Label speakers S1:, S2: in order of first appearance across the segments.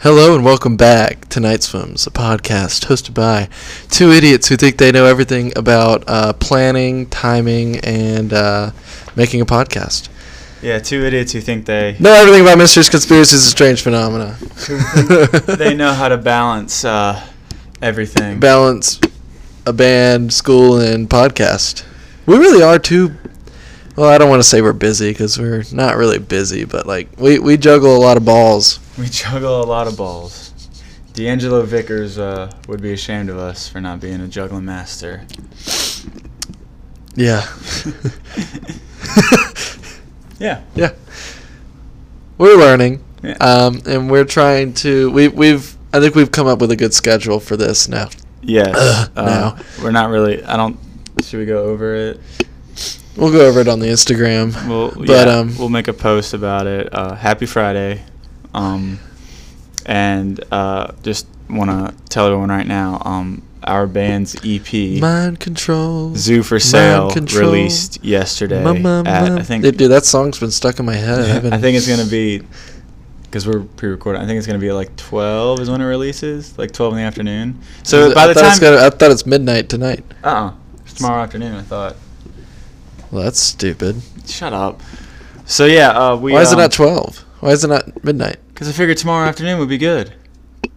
S1: Hello and welcome back to Night Swims, a podcast hosted by two idiots who think they know everything about uh, planning, timing, and uh, making a podcast.
S2: Yeah, two idiots who think they
S1: Know everything about mysteries, conspiracies, and strange phenomena.
S2: they know how to balance uh, everything.
S1: balance a band, school, and podcast. We really are two. Well, I don't want to say we're busy because we're not really busy, but like we, we juggle a lot of balls.
S2: we juggle a lot of balls. D'Angelo Vickers uh, would be ashamed of us for not being a juggling master.
S1: Yeah.
S2: Yeah.
S1: Yeah. We're learning.
S2: Yeah.
S1: Um, and we're trying to we we've I think we've come up with a good schedule for this now.
S2: Yes.
S1: Ugh,
S2: uh, We're not really. I don't. Should we go over it?
S1: We'll go over it on the Instagram.
S2: We'll,
S1: but
S2: yeah,
S1: um
S2: we'll make a post about it. Uh, happy Friday, um, and uh, just want to tell everyone right now, um, our band's E EP,
S1: mind control.
S2: Zoo for
S1: mind
S2: Sale,
S1: control.
S2: released yesterday.
S1: Ma- ma-
S2: at-
S1: ma-
S2: I think
S1: Dude, that song's been stuck in my head. I've been-
S2: I think it's gonna be because we're pre-recording. I think it's gonna be like twelve is when it releases, like twelve in the afternoon.
S1: Is
S2: So
S1: it-
S2: by
S1: I
S2: the
S1: thought
S2: time
S1: it's gonna, I thought it's midnight tonight.
S2: uh-uh, it's tomorrow afternoon, I thought.
S1: Well, that's stupid.
S2: Shut up. So yeah, uh, we.
S1: Why is it not twelve? Why is it not midnight?
S2: Because I figured tomorrow afternoon would be good.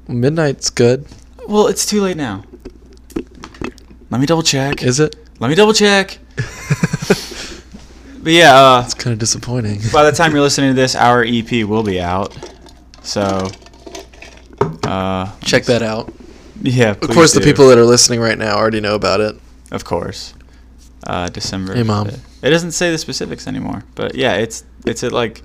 S1: Midnight's good,
S2: Well, it's too late now. Let me double check.
S1: is it?
S2: Let me double check. But yeah, uh,
S1: It's kind of disappointing.
S2: by the time you're listening to this, our EP will be out. So, uh,
S1: Check that out.
S2: yeah.
S1: Of
S2: please
S1: course, the
S2: do.
S1: people that are listening right now already know about it.
S2: Of course. Uh, December.
S1: Hey, Mom.
S2: fifth. It doesn't say the specifics anymore, but yeah, it's it's at like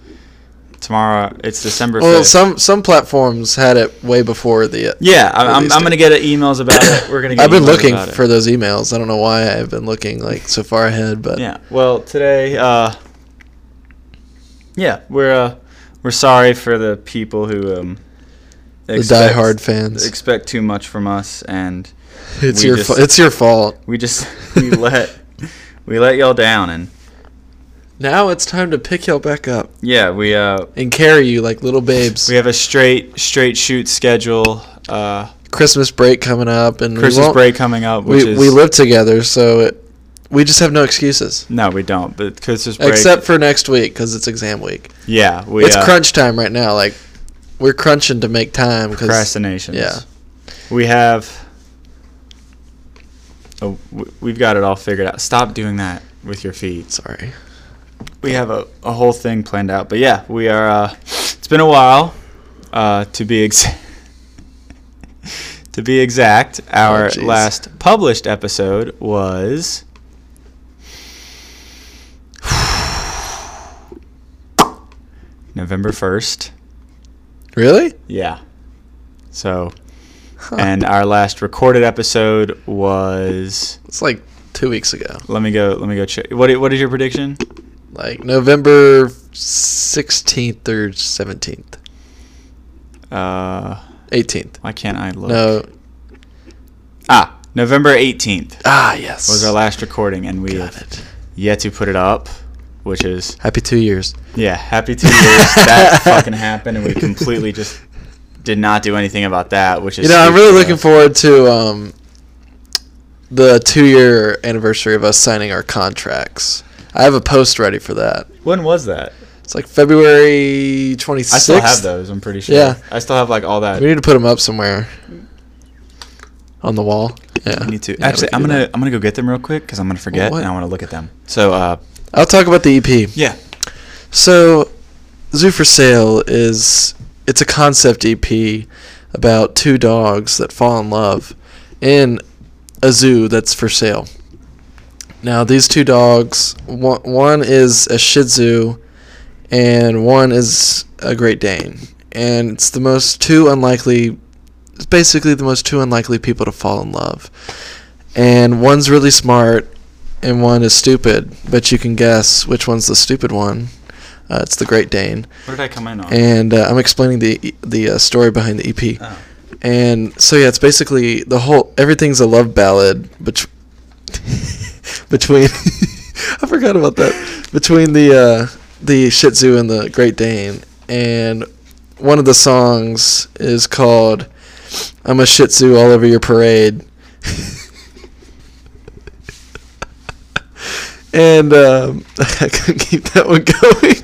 S2: tomorrow. It's December.
S1: Well,
S2: 5th.
S1: some some platforms had it way before the.
S2: Yeah, I, I'm,
S1: Released
S2: I'm
S1: it.
S2: gonna get emails about it. We're gonna. Get
S1: I've been
S2: emails
S1: looking
S2: about it.
S1: for those emails. I don't know why I've been looking like so far ahead, but
S2: Yeah. Well, today, uh, yeah, we're uh, we're sorry for the people who um,
S1: the
S2: expect-
S1: diehard fans,
S2: expect too much from us, and
S1: it's
S2: we
S1: your
S2: just-
S1: fa- it's your fault.
S2: we just we let we let y'all down, and
S1: Now it's time to pick y'all back up
S2: yeah, we uh,
S1: and carry you like little babes.
S2: we have a straight straight shoot schedule. Uh,
S1: Christmas break coming up, and we
S2: Christmas
S1: won't-
S2: break coming up, which
S1: We
S2: is
S1: we live together, so it, we just have no excuses
S2: no, we don't. But Christmas break,
S1: except for next week because it's exam week.
S2: yeah, we
S1: it's
S2: uh,
S1: crunch time right now. Like we're crunching to make time because
S2: procrastination.
S1: yeah.
S2: we have. Oh, w- we've got it all figured out. Stop doing that with your feet.
S1: sorry.
S2: We have a, a whole thing planned out. But yeah, we are. Uh, it's been a while, uh, to be ex- to be exact. Our
S1: Oh, jeez.
S2: last published episode was. November first.
S1: Really?
S2: Yeah. So, and our last recorded episode was.
S1: It's like two weeks ago,
S2: Let me go. Let me go check. What i- What is your prediction?
S1: like November sixteenth or seventeenth,
S2: Uh,
S1: eighteenth.
S2: why can't I look?
S1: No.
S2: Ah, November eighteenth
S1: Ah, yes.
S2: was our last recording, and we
S1: Got
S2: have
S1: it.
S2: yet to put it up, which is
S1: Happy two years.
S2: yeah, happy two years that fucking happened, and we completely just did not do anything about that, which is
S1: You know, I'm
S2: huge
S1: really
S2: for
S1: looking
S2: us.
S1: forward to um, the two year anniversary of us signing our contracts. I have a post ready for that.
S2: When was that?
S1: It's like February 26th.
S2: I still have those. I'm pretty sure.
S1: Yeah.
S2: I still have like all that.
S1: We need to put them up somewhere on the wall. Yeah.
S2: We need to
S1: Yeah, we
S2: actually.
S1: can
S2: I'm
S1: do
S2: gonna
S1: that.
S2: I'm gonna go get them real quick because I'm gonna forget
S1: what?
S2: and I want to look at them. So uh,
S1: I'll talk about the E EP.
S2: yeah,
S1: So, Zoo for Sale is it's a concept EP about two dogs that fall in love in a zoo that's for sale. Now, these two dogs, one, one is a Shih Tzu, and one is a Great Dane, and it's the most two unlikely. It's basically the most two unlikely people to fall in love, and one's really smart, and one is stupid. But you can guess which one's the stupid one. Uh, it's the Great Dane,
S2: what did I come in on?
S1: and uh, I'm explaining the the uh, story behind the EP.
S2: Oh.
S1: And so yeah, it's basically the whole everything's a love ballad bet- between I forgot about that between the uh, the Shih Tzu and the Great Dane, and one of the songs is called "I'm a Shih Tzu all over your parade," and um, I couldn't keep that one going.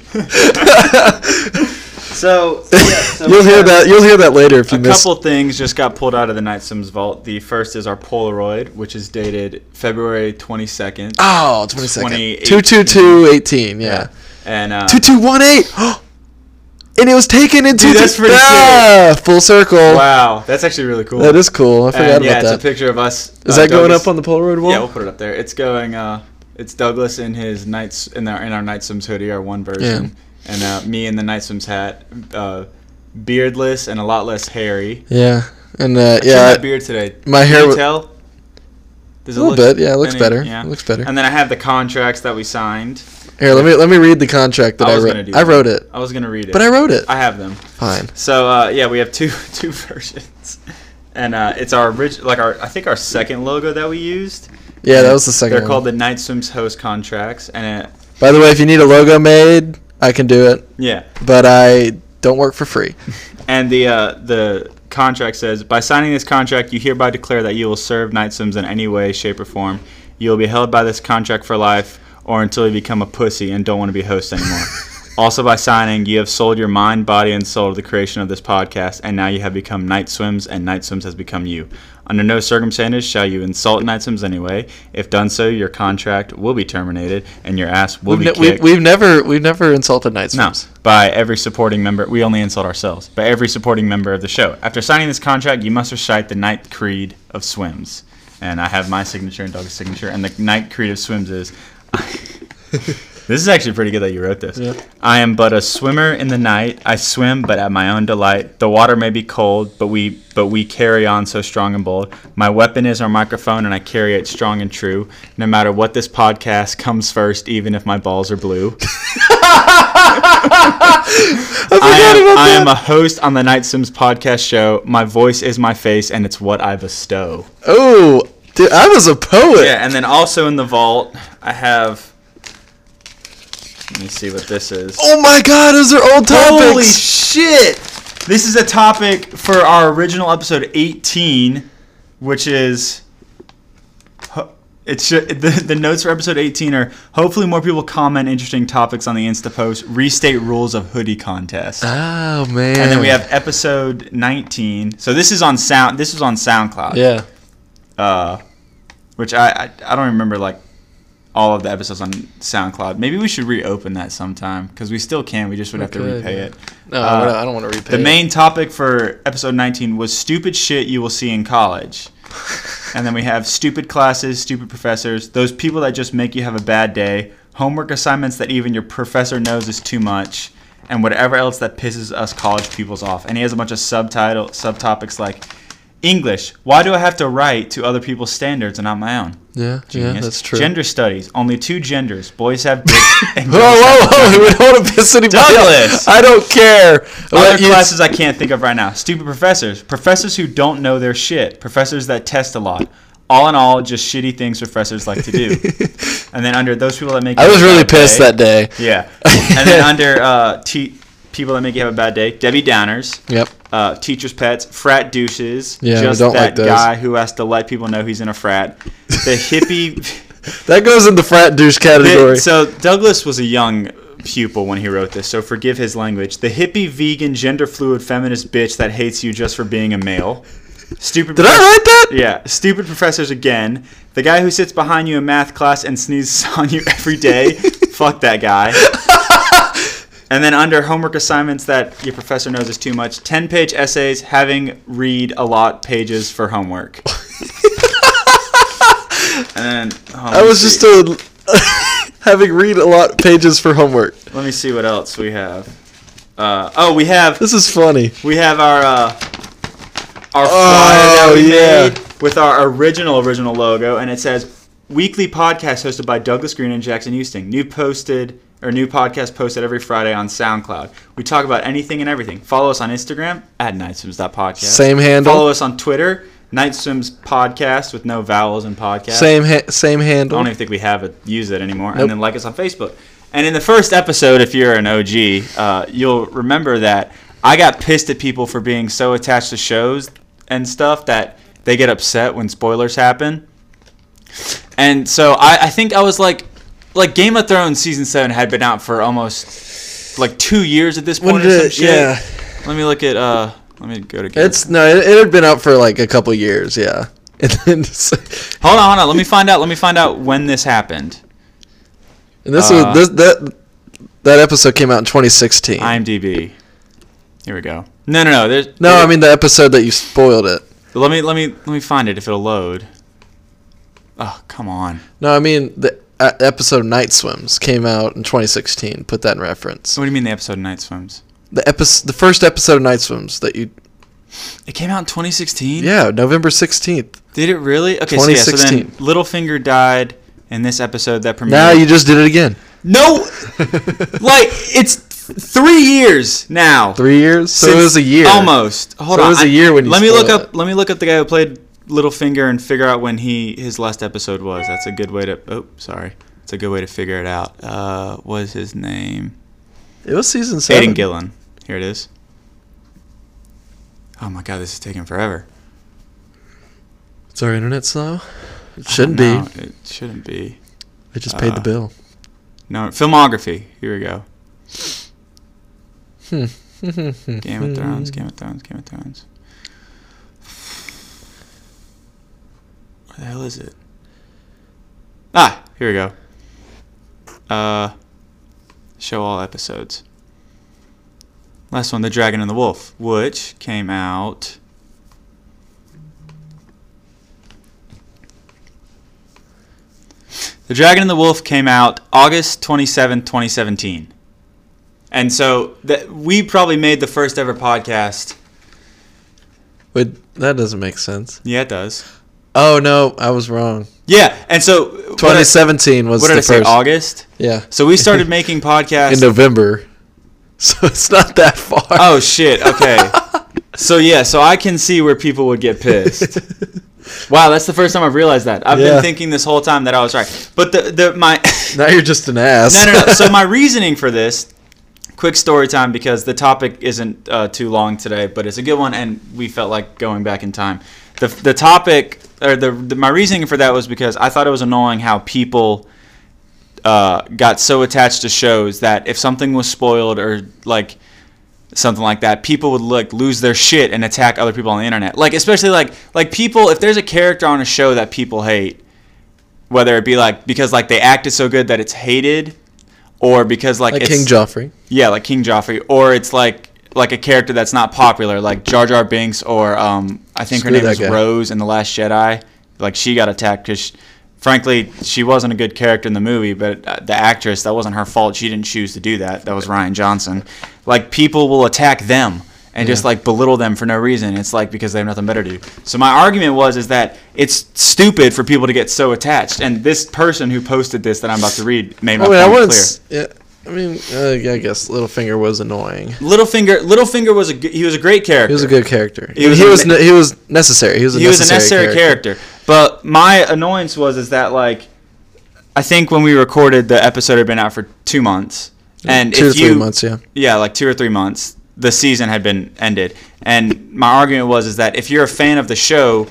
S2: So, yeah, so
S1: you'll
S2: we
S1: hear
S2: have
S1: that. You'll hear that later if you
S2: a
S1: miss.
S2: couple things just got pulled out of the Night Sims vault. The first is our Polaroid, which is dated February 22nd.
S1: Oh, 20 second.
S2: 2018.
S1: 22218, yeah.
S2: And uh,
S1: 2218! and it was taken in two.
S2: Dude, that's pretty
S1: ah, Full circle.
S2: wow, that's actually really cool.
S1: That is cool. I forgot
S2: and, yeah,
S1: about
S2: it's
S1: that.
S2: a picture of us.
S1: Is
S2: uh,
S1: that going
S2: Douglas-
S1: up on the Polaroid wall?
S2: Yeah, we'll put it up there. It's going. Uh, it's Douglas in his knights in our in our Night Sims hoodie, our one version, and uh, me in the Night Sims hat, uh, beardless and a lot less hairy.
S1: Yeah. And uh,
S2: I trimmed
S1: yeah,
S2: my beard today.
S1: my
S2: Can
S1: hair w-
S2: you tell? Does
S1: a little
S2: look
S1: bit. Yeah, it looks
S2: any-
S1: better.
S2: yeah.
S1: It looks better.
S2: And then I have the contracts that we signed.
S1: Here, let me let me read the contract that
S2: I
S1: I,
S2: was gonna
S1: wrote.
S2: do
S1: I
S2: that.
S1: wrote it,
S2: I was gonna read it,
S1: but I wrote it.
S2: I have them.
S1: Fine.
S2: So uh, yeah, we have two two versions, and uh, it's our orig- like our I think our second logo that we used.
S1: Yeah, that was the second
S2: They're
S1: one.
S2: called the Night Swims host contracts, and it,
S1: By the way, if you need a logo made, I can do it,
S2: yeah,
S1: but I don't work for free.
S2: and the uh, the contract says by signing this contract, you hereby declare that you will serve Night Swims in any way, shape, or form. You will be held by this contract for life, or until you become a pussy and don't want to be host anymore. Also, by signing, you have sold your mind, body, and soul to the creation of this podcast, and now you have become Night Swims, and Night Swims has become you. Under no circumstances shall you insult Night Swims anyway. If done so, your contract will be terminated, and your ass will
S1: We've,
S2: be
S1: ne- we,
S2: kicked.
S1: we've never we've never insulted Night
S2: No,
S1: Swims.
S2: by every supporting member. We only insult ourselves. By every supporting member of the show. After signing this contract, you must recite the Knight Creed of Swims. And I have my signature and Doug's signature. And the Knight Creed of Swims is. this is actually pretty good that you wrote this.
S1: Yeah.
S2: I am but a swimmer in the night. I swim, but at my own delight. The water may be cold, but we but we carry on so strong and bold. My weapon is our microphone, and I carry it strong and true. No matter what, this podcast comes first, even if my balls are blue. I
S1: forgot
S2: am,
S1: about
S2: I am
S1: that.
S2: a host on the Night Sims podcast show. My voice is my face, and it's what I bestow.
S1: Oh, dude, I was a poet.
S2: Yeah, and then also in the vault, I have. Let me see what this is.
S1: Oh my God, those are old topics.
S2: Holy shit! This is a topic for our original episode 18, which is. It should, the, the notes for episode 18 are hopefully more people comment interesting topics on the Insta post, restate rules of hoodie contest.
S1: oh man.
S2: And then we have episode 19. So this is on sound. This was on SoundCloud.
S1: yeah.
S2: Uh, which I, I I don't remember like all of the episodes on SoundCloud. Maybe we should reopen that sometime because we still can. We just would have to
S1: could,
S2: repay
S1: yeah.
S2: it.
S1: No,
S2: Uh,
S1: we're not- I don't want to repay.
S2: The
S1: it.
S2: main topic for episode 19 was stupid shit you will see in college. and then we have stupid classes, stupid professors, those people that just make you have a bad day, homework assignments that even your professor knows is too much, and whatever else that pisses us college peoples off. And he has a bunch of subtitle subtopics like English. Why do I have to write to other people's standards and not my own?
S1: Yeah, yeah,
S2: Genius.
S1: that's true.
S2: Gender studies. Only two genders. Boys have dicks and
S1: Whoa,
S2: girls
S1: whoa,
S2: have
S1: whoa! We don't want to piss anybody off.
S2: Douglas!
S1: I don't care.
S2: Other
S1: Let you-
S2: classes I can't think of right now. Stupid professors. Professors who don't know their shit. Professors that test a lot. All in all, just shitty things professors like to do. and then under those people that make
S1: I
S2: you
S1: was
S2: have a
S1: really
S2: bad
S1: pissed
S2: day-
S1: that day.
S2: Yeah. and then under uh, te- people that make you have a bad day, Debbie Downers,
S1: Yep.
S2: uh, teachers' pets, frat douches,
S1: Yeah, I
S2: just
S1: don't like
S2: that
S1: those.
S2: guy who has to let people know he's in a frat, the hippie.
S1: That goes in the frat douche
S2: Bit-
S1: category.
S2: so Douglas was a young pupil when he wrote this, so forgive his language. The hippie, vegan, gender fluid, feminist bitch that hates you just for being a male. Stupid.
S1: Did I write that?
S2: Yeah, stupid professors again. The guy who sits behind you in math class and sneezes on you every day. Fuck that guy. and then under homework assignments that your professor knows is too much, 10 page essays having read a lot pages for homework. and then, oh, let
S1: I
S2: me
S1: was
S2: see.
S1: just a, having read a lot pages for homework.
S2: Let me see what else we have. Uh, oh, we have
S1: This is funny.
S2: we have our uh, our flyer that
S1: Oh,
S2: we
S1: yeah.
S2: made with our original original logo, and it says "Weekly podcast hosted by Douglas Green and Jackson Houston. New posted or new podcast posted every Friday on SoundCloud. We talk about anything and everything. Follow us on Instagram at nightswims.podcast.
S1: Same handle.
S2: Follow us on Twitter, Nightswims Podcast with no vowels in podcast.
S1: Same ha- same
S2: I
S1: handle.
S2: don't even think we have it use it anymore.
S1: Nope.
S2: And then like us on Facebook. And in the first episode, if you're an OG, uh, you'll remember that I got pissed at people for being so attached to shows and stuff that they get upset when spoilers happen. And so I, I think I was like, like Game of Thrones season seven had been out for almost like two years at this
S1: When
S2: point or
S1: did
S2: some
S1: it-
S2: shit.
S1: yeah.
S2: Let me look at uh. Let me go to. Game of
S1: It's no, it, it had been out for like a couple years, yeah. And then s-
S2: Hold on, hold on. Let me find out. Let me find out when this happened.
S1: and this
S2: Uh,
S1: was this that that episode came out in 2016.
S2: IMDb. Here we go. No, no, no. There's,
S1: no, I mean the episode that you spoiled it.
S2: Let me, let me, let me find it if it'll load. Oh, come on.
S1: No, I mean the uh, episode Night Swims came out in 2016. Put that in reference.
S2: So what do you mean the episode Night Swims?
S1: The episode, the first episode of Night Swims that you,
S2: It came out in 2016.
S1: yeah, November 16th.
S2: Did it really? Okay. So yeah. So then
S1: 2016.
S2: Littlefinger died in this episode that premiered.
S1: Now you just did it again.
S2: no. like it's th- three years now.
S1: Three years. So it
S2: Since-
S1: was a year.
S2: Almost. Hold
S1: So
S2: on.
S1: it was a
S2: I-
S1: year when you
S2: Let me
S1: spoiled
S2: look up.
S1: it.
S2: Let me look up the guy who played Littlefinger and figure out when he his last episode was. That's a good way to. Oh, sorry. It's a good way to figure it out. Uh, what is his name?
S1: It was season seven.
S2: Aiden Gillen. Here it is. Oh my God, this is taking forever.
S1: It's our internet slow. It
S2: Oh,
S1: shouldn't
S2: no,
S1: be.
S2: It shouldn't be.
S1: I just paid
S2: uh,
S1: the bill.
S2: No, filmography. Here we go.
S1: Hmm.
S2: Game of Thrones. Game of Thrones. Game of Thrones. Where the hell is it? Ah, here we go. Uh, show all episodes. Last one, The Dragon and the Wolf, which came out. The Dragon and the Wolf came out August twenty seventh, 2017. And so that we probably made the first ever podcast.
S1: Wait, that doesn't make sense.
S2: Yeah, it does.
S1: Oh no, I was wrong.
S2: Yeah, and so what did I-
S1: 2017 was
S2: What
S1: the
S2: did I
S1: first.
S2: say? August.
S1: Yeah.
S2: So we started making podcasts.
S1: in November, so it's not that far.
S2: oh shit! Okay. so yeah, so I can see where people would get pissed. wow, that's the first time I've realized that. I've
S1: Yeah.
S2: been thinking this whole time that I was right, but the the my
S1: now you're just an ass.
S2: no no no. So my reasoning for this. Quick story time because the topic isn't uh, too long today, but it's a good one, and we felt like going back in time. the The topic or the, the my reasoning for that was because I thought it was annoying how people uh, got so attached to shows that if something was spoiled or like something like that, people would like lose their shit and attack other people on the internet. Like especially like like people if there's a character on a show that people hate, whether it be like because like they acted so good that it's hated, or because like,
S1: like
S2: it's,
S1: King Joffrey.
S2: yeah, like King Joffrey, or it's like like a character that's not popular, like Jar Jar Binks, or um, I think
S1: Screw
S2: her name
S1: that
S2: is
S1: guy.
S2: Rose in the Last Jedi. Like she got attacked because, frankly, she wasn't a good character in the movie. But uh, the actress, that wasn't her fault. She didn't choose to do that. That was Ryan Johnson. Like people will attack them and just
S1: Yeah.
S2: like belittle them for no reason. It's like because they have nothing better to do. So my argument was is that it's stupid for people to get so attached. And this person who posted this that I'm about to read made my
S1: I mean, I
S2: point
S1: wouldn't.
S2: clear.
S1: s- Yeah, I mean, uh, yeah, I guess Littlefinger was annoying.
S2: Littlefinger Littlefinger was a g- he was a great character.
S1: He was a good character.
S2: He was
S1: he
S2: a
S1: was
S2: ma-
S1: ne- he was necessary. He was a
S2: he was
S1: necessary,
S2: a necessary
S1: character.
S2: character. But my annoyance was is that like I think when we recorded the episode had been out for 2 months. And
S1: Two
S2: if
S1: to three
S2: you,
S1: months, yeah.
S2: yeah, like two or three months. The season had been ended, and my argument was is that if you're a fan of the show,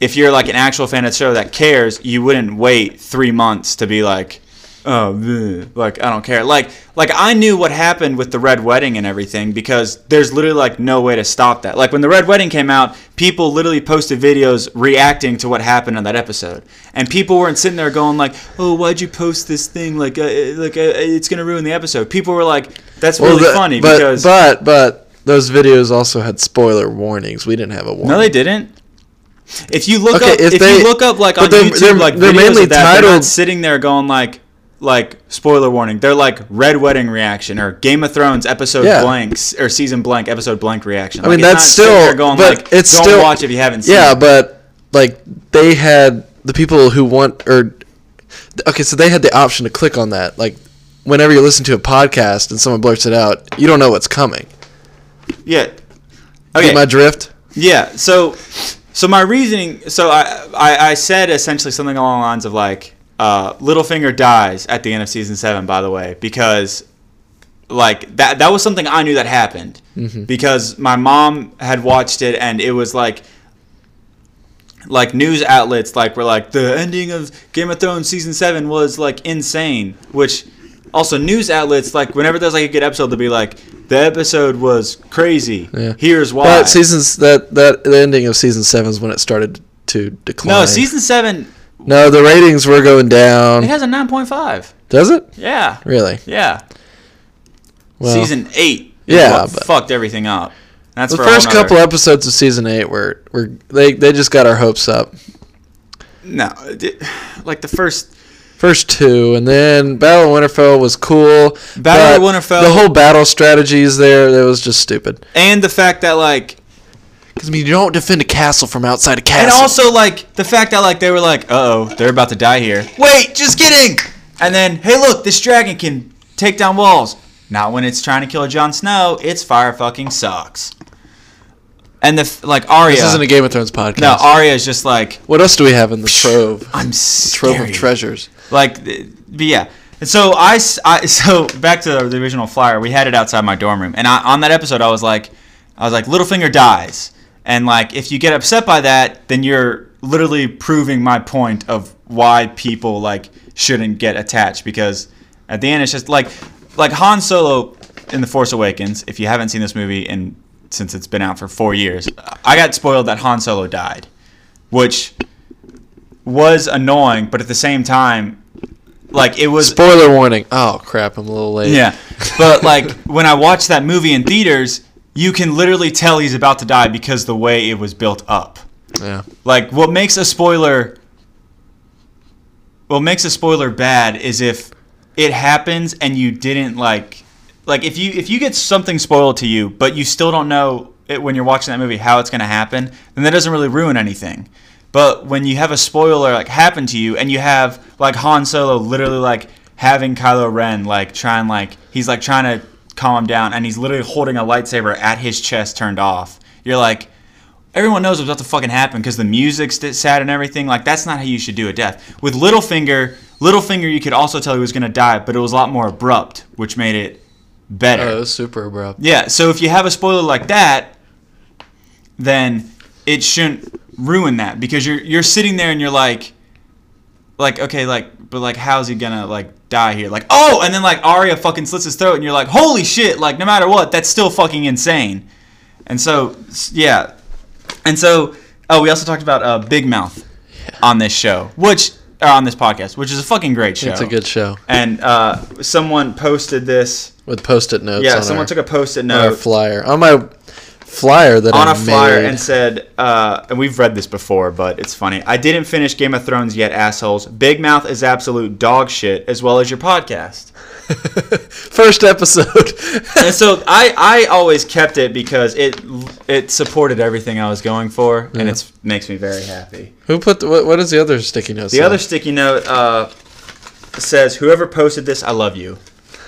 S2: if you're like an actual fan of the show that cares, you wouldn't wait three months to be like, oh, bleh, like I don't care. Like, like I knew what happened with the red wedding and everything because there's literally like no way to stop that. Like when the red wedding came out, people literally posted videos reacting to what happened in that episode, and people weren't sitting there going like, oh, why'd you post this thing? Like, uh, uh, like uh, it's gonna ruin the episode. People were like, that's really
S1: the-
S2: funny
S1: but,
S2: because
S1: but but those videos also had spoiler warnings. We didn't have a warning.
S2: no, they didn't. If you look
S1: Okay,
S2: up, if,
S1: if they-
S2: you look up like
S1: but
S2: on
S1: they're-
S2: YouTube,
S1: they're-
S2: like
S1: they're
S2: videos
S1: mainly
S2: of that, they're not
S1: titled-
S2: sitting there going like, like spoiler warning. They're like red wedding reaction or Game of Thrones episode
S1: Yeah.
S2: blanks or season blank episode blank reaction.
S1: I mean, that's
S2: sitting
S1: still.
S2: there going
S1: but
S2: like,
S1: it's
S2: go
S1: still
S2: and watch if you haven't seen.
S1: Yeah,
S2: it.
S1: but like they had the people who want or okay, so they had the option to click on that. Like whenever you listen to a podcast and someone blurts it out, you don't know what's coming.
S2: yeah.
S1: Get my drift?
S2: Yeah. So, so my reasoning. So I, I, I said essentially something along the lines of like, uh, Littlefinger dies at the end of season seven. By the way, because like that that was something I knew that happened because my mom had watched it and it was like like news outlets like were like the ending of Game of Thrones season 7 was like insane which also news outlets like whenever there's like a good episode they'll be like the episode was crazy
S1: Yeah.
S2: here's why
S1: That season's that that the ending of season seven is when it started to decline.
S2: no season 7
S1: No, the ratings were going down.
S2: it has a 9.5
S1: Does it
S2: yeah
S1: really?
S2: yeah
S1: Well,
S2: season 8 is
S1: Yeah,
S2: what
S1: but-
S2: fucked everything up that's
S1: the
S2: for a whole
S1: first
S2: nother-
S1: couple episodes of season eight were were they they just got our hopes up.
S2: No, it- like the first.
S1: First two, and then Battle of Winterfell was cool.
S2: Battle
S1: but
S2: of Winterfell-
S1: The whole battle strategies there, that was just stupid.
S2: And the fact that like,
S1: Because I mean, you don't defend a castle from outside a castle.
S2: and also like the fact that like they were like, uh oh, they're about to die here. Wait, just kidding. And then, hey, look, this dragon can take down walls. Not when it's trying to kill Jon Snow. It's fire fucking sucks. And the f- like Arya.
S1: this isn't a Game of Thrones podcast.
S2: no, Arya is just like
S1: what else do we have in the trove?
S2: I'm
S1: Trove
S2: scared.
S1: of treasures.
S2: Like, th- but yeah. And so I, s- I- so back to the original flyer. We had it outside my dorm room, and I, on that episode, I was like, I was like, Littlefinger dies, and like, if you get upset by that, then you're literally proving my point of why people like shouldn't get attached because at the end it's just like, like Han Solo in the Force Awakens. If you haven't seen this movie and since it's been out for four years, I got spoiled that Han Solo died, which was annoying, but at the same time, like it was
S1: Spoiler warning. Oh crap! I'm a little late.
S2: yeah. But like when I watched that movie in theaters, you can literally tell he's about to die because the way it was built up.
S1: yeah.
S2: Like what makes a spoiler what makes a spoiler bad is if it happens and you didn't like like if you if you get something spoiled to you but you still don't know it when you're watching that movie how it's going to happen then that doesn't really ruin anything but when you have a spoiler like happen to you and you have like Han Solo literally like having Kylo Ren like trying like he's like trying to calm him down and he's literally holding a lightsaber at his chest turned off you're like everyone knows what's about to fucking happen because the music's that sad and everything. Like that's not how you should do a death. With Littlefinger, Littlefinger, you could also tell he was gonna die, but it was a lot more abrupt, which made it better.
S1: Oh, it was super abrupt.
S2: Yeah, so if you have a spoiler like that, then it shouldn't ruin that because you're you're sitting there and you're like like okay, like but like how's he gonna like die here? Like oh, and then like Arya fucking slits his throat and you're like holy shit, like no matter what, that's still fucking insane. And so s- yeah. And so oh, we also talked about uh, Big Mouth on this show, which or on this podcast, which is a fucking great show.
S1: It's a good show
S2: And uh, someone posted this.
S1: with post-it notes.
S2: Yeah,
S1: on
S2: someone
S1: our,
S2: took a post-it
S1: on our
S2: note
S1: flyer on my flyer that
S2: on
S1: I
S2: a flyer
S1: made.
S2: and said, uh, and we've read this before, but it's funny. I didn't finish Game of Thrones yet, assholes. Big Mouth is absolute dog shit, as well as your podcast.
S1: First episode.
S2: and so I, I always kept it because it it supported everything I was going for, and it makes me very happy.
S1: Who put the, what, what is the other sticky note?
S2: The other sticky note uh, says, "Whoever posted this, I love you,"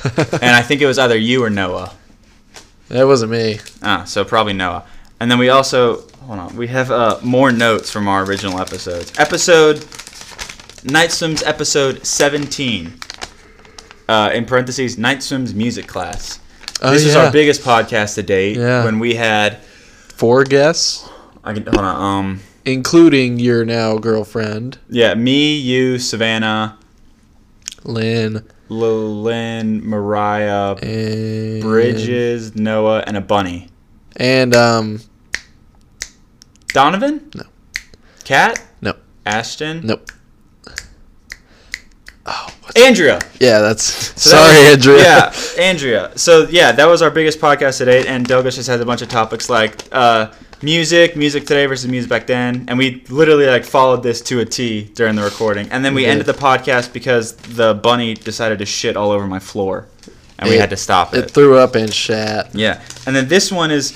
S2: and I think it was either you or Noah.
S1: that wasn't me.
S2: Ah, so probably Noah. And then we also hold on. We have uh, more notes from our original episodes. Episode Night Swims episode seventeen. Uh, in parentheses, Night Swims music class.
S1: Oh,
S2: this
S1: yeah.
S2: is our biggest podcast to date.
S1: Yeah.
S2: When we had,
S1: four guests,
S2: I can hold on. Um,
S1: including your now girlfriend
S2: yeah, me, you, Savannah,
S1: Lynn
S2: Lilyn, Mariah,
S1: and
S2: Bridges, Noah, and a bunny.
S1: and um
S2: Donovan?
S1: No.
S2: Kat?
S1: No.
S2: Ashton?
S1: nope.
S2: Andrea.
S1: Yeah, that's
S2: So that
S1: sorry,
S2: was-
S1: Andrew.
S2: Yeah, Andrea. So yeah, that was our biggest podcast to date, and Douglas just has a bunch of topics like uh, music, music today versus music back then, and we literally like followed this to a T during the recording, and then we
S1: We did.
S2: ended the podcast because the bunny decided to shit all over my floor, and we
S1: It-
S2: had to stop
S1: it threw up and shat.
S2: yeah, and then this one is,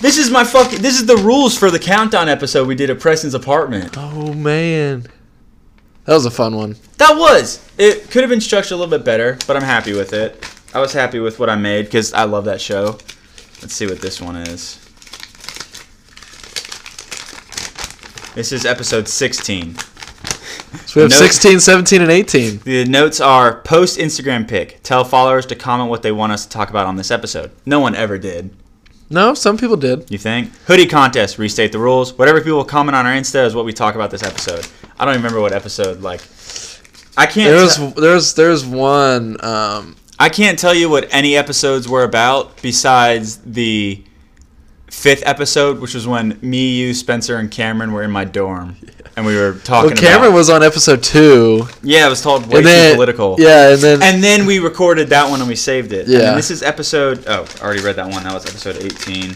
S2: this is my fucking, this is the rules for the countdown episode we did at Preston's apartment.
S1: Oh man, that was a fun one.
S2: That was. It could have been structured a little bit better, but I'm happy with it. I was happy with what I made because I love that show. Let's see what this one is. This is episode 16.
S1: So we have
S2: Nope.
S1: 16, 17, and 18.
S2: The notes are post Instagram pic. Tell followers to comment what they want us to talk about on this episode. No one ever did.
S1: No, some people did.
S2: You think? Hoodie contest. Restate the rules. Whatever people comment on our Insta is what we talk about this episode. I don't even remember what episode. Like, I can't.
S1: There was there was there was one. Um,
S2: I can't tell you what any episodes were about besides the fifth episode, which was when me, you, Spencer, and Cameron were in my dorm and we were talking.
S1: well, Cameron
S2: about,
S1: was on episode two,
S2: yeah, it was called way
S1: and
S2: too
S1: then
S2: political.
S1: Yeah, and then
S2: And then we recorded that one and we saved it. And
S1: Yeah.
S2: then this is episode. Oh, I already read that one. That was episode 18.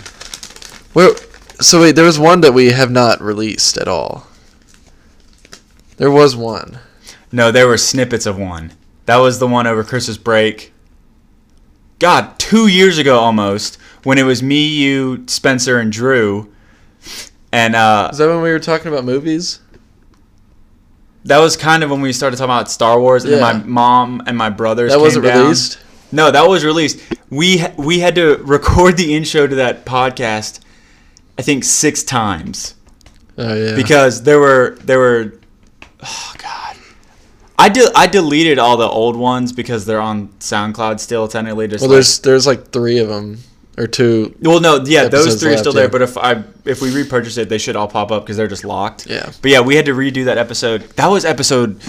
S1: Where, so wait, there was one that we have not released at all. There was one.
S2: No, there were snippets of one. That was the one over Christmas break. God, two years ago almost, when it was me, you, Spencer, and Drew. And uh,
S1: Is that when we were talking about movies?
S2: that was kind of when we started talking about Star Wars, and then
S1: Yeah.
S2: my mom and my brothers.
S1: That
S2: came
S1: wasn't
S2: down.
S1: released.
S2: No, that was released. We ha- we had to record the intro to that podcast, I think six times
S1: Oh yeah.
S2: because there were there were. Oh God, I de- I deleted all the old ones because they're on SoundCloud still technically. Just
S1: well,
S2: like-
S1: there's there's like three of them or two.
S2: well, no, yeah, those
S1: episodes
S2: three are
S1: left,
S2: still there.
S1: yeah.
S2: But if I if we repurchase it, they should all pop up because they're just locked.
S1: Yeah.
S2: But yeah, we had to redo that episode. That was episode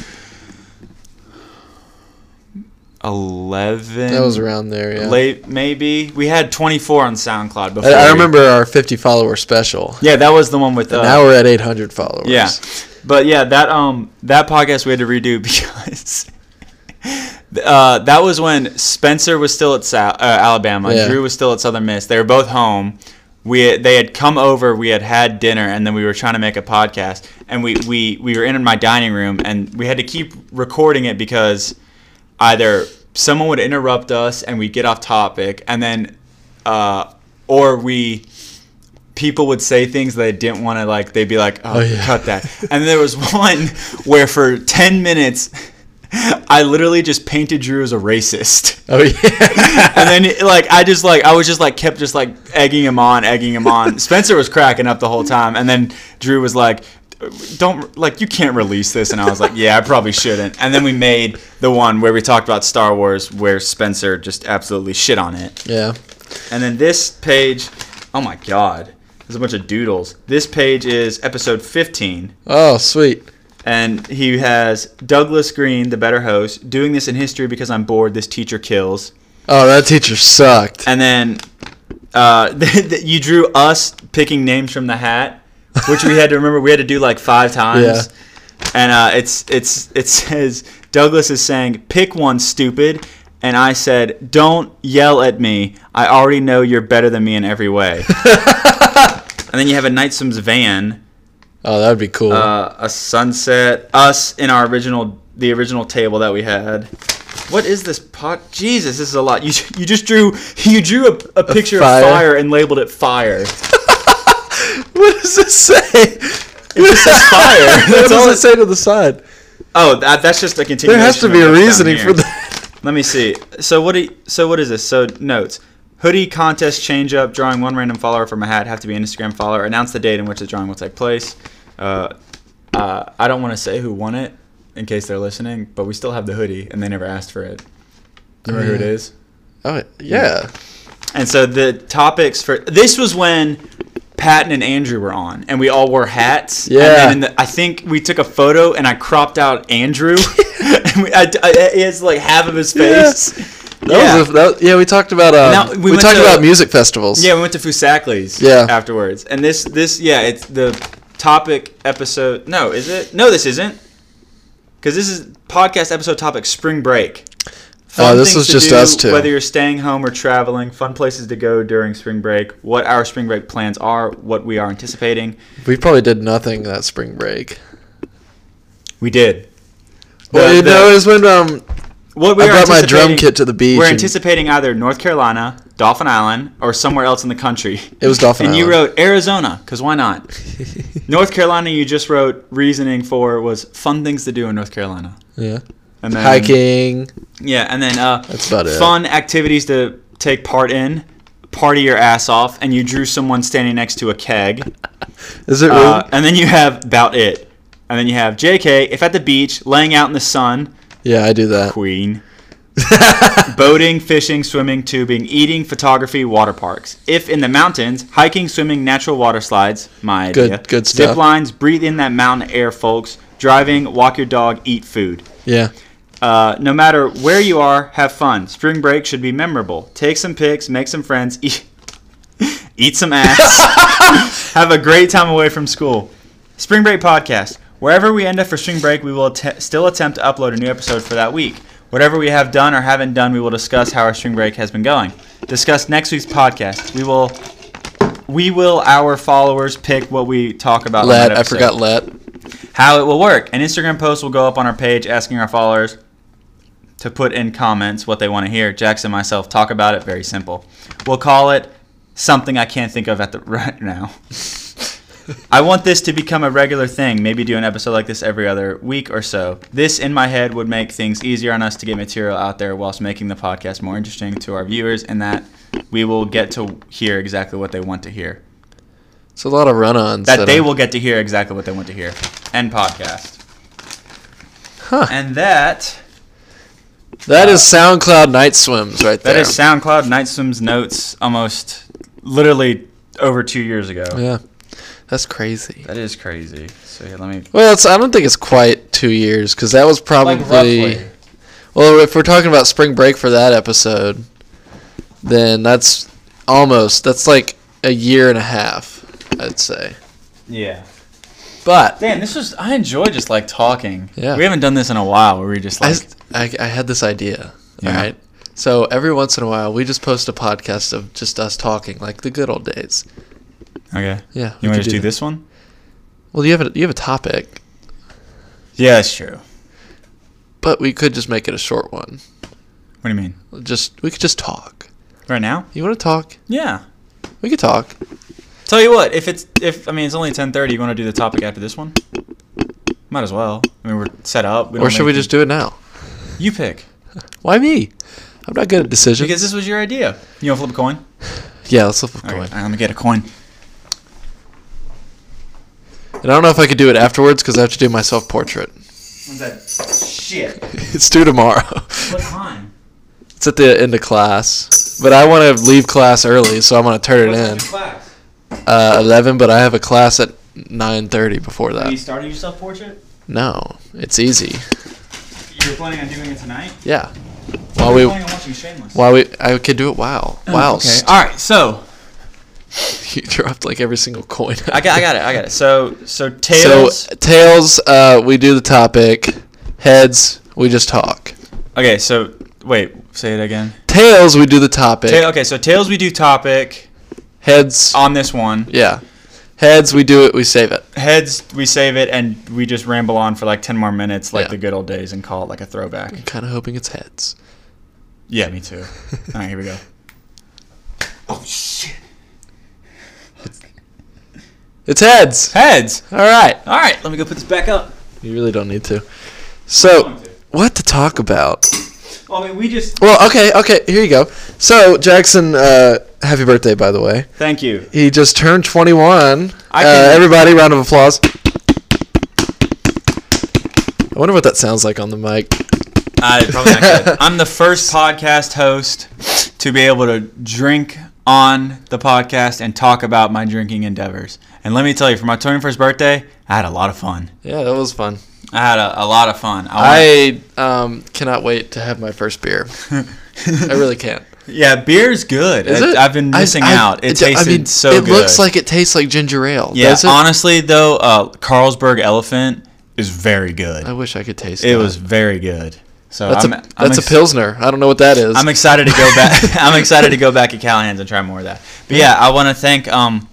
S2: eleven.
S1: That was around there. Yeah.
S2: late, maybe. We had twenty four on SoundCloud before.
S1: I, I
S2: we-
S1: remember our 50 follower special.
S2: Yeah, that was the one with. Uh,
S1: Now we're at 800 followers.
S2: yeah, but yeah, that um that podcast we had to redo because. Uh, that was when Spencer was still at Sou- uh, Alabama.
S1: Yeah.
S2: Drew was still at Southern Miss. They were both home. We they had come over. We had had dinner, and then we were trying to make a podcast. And we we we were in my dining room, and we had to keep recording it because either someone would interrupt us and we'd get off topic, and then uh, or we people would say things they didn't want to like. They'd be like, "Oh,
S1: Oh, yeah.
S2: cut that." and there was one where for ten minutes. I literally just painted Drew as a racist.
S1: Oh yeah.
S2: And then like I just like I was just like kept just like egging him on, egging him on. Spencer was cracking up the whole time and then Drew was like don't like you can't release this and I was like yeah I probably shouldn't and then we made the one where we talked about Star Wars where Spencer just absolutely shit on it
S1: yeah.
S2: and then this page oh my god there's a bunch of doodles this page is episode 15
S1: Oh sweet.
S2: and he has Douglas Green, the better host, doing this in history because I'm bored. This teacher kills.
S1: Oh that teacher sucked.
S2: And then uh, you drew us picking names from the hat, which we had to remember. We had to do like five times.
S1: Yeah.
S2: And uh, it's it's it says Douglas is saying pick one stupid, and I said don't yell at me. I already know you're better than me in every way. and then you have a Nightsom's van
S1: Oh that would be cool.
S2: uh, a sunset, us in our original the original table that we had. What is this pot? Jesus, this is a lot. You you just drew you drew a, a picture
S1: fire.
S2: of fire and labeled it fire.
S1: what does it say?
S2: It says fire.
S1: what
S2: That's all
S1: does
S2: it
S1: it say to the side?
S2: Oh, that, that's just a continuation.
S1: There has to
S2: of
S1: be a
S2: what's down
S1: reasoning
S2: here.
S1: for that.
S2: Let me see. So what do you, so what is this? So notes. Hoodie contest change up, drawing one random follower from a hat, have to be an Instagram follower, announce the date in which the drawing will take place. Uh, uh, I don't want to say who won it in case they're listening, but we still have the hoodie and they never asked for it. Do you remember who it is?
S1: Oh yeah.
S2: And so the topics for this was when Patton and Andrew were on, and we all wore hats. And
S1: Yeah.
S2: then in the, I think we took a photo, and I cropped out Andrew. and we, I, I, it's like half of his face.
S1: That yeah. was a, that, yeah. We talked about
S2: Now,
S1: um,
S2: we
S1: we,
S2: went
S1: talked
S2: to-
S1: about music festivals.
S2: yeah, we went to Fusackley's.
S1: Yeah.
S2: Afterwards, and this this yeah, it's the topic episode. No, is it? No, this isn't. Because this is podcast episode topic spring break.
S1: Oh, this
S2: things
S1: was
S2: to
S1: just
S2: do,
S1: us two.
S2: Whether you're staying home or traveling, fun places to go during spring break, what our spring break plans are, what we are anticipating.
S1: we probably did nothing that spring break.
S2: We did.
S1: well,
S2: The-
S1: you
S2: the-
S1: know, it was when um,
S2: What we
S1: I
S2: are
S1: brought my drum
S2: anticipating-
S1: kit to the beach.
S2: We're
S1: and
S2: anticipating either North Carolina, Dolphin Island, or somewhere else in the country.
S1: it was Dolphin
S2: and you
S1: Island.
S2: wrote Arizona, because why not? North Carolina, you just wrote reasoning for was fun things to do in North Carolina.
S1: yeah,
S2: And then,
S1: hiking.
S2: Yeah, and then uh,
S1: That's about it.
S2: fun activities to take part in, party your ass off, and you drew someone standing next to a keg.
S1: Is it
S2: Uh,
S1: really?
S2: and then you have about it. And then you have JK, if at the beach, laying out in the sun,
S1: Yeah, I do that.
S2: queen. Boating, fishing, swimming, tubing, eating, photography, water parks. If in the mountains, hiking, swimming, natural water slides, my
S1: Good-
S2: idea.
S1: good
S2: Zip
S1: stuff.
S2: lines, breathe in that mountain air, folks. Driving, walk your dog, eat food.
S1: Yeah.
S2: Uh, no matter where you are, have fun. Spring break should be memorable. Take some pics, make some friends, eat, eat some ass. have a great time away from school. Spring break podcast. Wherever we end up for spring break, we will att- still attempt to upload a new episode for that week. Whatever we have done or haven't done, we will discuss how our spring break has been going. Discuss next week's podcast. We will, we will our followers pick what we talk about. on
S1: Let
S2: that
S1: I
S2: episode
S1: forgot let.
S2: how it will work. An Instagram post will go up on our page asking our followers to put in comments what they want to hear. Jackson and myself talk about it. Very simple. We'll call it something I can't think of at the right now. I want this to become a regular thing. Maybe do an episode like this every other week or so. This in my head would make things easier on us to get material out there whilst making the podcast more interesting to our viewers and that we will get to hear exactly what they want to hear.
S1: It's a lot of run-ons
S2: That they
S1: I-
S2: will get to hear exactly what they want to hear. End podcast.
S1: Huh.
S2: And that
S1: That is SoundCloud night swims right there.
S2: uh, that is SoundCloud Night Swim's notes almost literally over two years ago.
S1: Yeah. That's crazy.
S2: That is crazy. So here, let me
S1: Well, it's, I don't think it's quite two years because that was probably. Well, if we're talking about spring break for that episode, then that's almost that's like a year and a half, I'd say.
S2: Yeah.
S1: But
S2: Damn, this was I enjoy just like talking.
S1: Yeah.
S2: We haven't done this in a while where we just
S1: I,
S2: like
S1: s- I, I had this idea.
S2: Yeah.
S1: All right. So every once in a while, we just post a podcast of just us talking, like the good old days.
S2: Okay.
S1: Yeah. we
S2: You want
S1: could
S2: to just do
S1: that.
S2: this one?
S1: Well, you have a, you have a topic,
S2: Yeah, that's true.
S1: but we could just make it a short one.
S2: What do you mean?
S1: Just we could just talk.
S2: Right now?
S1: You want to talk?
S2: Yeah.
S1: We could talk.
S2: Tell you what, if it's if I mean it's only ten thirty, you want to do the topic after this one? Might as well. I mean we're set up.
S1: or should we just do it now?
S2: do? You pick
S1: Why me? I'm not good at decisions.
S2: because this was your idea. You want to flip a coin?
S1: yeah, let's flip a
S2: All
S1: coin.
S2: right, all right, let me get a coin.
S1: And I don't know if I could do it afterwards because I have to do my self portrait.
S2: When's that? Shit.
S1: It's due tomorrow.
S2: What time?
S1: it's at the end of class. But I want to leave class early, so I'm going to turn it in.
S2: class?
S1: Uh, 11, but I have a class at 9.30 before that.
S2: starting your self portrait?
S1: No, it's easy.
S2: You're planning on doing it tonight?
S1: Yeah. While we,
S2: on watching Shameless.
S1: while we, I could do it wow. Wow.
S2: Okay. All right. So
S1: You dropped like every single coin.
S2: I got, I got it. I got it. So,
S1: So,
S2: so tails.
S1: tails, uh, we do the topic. Heads, we just talk.
S2: okay. So wait. Say it again.
S1: Tails, we do the topic.
S2: Ta- okay. So tails. We do topic
S1: Heads,
S2: on this one.
S1: yeah. Heads, we do it, we save it.
S2: Heads. We save it and we just ramble on for like ten more minutes, like
S1: Yeah.
S2: the good old days, and call it like a throwback.
S1: Kind of hoping it's heads.
S2: Yeah, me too. All right. Here we go. Oh shit.
S1: It's heads.
S2: Heads.
S1: All right.
S2: All right. Let me go put this back up.
S1: You really don't need to. So, what to talk about?
S2: Well, I mean, Oh, we just
S1: Well, okay, okay. Here you go. So, Jackson, uh, happy birthday, by the way.
S2: thank you.
S1: He just turned 21.
S2: I
S1: uh,
S2: can-
S1: everybody, round of applause. I wonder what that sounds like on the mic.
S2: I probably not good. I'm the first podcast host to be able to drink on the podcast and talk about my drinking endeavors. And let me tell you, for my 21st birthday, I had a lot of fun.
S1: Yeah, that was fun.
S2: I had a, a lot of fun. I,
S1: I um, cannot wait to have my first beer. I really can't.
S2: yeah, beer's good.
S1: Is
S2: I,
S1: it?
S2: I've been missing
S1: I-
S2: out. It
S1: I
S2: tasted
S1: mean,
S2: so
S1: It
S2: good.
S1: looks like it tastes like ginger ale.
S2: yeah.
S1: does it?
S2: Honestly, though, uh, Carlsberg Elephant is very
S1: I
S2: good.
S1: wish I could taste it.
S2: It was very good. So
S1: That's
S2: I'm, e-,
S1: a
S2: I'm
S1: that's
S2: ex-
S1: a pilsner. I don't know what that is.
S2: I'm excited to go back. I'm excited to go back at Callahan's and try more of that. But yeah, I want to thank. Um,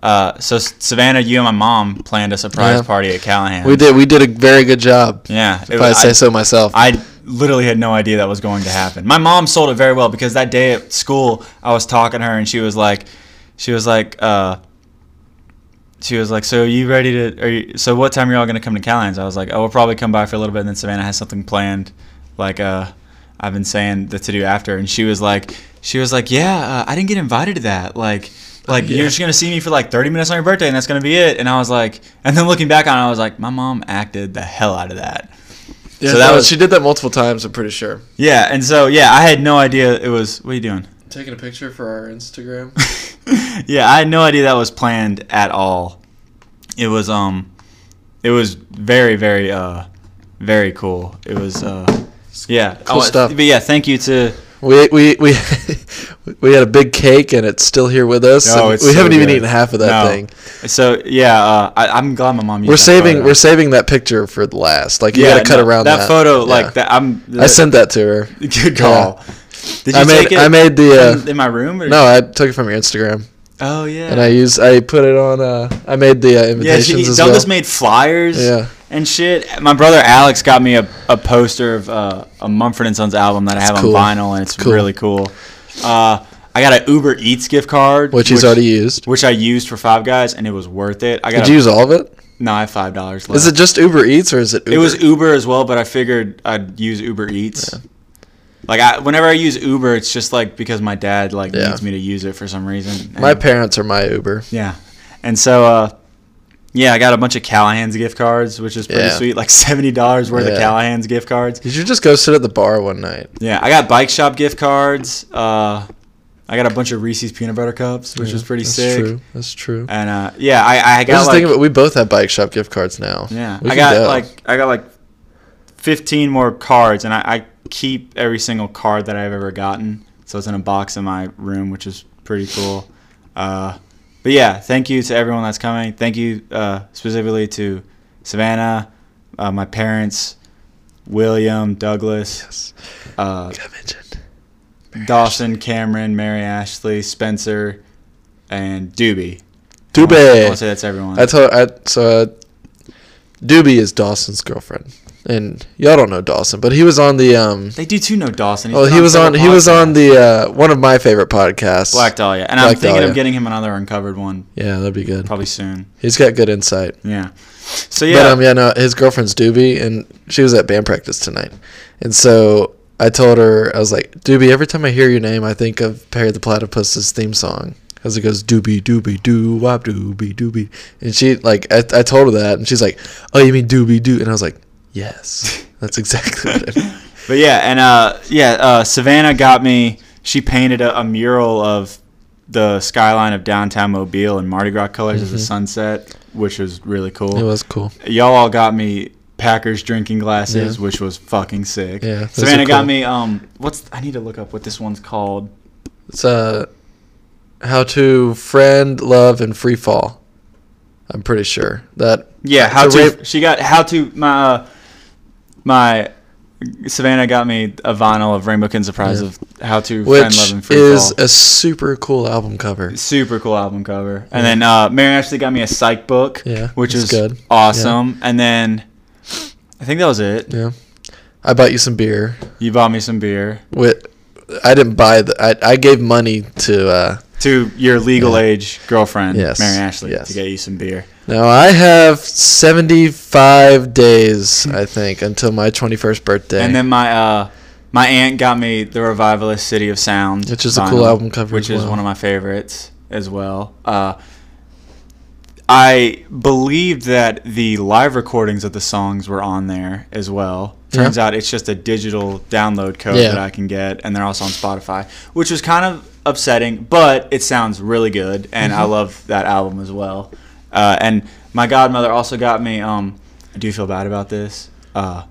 S2: uh, so S- Savannah, you and my mom planned a surprise
S1: Yeah.
S2: party at Callahan's.
S1: we did we did a very good job.
S2: Yeah, it
S1: If I
S2: was,
S1: say
S2: I,
S1: so myself.
S2: I literally had no idea that was going to happen. My mom sold it very well because that day at school, I was talking to her and she was like, she was like, uh, she was like, so you ready to? Are you, so what time are y'all gonna come to Callahan's? I was like, oh, we'll probably come by for a little bit, and then Savannah has something planned, like uh, I've been saying the to do after, and she was like, she was like, yeah, uh, I didn't get invited to that, like. Like
S1: Oh, Yeah.
S2: you're just gonna see me for like 30 minutes on your birthday, and that's gonna be it. And I was like, and then looking back on it, I was like, my mom acted the hell out of that.
S1: Yeah,
S2: So that
S1: no,
S2: was-
S1: she did that multiple times. I'm pretty sure.
S2: Yeah, and so yeah, I had no idea it was. What are you doing?
S1: Taking a picture for our Instagram.
S2: yeah, I had no idea that was planned at all. It was um, it was very very uh, very cool. It was uh, yeah, Oh,
S1: Cool stuff.
S2: But yeah, thank you to
S1: we we we we had a big cake and it's still here with us.
S2: Oh,
S1: and
S2: it's
S1: we
S2: so
S1: haven't even
S2: good.
S1: eaten half of that
S2: No.
S1: thing.
S2: so yeah. Uh, I, I'm glad my mom. Used
S1: We're
S2: that
S1: saving
S2: photo.
S1: we're saving that picture for last. Like you got to cut
S2: no,
S1: around that,
S2: photo.
S1: Yeah.
S2: Like that, I'm.
S1: I sent that to her.
S2: Good call. Did
S1: I made- I made the, uh,
S2: in, in my room? Or?
S1: No, I took it from your Instagram
S2: Oh yeah.
S1: and I used I put it on. Uh, I made the uh,
S2: yeah, she,
S1: invitations as well.
S2: Douglas made flyers.
S1: Yeah.
S2: And shit, my brother Alex got me a, a poster of uh, a Mumford and Sons album that I have
S1: cool.
S2: on vinyl, and it's
S1: cool.
S2: really cool. Uh, I got an Uber Eats gift card,
S1: which he's already used.
S2: which I used for Five Guys, and it was worth it. I got
S1: Did
S2: a,
S1: you use all of it?
S2: no, I have five dollars left.
S1: Is it just Uber Eats or is it? Uber?
S2: It was Uber as well, but I figured I'd use Uber Eats. Like I, whenever I use Uber, it's just like because my dad like
S1: Yeah.
S2: needs me to use it for some reason.
S1: My
S2: And-
S1: parents are my Uber.
S2: yeah, and so uh, yeah, I got a bunch of Callahan's gift cards, which is pretty
S1: Yeah.
S2: sweet, like seventy dollars worth
S1: Yeah.
S2: of Callahan's gift cards.
S1: You should just go sit at the bar one night.
S2: Yeah, I got bike shop gift cards. Uh, I got a bunch of Reese's peanut butter cups, which was pretty
S1: That's
S2: sick.
S1: True. That's true.
S2: And uh, yeah, I, I
S1: I was
S2: got
S1: just
S2: like,
S1: thinking about we both have bike shop gift cards now.
S2: Yeah,
S1: We
S2: I
S1: can
S2: got
S1: go.
S2: like I got like fifteen more cards, and I, I keep every single card that I've ever gotten. So it's in a box in my room, which is pretty cool. Uh, but yeah, thank you to everyone that's coming. Thank you uh, specifically to Savannah, uh, my parents, William, Douglas,
S1: Yes.
S2: uh,
S1: Got mentioned.
S2: Dawson, Cameron, Mary Ashley, Spencer, and Doobie. I want to
S1: Doobie.
S2: say that's everyone.
S1: I told I so uh, Doobie is Dawson's girlfriend, and y'all don't know Dawson, but he was on the um.
S2: they do too know Dawson. He's
S1: Well,
S2: been
S1: Oh, he was on
S2: several
S1: he was
S2: podcasts.
S1: on the uh, one of my favorite podcasts.
S2: Black Dahlia, and I'm
S1: Black
S2: thinking
S1: Dahlia.
S2: of getting him another uncovered one
S1: Yeah, that'd be good.
S2: probably soon.
S1: He's got good insight.
S2: Yeah. So
S1: But
S2: yeah,
S1: um, yeah, no, his girlfriend's Doobie, and she was at band practice tonight, and so I told her I was like, Doobie, every time I hear your name, I think of Perry the Platypus's theme song as it goes Doobie Doobie Doo Wop Doobie Doobie, and she like I, I told her that, and she's like, Oh, you mean Doobie Doo? And I was like, Yes, that's exactly what I mean.
S2: but yeah, and uh, yeah, uh, Savannah got me. She painted a, a mural of the skyline of downtown Mobile in Mardi Gras colors as a sunset, which was really cool.
S1: Mm-hmm. It was cool.
S2: Y'all all got me Packers drinking glasses,
S1: Yeah.
S2: which was fucking sick.
S1: Yeah, those are
S2: Savannah got
S1: cool.
S2: me um, what's I need to look up what this one's called.
S1: It's uh, how to friend, love, and free fall. I'm pretty sure that
S2: Yeah, how
S1: to
S2: to,
S1: rape-
S2: she got how to my uh, my Savannah got me a vinyl of Rainbow Kin Surprise
S1: Yeah.
S2: of how to friend love
S1: which
S2: and free
S1: is
S2: Fall.
S1: a super cool album cover.
S2: super cool album cover. And then uh, Mary actually got me a psych book,
S1: Yeah,
S2: which
S1: that's
S2: is
S1: good.
S2: awesome. And then I think that was it.
S1: Yeah. I bought you some beer.
S2: You bought me some beer
S1: With I didn't buy the I, I gave money to uh
S2: to your legal age girlfriend,
S1: Yes,
S2: Mary Ashley,
S1: yes.
S2: to get you some beer.
S1: now I have 75 days I think until my 21st birthday.
S2: And then my uh, my aunt got me the Revivalist City of Sound,
S1: Which is a cool album cover
S2: which
S1: as
S2: is
S1: well.
S2: one of my favorites as well. Uh, I believed that the live recordings of the songs were on there as well. Turns out it's just a digital download code
S1: Yeah.
S2: that I can get, and they're also on Spotify, which was kind of upsetting, but it sounds really good, and
S1: Mm-hmm.
S2: I love that album as well. Uh, and my godmother also got me. Um, I do feel bad about this. Uh,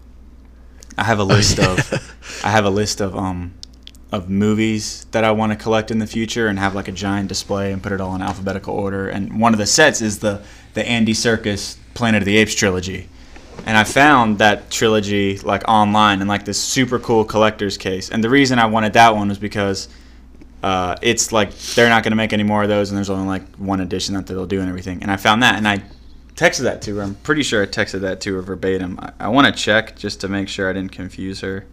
S2: I have a list
S1: yeah.
S2: of I have a list of um of movies that I want to collect in the future and have like a giant display and put it all in alphabetical order. And one of the sets is the the Andy Circus Planet of the Apes trilogy. And I found that trilogy like online in like this super cool collector's case. And the reason I wanted that one was because uh, it's like they're not going to make any more of those, and there's only like one edition that they'll do and everything. And I found that, and I texted that to her. I'm pretty sure I texted that to her verbatim. I, I want to check just to make sure I didn't confuse her.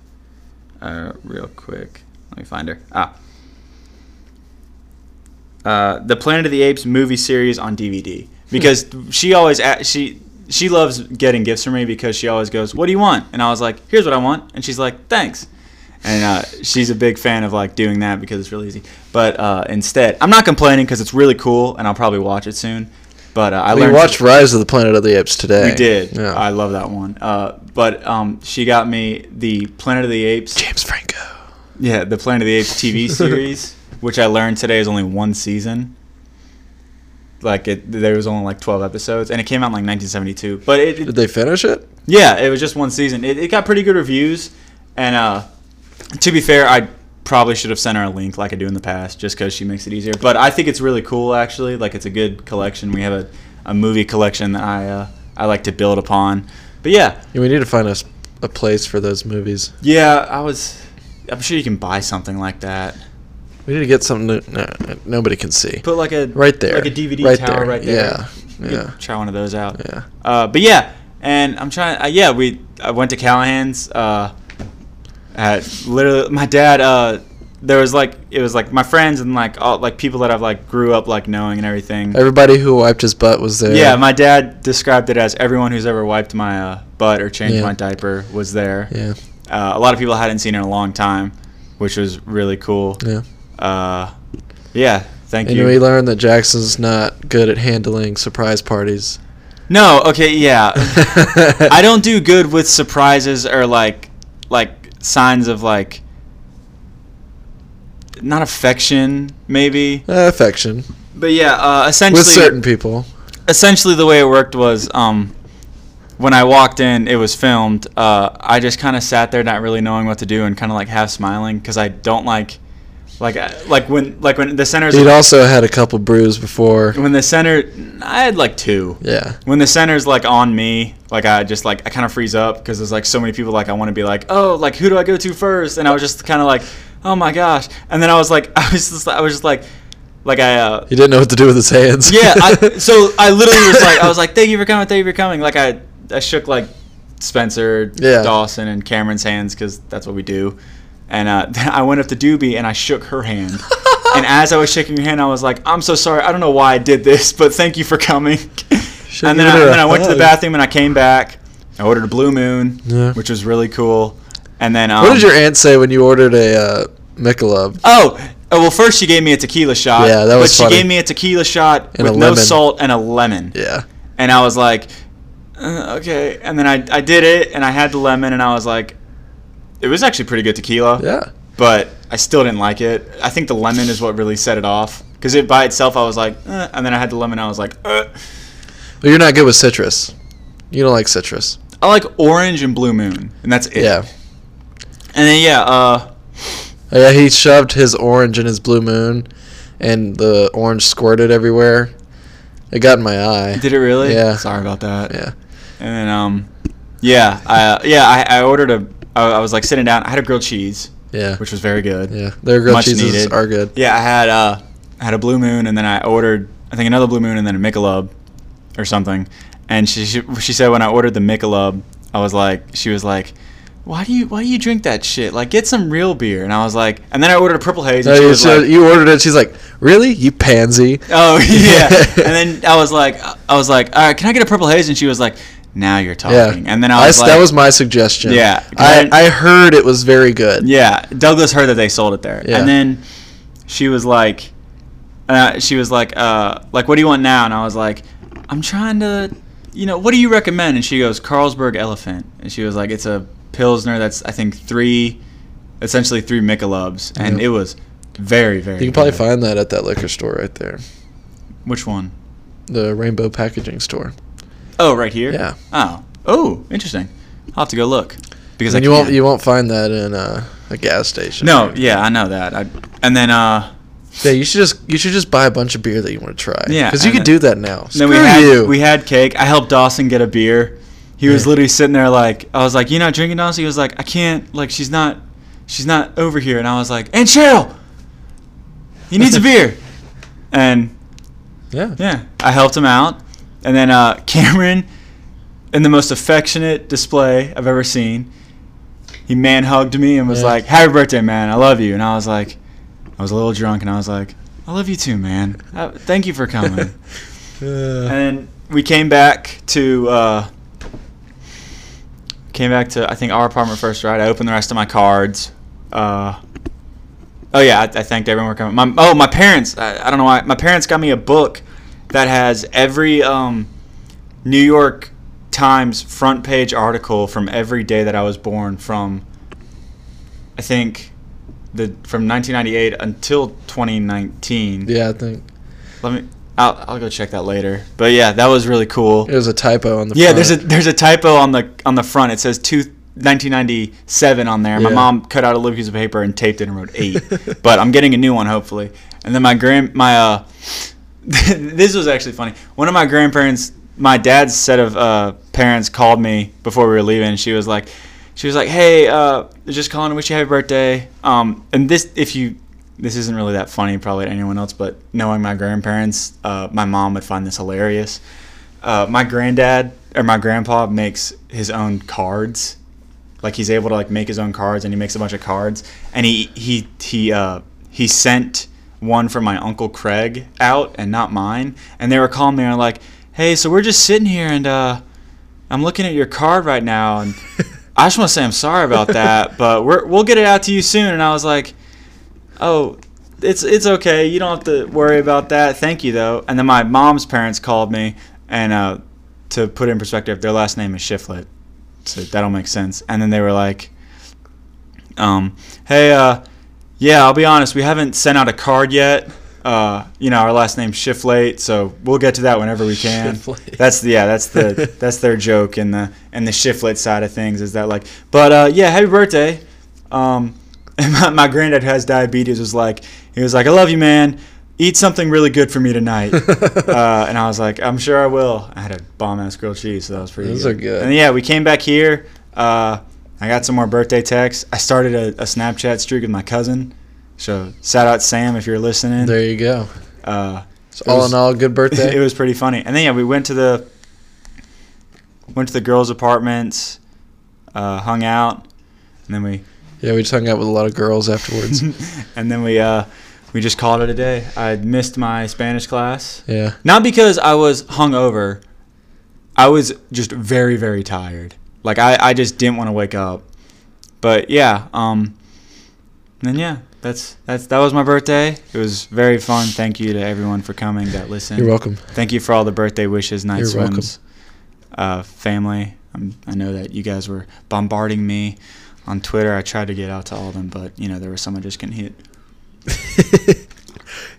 S2: Uh, real quick, let me find her. Ah, uh, the Planet of the Apes movie series on
S1: Hmm.
S2: DVD because she always a- she she loves getting gifts for me because she always goes, "What do you want?" And I was like, "Here's what I want," and she's like, "Thanks." and uh, she's a big fan of like doing that because it's really easy. But uh, instead, I'm not complaining because it's really cool, and I'll probably watch it soon. But uh, I
S1: we
S2: learned
S1: watched Rise of the Planet of the Apes today.
S2: we did.
S1: Yeah.
S2: I love that one. Uh, but um, she got me the Planet of the Apes.
S1: James Franco.
S2: Yeah, the Planet of the Apes TV series, which I learned today is only one season. Like it, there was only like twelve episodes, and it came out in like 1972. But it, it
S1: Did they finish it?
S2: yeah, it was just one season. It, it got pretty good reviews, and uh, to be fair, I probably should have sent her a link like I do in the past, just because she makes it easier. But I think it's really cool, actually. Like it's a good collection. We have a, a movie collection that I uh, I like to build upon. But yeah,
S1: Yeah, we need to find us a place for those movies.
S2: yeah, I was. I'm sure you can buy something like that.
S1: We need to get something that no, nobody can see.
S2: Put like a
S1: Right there.
S2: like a DVD
S1: right
S2: tower
S1: there.
S2: right there.
S1: Yeah.
S2: You
S1: Yeah.
S2: could try one of those out.
S1: Yeah.
S2: Uh, but yeah, and I'm trying. Uh, yeah, we I went to Callahan's. Uh, at literally, my dad. Uh, there was like it was like my friends and like all like people that I've like grew up like knowing and everything.
S1: Everybody who wiped his butt was there.
S2: Yeah, my dad described it as everyone who's ever wiped my uh, butt or changed
S1: Yeah.
S2: my diaper was there.
S1: yeah.
S2: Uh, a lot of people I hadn't seen in a long time, which was really cool.
S1: Yeah.
S2: Uh, yeah, thank
S1: And
S2: you.
S1: we learned that Jackson's not good at handling surprise parties.
S2: No, okay, yeah. I
S1: I
S2: don't do good with surprises or like like signs of like not affection maybe.
S1: Uh, affection
S2: But yeah, uh, essentially
S1: with certain people.
S2: essentially the way it worked was um when I walked in, it was filmed. Uh, I just kind of sat there, not really knowing what to do, and kind of like half smiling because I don't like, like, I- like when, like when the center's
S1: He'd also had a couple brews before.
S2: when the center, I had like two.
S1: Yeah.
S2: when the center's like on me, like I just like I kind of freeze up because there's like so many people like I want to be like, oh, like who do I go to first? And I was just kind of like, oh my gosh. And then I was like, I was just I was just like, like I uh,
S1: He didn't know what to do with his hands.
S2: yeah. I, so I literally was like, I was like, thank you for coming, thank you for coming. Like I I shook like Spencer,
S1: Yeah.
S2: Dawson, and Cameron's hands because that's what we do. And uh, then I went up to Doobie and I shook her hand. and as I was shaking her hand, I was like, I'm so sorry. I don't know why I did this, but thank you for coming.
S1: Should've
S2: and
S1: given
S2: then, I,
S1: her a
S2: then I went to the
S1: hug.
S2: bathroom and I came back. I ordered a Blue Moon,
S1: Yeah.
S2: which was really cool. And then um,
S1: What did your aunt say when you ordered a uh, Michelob?
S2: Oh, oh, well, first she gave me a tequila shot.
S1: Yeah, that was
S2: But
S1: funny.
S2: she gave me a tequila shot
S1: And
S2: with
S1: a
S2: no
S1: lemon.
S2: salt and a lemon.
S1: Yeah.
S2: And I was like, uh, okay. And then I, I did it, and I had the lemon, and I was like, it was actually pretty good tequila.
S1: Yeah.
S2: But I still didn't like it. I think the lemon is what really set it off. Because it by itself, I was like, eh, and then I had the lemon, I was like, eh.
S1: Well, you're not good with citrus. You don't like citrus.
S2: I like orange and blue moon, and that's it.
S1: Yeah. Oh,
S2: And then yeah, uh,
S1: Yeah, he shoved his orange in his blue moon, and the orange squirted everywhere. It got in my eye.
S2: did it really?
S1: Yeah.
S2: Sorry about that.
S1: Yeah.
S2: And then um, yeah, I, yeah, I, I ordered a. I, I was like sitting down. I had a grilled cheese,
S1: Yeah.
S2: which was very good.
S1: Yeah. Their grilled
S2: Much
S1: cheeses
S2: needed.
S1: are good.
S2: Yeah, I had uh, I had a blue moon, and then I ordered I think another blue moon, and then a Michelob, or something. And she she, she said when I ordered the Michelob, I was like, she was like, why do you why do you drink that shit? Like get some real beer. And I was like, and then I ordered a purple haze,
S1: No,
S2: and she
S1: Oh, you,
S2: was
S1: should-
S2: like,
S1: you ordered it. She's like, "Really? You pansy?"
S2: oh yeah. and then I was like, I was like, all right, can I get a purple haze? And she was like, now you're
S1: Yeah.
S2: talking. And then I was
S1: s-
S2: like,
S1: that was my suggestion.
S2: Yeah.
S1: I, I heard it was very good.
S2: Yeah, Douglas heard that they sold it there,
S1: Yeah.
S2: and then she was like, uh, she was like, uh, like, what do you want now? And I was like, I'm trying to, you know, what do you recommend? And she goes, Carlsberg Elephant, and she was like, it's a pilsner that's I think three, essentially three Michelobs, and
S1: Yeah.
S2: it was very very.
S1: You can probably
S2: good.
S1: find that at that liquor store right there,
S2: which one?
S1: the Rainbow Packaging store.
S2: Oh, right here.
S1: Yeah.
S2: Oh. Oh, interesting. I'll have to go look because I
S1: And you won't
S2: can't.
S1: you won't find that in uh, a gas station.
S2: no, yeah, I know that. I, and then uh.
S1: Yeah, you should just you should just buy a bunch of beer that you want to try.
S2: Yeah,
S1: because you
S2: and
S1: can do that now.
S2: And
S1: Screw
S2: then we had
S1: you.
S2: we had cake. I helped Dawson get a beer. He was
S1: Yeah.
S2: literally sitting there like I was like, "You're not drinking, Dawson." He was like, "I can't. Like she's not, she's not over here." And I was like, "And Cheryl, he needs a beer." And
S1: yeah.
S2: yeah, I helped him out. And then uh, Cameron, in the most affectionate display I've ever seen, he man hugged me and was
S1: Yeah.
S2: like, "Happy birthday, man! I love you." And I was like, I was a little drunk, and I was like, "I love you too, man. Uh, Thank you for coming."
S1: Uh,
S2: And then we came back to uh, came back to I think our apartment first, right? I opened the rest of my cards, Uh, oh yeah, I, I thanked everyone for coming. My, oh, my parents. I, I don't know why. My parents got me a book that has every um, New York Times front page article from every day that I was born from. I think the from 1998 until 2019.
S1: Yeah, I think
S2: Let me. I'll, I'll go check that later. But yeah, that was really cool.
S1: it was a typo on the.
S2: Yeah, there's a
S1: front.
S2: there's a typo on the on the front. It says two. 1997 on there. My
S1: Yeah.
S2: mom cut out a little piece of paper and taped it and wrote eight. but I'm getting a new one hopefully. And then my grand my uh, this was actually funny. One of my grandparents, my dad's set of uh, parents called me before we were leaving. and She was like, she was like, hey, uh, just calling to wish you happy birthday. Um, and this if you this isn't really that funny probably to anyone else, but knowing my grandparents, uh, my mom would find this hilarious uh, my granddad or my grandpa makes his own cards. Like he's able to like make his own cards, and he makes a bunch of cards. And he he he uh, he sent one for my uncle Craig out, and not mine. And they were calling me and like, "Hey, so we're just sitting here, and uh, I'm looking at your card right now, and I just want to say I'm sorry about that, but we're, we'll get it out to you soon." And I was like, "Oh." It's it's okay. You don't have to worry about that. Thank you though. And then my mom's parents called me, and uh, to put it in perspective, their last name is Shiflet, so that'll make sense. And then they were like, um, "Hey, uh, yeah, I'll be honest, we haven't sent out a card yet. Uh, you know, our last name's Shiflate, so we'll get to that whenever we can.
S1: Shiflate.
S2: That's the yeah, that's the that's their joke in the in the Shiflate side of things is that like, but uh, yeah, happy birthday. Um, and my, my granddad who has diabetes was like, he was like, I love you, man. Eat something really good for me tonight. uh, and I was like, I'm sure I will. I had a bomb ass grilled cheese, so that was pretty.
S1: Those
S2: good.
S1: are good.
S2: And yeah, we came back here. Uh, I got some more birthday texts. I started a, a Snapchat streak with my cousin. So shout out Sam if you're listening.
S1: there you go.
S2: uh,
S1: So all
S2: was-
S1: in all, good
S2: it
S1: birthday.
S2: was pretty funny. And then yeah, we went to the went to the girls' apartments, uh, hung out, and then we
S1: yeah, we just hung out with a lot of girls afterwards.
S2: and then we uh, we just called it a day. I missed my Spanish class.
S1: yeah,
S2: Not because I was hungover. I was just very, very tired. Like I, I just didn't want to wake up. But yeah, um and yeah, that's that's that was my birthday. It was very fun. Thank you to everyone for coming that listened.
S1: you're welcome.
S2: Thank you for all the birthday wishes, night
S1: You're welcome.
S2: swims, uh, family. i I know that you guys were bombarding me on Twitter. I tried to get out to all of them, but you know there was some I just couldn't hit.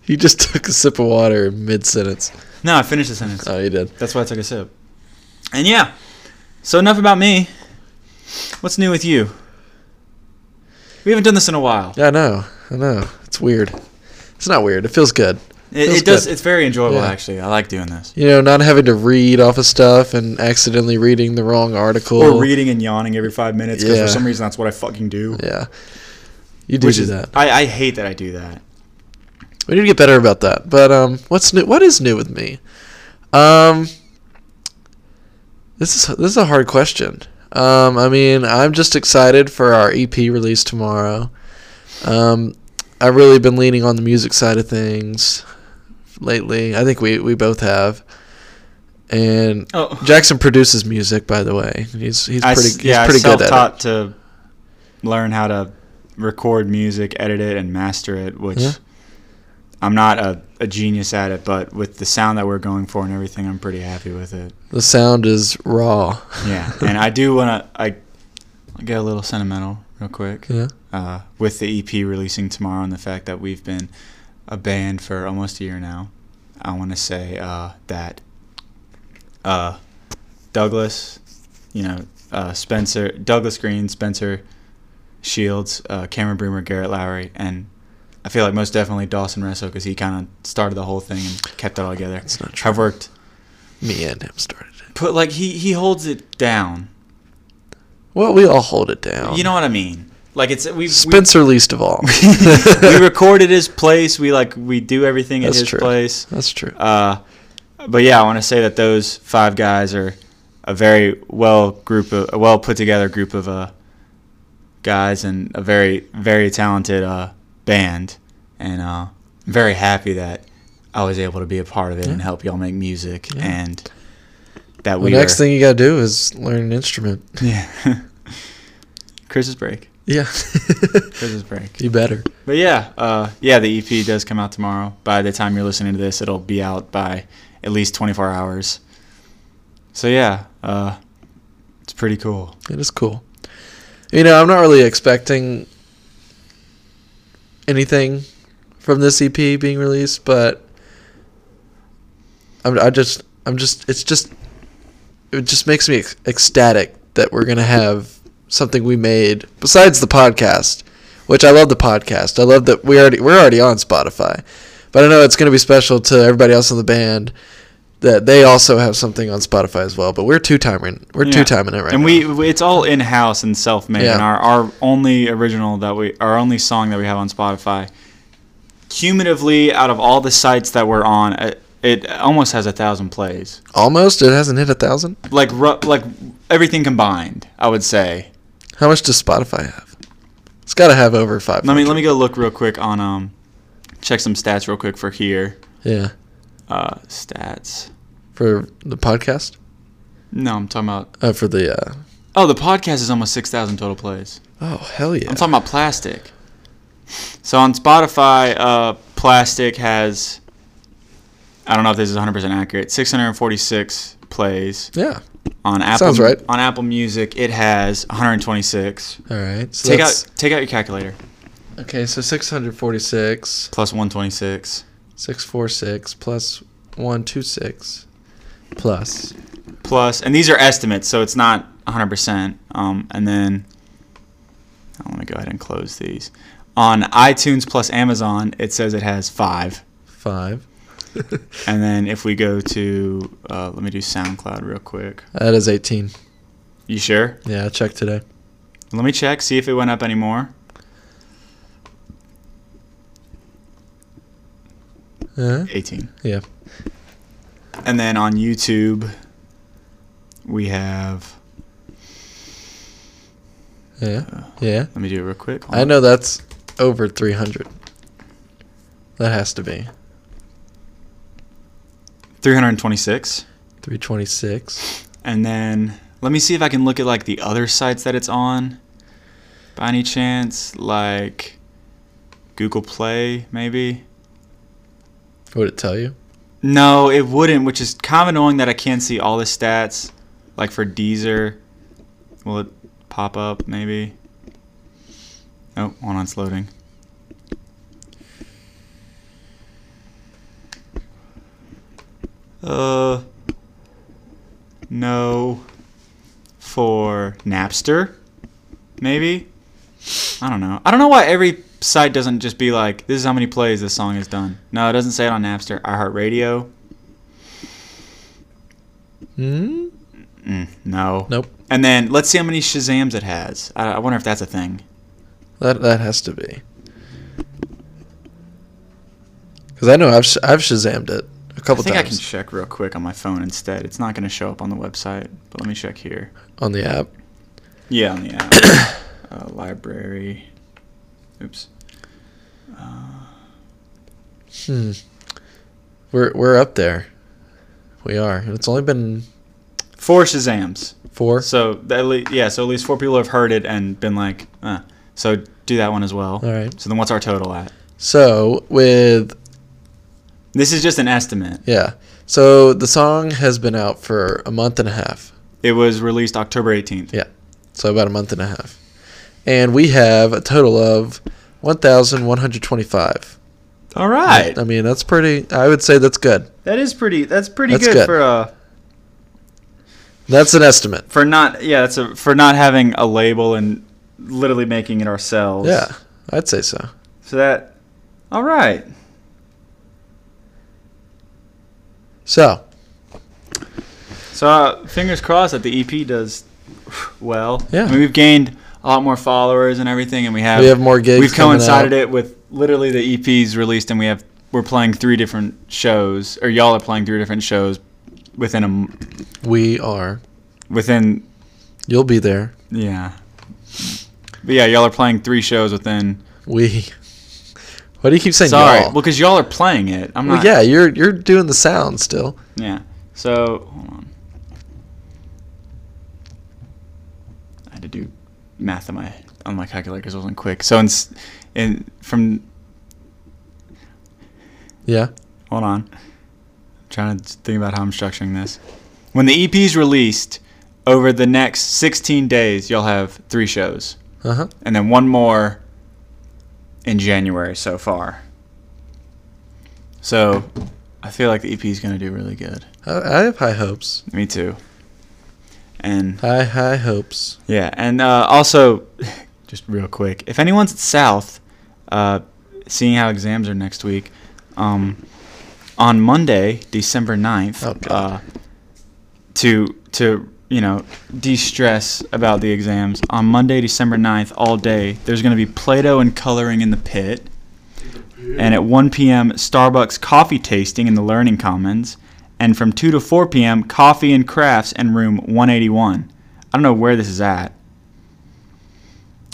S1: You just took a sip of water mid sentence.
S2: No, I finished the sentence.
S1: Oh, you did.
S2: That's why I took a sip. And yeah, so enough about me. What's new with you? We haven't done this in a while.
S1: Yeah, I know. I know. It's weird. It's not weird. It feels good.
S2: It,
S1: feels
S2: it does.
S1: good.
S2: It's very enjoyable,
S1: Yeah.
S2: actually. I like doing this.
S1: You know, not having to read off of stuff and accidentally reading the wrong article.
S2: Or reading and yawning every five minutes because
S1: Yeah.
S2: for some reason that's what I fucking do.
S1: Yeah. You do
S2: Which
S1: do
S2: is
S1: that.
S2: I, I hate that I do that.
S1: We need to get better about that. But um, what's new? What is new with me? Um, this is this is a hard question. Um, I mean, I'm just excited for our EP release tomorrow. Um, I've really been leaning on the music side of things lately. I think we we both have. And
S2: Oh,
S1: Jackson produces music, by the way. He's he's
S2: I s-
S1: pretty he's
S2: yeah,
S1: pretty
S2: I
S1: good at it.
S2: self-taught to learn how to record music, edit it, and master it. Which
S1: Yeah.
S2: I'm not a, a genius at it, but with the sound that we're going for and everything, I'm pretty happy with it.
S1: The sound is raw.
S2: Yeah, and I do want to. I I'll get a little sentimental real quick
S1: Yeah.
S2: uh, with the EP releasing tomorrow and the fact that we've been a band for almost a year now. I want to say uh, that uh, Douglas, you know, uh, Spencer, Douglas Green, Spencer Shields, uh, Cameron Bremer, Garrett Lowry, and I feel like most definitely Dawson Russell because he kind of started the whole thing and kept it all together.
S1: It's not
S2: I've worked,
S1: Me and him started it.
S2: but like he he holds it down.
S1: Well, we all hold it down.
S2: You know what I mean? Like it's we we,
S1: Oh, Spencer least of all.
S2: we record at his place. We like we do everything at
S1: That's
S2: his
S1: true.
S2: place.
S1: That's true.
S2: Uh, but yeah, I want to say that those five guys are a very well group of a well put together group of uh, guys and a very very talented uh, band, and uh, I'm very happy that I was able to be a part of it and
S1: Yeah.
S2: help y'all make music
S1: Yeah.
S2: and that
S1: the
S2: we
S1: next
S2: are-
S1: thing you gotta do is learn an instrument.
S2: yeah Christmas break
S1: Yeah.
S2: Christmas break.
S1: you better.
S2: But yeah, uh, yeah, the EP does come out tomorrow. By the time you're listening to this, it'll be out by at least 24 hours. So yeah, uh, it's pretty cool.
S1: It is cool. You know, I'm not really expecting anything from this EP being released, but I'm I just I'm just it's just it just makes me ec- ecstatic that we're gonna have something we made besides the podcast, which I love the podcast. I love that we already we're already on Spotify, but I know it's gonna be special to everybody else in the band that they also have something on Spotify as well. But we're two timing we're
S2: Yeah.
S1: two timing it right
S2: and
S1: now.
S2: we we- it's all in house and self made.
S1: Yeah.
S2: And our, our only original that we our only song that we have on Spotify, cumulatively out of all the sites that we're on, it, it almost has a thousand plays.
S1: almost it hasn't hit a thousand.
S2: Like ru- like everything combined, I would say.
S1: How much does Spotify have? It's got to have over five.
S2: Let me let me go look real quick on um, check some stats real quick for here.
S1: Yeah,
S2: Uh, stats.
S1: for the podcast,
S2: No, I'm talking about.
S1: uh, for the uh,
S2: Oh, the podcast is almost six thousand total plays.
S1: oh hell yeah,
S2: I'm talking about plastic. So on Spotify, uh, plastic has. I don't know if this is 100% accurate. 646 plays
S1: yeah.
S2: on Apple.
S1: Sounds right.
S2: On Apple Music, it has 126.
S1: All right, so
S2: take
S1: that's-
S2: out take out your calculator.
S1: okay. So six hundred forty-six,
S2: Plus 126.
S1: six four six plus one two six, plus
S2: Plus, and these are estimates, so it's not 100%. Um, and then I'm going to go ahead and close these. On iTunes plus Amazon, it says it has five.
S1: five.
S2: And then if we go to, uh, let me do SoundCloud real quick.
S1: That is eighteen.
S2: You sure?
S1: Yeah, I checked today.
S2: Let me check, see if it went up any more.
S1: Uh,
S2: 18.
S1: yeah,
S2: And then on YouTube, we have,
S1: yeah, yeah.
S2: let me do it real quick. Uh, Hold
S1: I
S2: on.
S1: know that's over three hundred. That has to be
S2: 326.
S1: three twenty-six.
S2: And then let me see if I can look at like the other sites that it's on. By any chance, like Google Play, maybe?
S1: Would it tell you?
S2: No, it wouldn't, which is kind of annoying that I can't see all the stats. Like for Deezer, will it pop up maybe? Oh, hold on, it's loading. Uh, no. For Napster, maybe? I don't know. I don't know why every site doesn't just be like, this is how many plays this song is done. No, it doesn't say it on Napster. iHeartRadio,
S1: Hmm.
S2: Mm, no.
S1: Nope.
S2: And then let's see how many Shazams it has. I, I wonder if that's a thing.
S1: That that has to be. Because I know I've sh- I've Shazammed it a
S2: I
S1: couple
S2: think I can
S1: times
S2: check real quick on my phone instead. It's not going to show up on the website, but let me check here.
S1: on the app.
S2: Yeah, on the app. uh, library. Oops.
S1: Hmm. We're we're up there. We are. And It's only been
S2: Four Shazams.
S1: four.
S2: So that at least, yeah, so at least four people have heard it and been like, uh. so do that one as well.
S1: All right.
S2: So then what's our total at?
S1: So with
S2: This is just an estimate.
S1: yeah. So the song has been out for a month and a half.
S2: It was released October 18th.
S1: Yeah. So about a month and a half. And we have a total of 1,125.
S2: All right.
S1: I mean, that's pretty. I would say that's good.
S2: That is pretty that's pretty
S1: That's
S2: good,
S1: good.
S2: for uh
S1: That's an estimate.
S2: for not yeah that's a, for not having a label and literally making it ourselves
S1: Yeah, I'd say so.
S2: so that all right
S1: So
S2: so uh, fingers crossed that the ep does well
S1: Yeah.
S2: I mean, we've gained a lot more followers and everything and we have
S1: we have more gigs.
S2: we've
S1: coming
S2: coincided
S1: out.
S2: it with literally the ep's released and we have we're playing three different shows or y'all are playing three different shows within a m-
S1: We are.
S2: within
S1: You'll be there.
S2: yeah but yeah y'all are playing three shows within
S1: We. Why do you keep saying
S2: sorry
S1: y'all?
S2: well because y'all are playing it i'm
S1: Well,
S2: not
S1: yeah, you're you're doing the sound still.
S2: Yeah. So hold on. I had to do math in my on my calculator because it wasn't quick. So in, s- in from
S1: Yeah.
S2: hold on, I'm trying to think about how I'm structuring this. When the EP is released, over the next 16 days, you'll have three shows,
S1: Uh huh.
S2: and then one more in January so far. So I feel like the EP is going to do really good.
S1: I, I have high hopes.
S2: Me too. And
S1: High high hopes.
S2: Yeah, and uh, also, just real quick, if anyone's at South, uh, seeing how exams are next week, um, on Monday, December 9th,
S1: Oh, God.
S2: uh, to to you know de-stress about the exams on Monday, December 9th, all day. There's going to be Play-Doh and coloring in the pit, and at 1 p.m. Starbucks coffee tasting in the Learning Commons, and from 2 to 4 p.m. coffee and crafts in room 181. I don't know where this is at.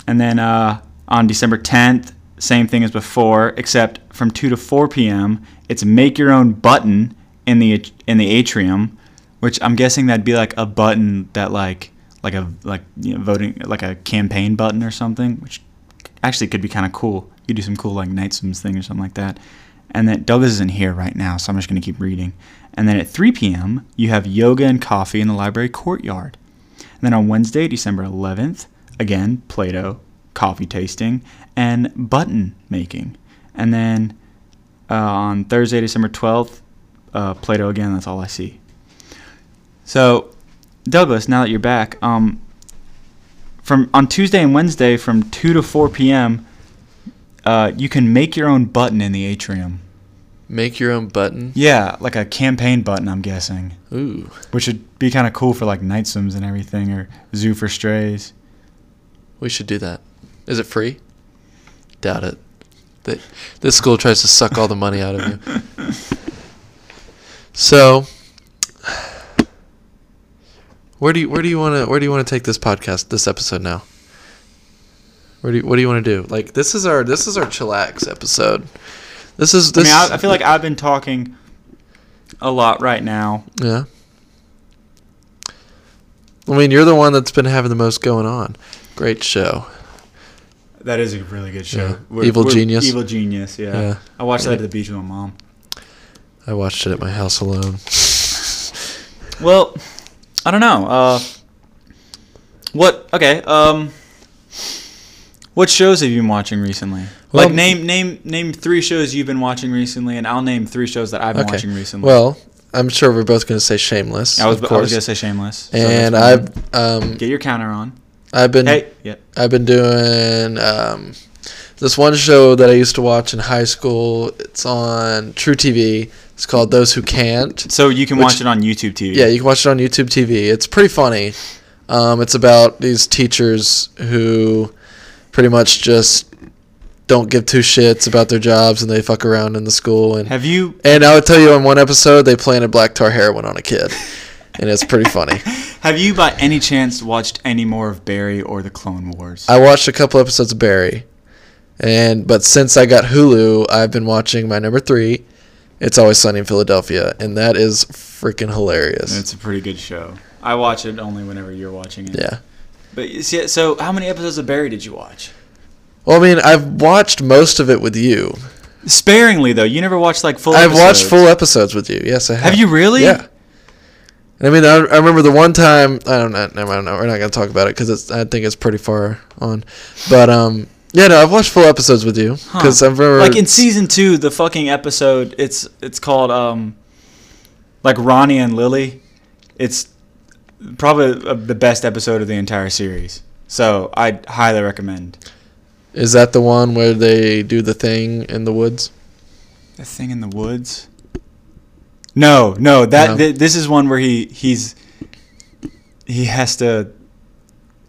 S2: And then uh, on December 10th, same thing as before, except from 2 to 4 p.m. It's make your own button in the in the atrium, which I'm guessing that'd be like a button that like like a like you know, voting like a campaign button or something, which actually could be kind of cool. You could do some cool like night sims thing or something like that. And then Douglas isn't here right now, so I'm just gonna keep reading. And then at 3 p.m. you have yoga and coffee in the library courtyard. And then on Wednesday, December 11th, again, Play Doh, coffee tasting, and button making. And then uh, on Thursday, December 12th, uh, Play Doh again. That's all I see. So, Douglas, now that you're back, um, from on Tuesday and Wednesday from 2 to 4 p.m., uh, you can make your own button in the atrium.
S1: Make your own button.
S2: Yeah, like a campaign button, I'm guessing,
S1: Ooh.
S2: which would be kind of cool for like night swims and everything, or zoo for strays.
S1: We should do that. Is it free? Doubt it. They, this school tries to suck all the money out of you. So, where do you where do you want to where do you want to take this podcast this episode now? Where do you, what do you want to do? Like this is our this is our chillax episode. This is
S2: I
S1: this.
S2: mean, I, I feel like I've been talking a lot right now.
S1: yeah. I mean, you're the one that's been having the most going on. Great show.
S2: That is a really good show.
S1: Yeah. Evil Genius.
S2: Evil Genius, yeah.
S1: Yeah.
S2: I watched that at the beach with my mom.
S1: I watched it at my house alone.
S2: Well, I don't know. Uh, what? Okay. Um, what shows have you been watching recently?
S1: Well-
S2: like name name name three shows you've been watching recently, and I'll name three shows that I've been watching recently.
S1: Well, I'm sure we're both going to say Shameless.
S2: I was
S1: of
S2: I was
S1: course.
S2: gonna say Shameless. so
S1: and
S2: that's one.
S1: I've um
S2: get your counter on.
S1: I've been
S2: Hey, yep.
S1: I've been doing um this one show that I used to watch in high school. It's on True TV. It's called Those Who Can't.
S2: So you can
S1: Which-
S2: watch it on YouTube TV.
S1: Yeah, you can watch it on YouTube TV. It's pretty funny. Um, it's about these teachers who pretty much just don't give two shits about their jobs and they fuck around in the school and
S2: Have you
S1: and I would tell you on one episode they planted black tar heroin on a kid. and it's pretty funny.
S2: Have you, by any chance, watched any more of Barry or the Clone Wars?
S1: I watched a couple episodes of Barry, and but since I got Hulu, I've been watching my number three. It's always sunny in Philadelphia, and that is freaking hilarious.
S2: it's a pretty good show. I watch it only whenever you're watching it.
S1: yeah.
S2: But you see, so how many episodes of Barry did you watch?
S1: Well, I mean, I've watched most of it with you.
S2: Sparingly, though. You never watched like full.
S1: I've
S2: episodes.
S1: watched full episodes with you. Yes, I have.
S2: Have you really?
S1: Yeah. And I mean, I, I remember the one time. I don't know. Never mind. no, We're not going to talk about it because I think it's pretty far on. But um, yeah, no, I've watched full episodes with you because I've remember
S2: Like in season two, the fucking episode. It's it's called um, like Ronnie and Lily. It's probably uh, the best episode of the entire series. So I highly recommend.
S1: Is that the one where they do the thing in the woods?
S2: The thing in the woods. No, no, that
S1: No.
S2: Th- this is one where he he's he has to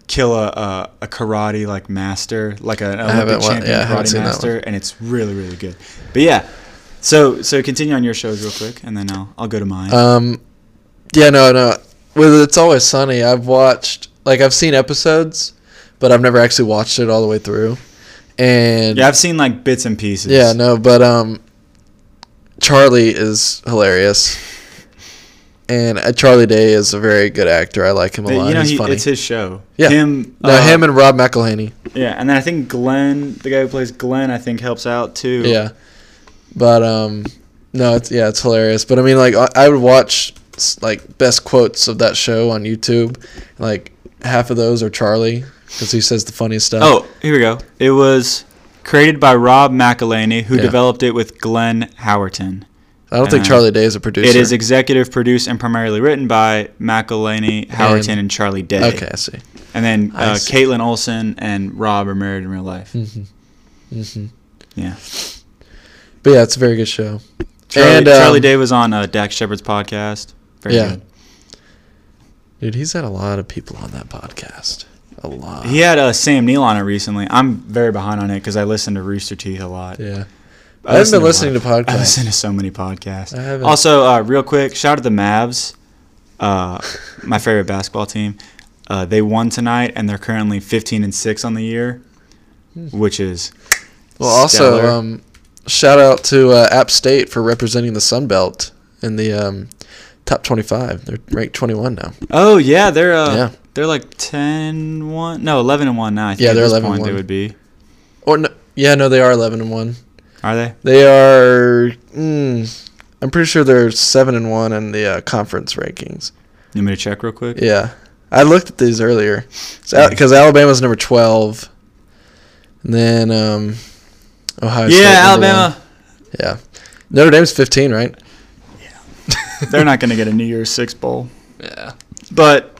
S2: kill a a, a karate like master, like an
S1: haven't
S2: Olympic
S1: wa-
S2: champion
S1: yeah, I haven't
S2: karate
S1: seen that
S2: master, and it's really really good. But yeah, so so continue on your shows real quick, and then I'll I'll go to mine.
S1: Um, yeah, no, no. With It's Always Sunny, I've watched, like, I've seen episodes, but I've never actually watched it all the way through. And
S2: yeah, I've seen like bits and pieces.
S1: yeah, no, but um, Charlie is hilarious. And uh, Charlie Day is a very good actor. I like him a
S2: The-
S1: lot.
S2: you know,
S1: He's
S2: he-
S1: funny.
S2: it's his show.
S1: Yeah.
S2: Him.
S1: no,
S2: uh,
S1: him and Rob McElhaney.
S2: yeah, and then I think Glenn, the guy who plays Glenn, I think helps out too.
S1: Yeah, but um, no, it's yeah, it's hilarious. But I mean, like I, I would watch s- like best quotes of that show on YouTube. Like half of those are Charlie because he says the funniest stuff.
S2: Oh, here we go. It was created by Rob McElhaney, who
S1: Yeah.
S2: developed it with Glenn Howerton.
S1: I don't think
S2: uh,
S1: Charlie Day is a producer.
S2: It is executive produced and primarily written by McElhaney, Howerton, and, Charlie Day.
S1: okay. I see.
S2: And then
S1: I
S2: uh,
S1: see.
S2: Caitlin Olsen and Rob are married in real life.
S1: hmm hmm
S2: Yeah.
S1: But yeah, it's a very good show.
S2: Charlie,
S1: And,
S2: Charlie
S1: um,
S2: Day was on uh, Dax Shepard's podcast. Very
S1: Yeah.
S2: good.
S1: Dude, he's had a lot of people on that podcast. A lot.
S2: He had uh, Sam Neill on it recently. I'm very behind on it because I listen to Rooster Teeth a lot.
S1: Yeah.
S2: I
S1: I haven't
S2: listen
S1: been listening
S2: a
S1: to
S2: lot. I
S1: podcasts.
S2: listen to so many podcasts.
S1: I haven't.
S2: Also, uh, real quick, shout out to the Mavs, uh, my favorite basketball team. Uh, they won tonight, and they're currently 15 and six on the year, which is
S1: Hmm. Well, also,
S2: stellar.
S1: um, shout out to uh, App State for representing the Sun Belt in the um, top 25. They're ranked 21 now.
S2: oh yeah, they're uh,
S1: Yeah.
S2: they're like 10 1, no 11 and one now. I think
S1: Yeah,
S2: at
S1: they're
S2: this
S1: 11
S2: point
S1: and
S2: They
S1: one.
S2: would be
S1: Or no, yeah, no, they are 11 and one.
S2: are they?
S1: They are. Mm, I'm pretty sure they're seven and one in the uh, conference rankings.
S2: You want me to check real quick?
S1: Yeah, I looked at these earlier
S2: Yeah.
S1: because Alabama's number 12, and then um, Ohio. State,
S2: Yeah,
S1: number
S2: Alabama.
S1: one. Yeah, Notre Dame's 15, right?
S2: they're not going to get a New Year's Six bowl.
S1: Yeah.
S2: but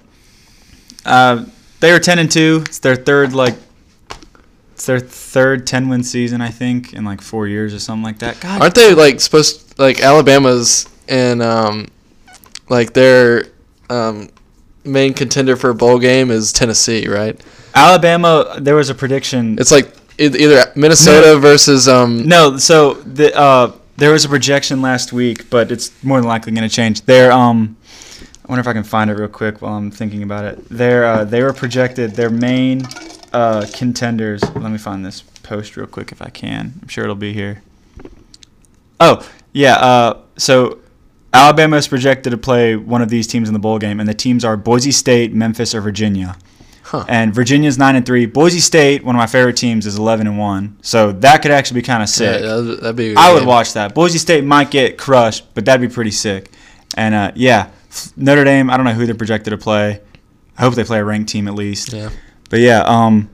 S2: uh, they were ten and two. It's their third like it's their third ten win season, I think, in like four years or something like that. God,
S1: Aren't they like supposed like Alabama's and um like their um main contender for a bowl game is Tennessee, right?
S2: Alabama. There was a prediction.
S1: It's like e- either Minnesota versus um
S2: no, so the uh, there was a projection last week, but it's more than likely going to change. Their um, I wonder if I can find it real quick while I'm thinking about it. Their uh, they were projected their main uh, contenders. Let me find this post real quick if I can. I'm sure it'll be here. Oh yeah, uh, so. Alabama is projected to play one of these teams in the bowl game, and the teams are Boise State, Memphis, or Virginia.
S1: huh.
S2: And Virginia's nine and three. Boise State, one of my favorite teams, is eleven and one. So that could actually be kind of
S1: Yeah,
S2: sick.
S1: that'd, that'd be a good
S2: I would
S1: game.
S2: watch that. Boise State might get crushed, but that'd be pretty sick. And uh, yeah, F- Notre Dame. I don't know who they're projected to play. I hope they play a ranked team at least.
S1: Yeah.
S2: But yeah, um,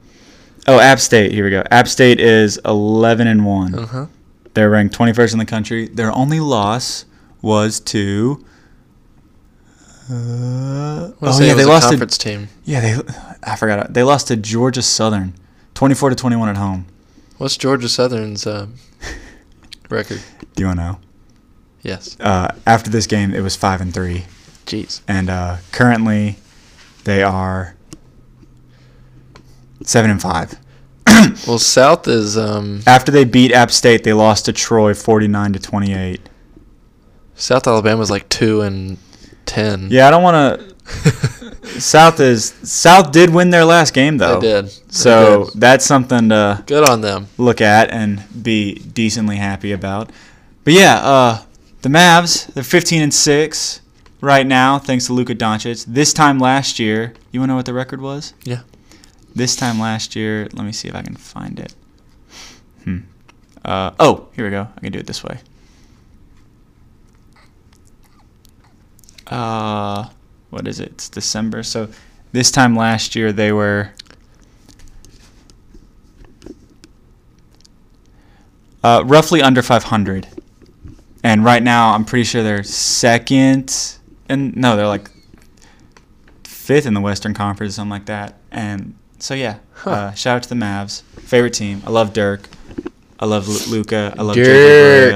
S2: oh App State. Here we go. App State is eleven and one.
S1: Uh-huh.
S2: They're ranked 21st in the country. Their only loss was to. Uh,
S1: Let's
S2: oh
S1: say
S2: yeah,
S1: it was
S2: they
S1: a
S2: lost to
S1: conference team.
S2: yeah, they. I forgot. They lost to Georgia Southern, twenty-four to twenty-one at home.
S1: What's Georgia Southern's uh, record?
S2: Do you know?
S1: Yes.
S2: Uh, after this game, it was five and three,
S1: Jeez.
S2: and uh, currently, they are seven and five.
S1: Well, South is um
S2: After they beat App State, they lost to Troy, forty-nine to twenty-eight.
S1: South Alabama's like 2 and 10.
S2: Yeah, I don't want to. South is South did win their last game
S1: they
S2: though.
S1: did. They
S2: So
S1: did.
S2: that's something to
S1: good on them.
S2: look at and be decently happy about. But yeah, uh, the Mavs, they're 15 and 6 right now, thanks to Luka Doncic. This time last year, you want to know what the record was?
S1: Yeah.
S2: This time last year, let me see if I can find it. Hmm. Uh, oh, here we go. I can do it this way. Uh, what is it? It's December. So this time last year, they were. Uh, roughly under 500. And right now, I'm pretty sure they're second. And no, they're like fifth in the Western Conference, something like that. And so, yeah,
S1: Huh.
S2: uh, shout out to the Mavs. Favorite team. I love Dirk. I love Luca. I love Dirk.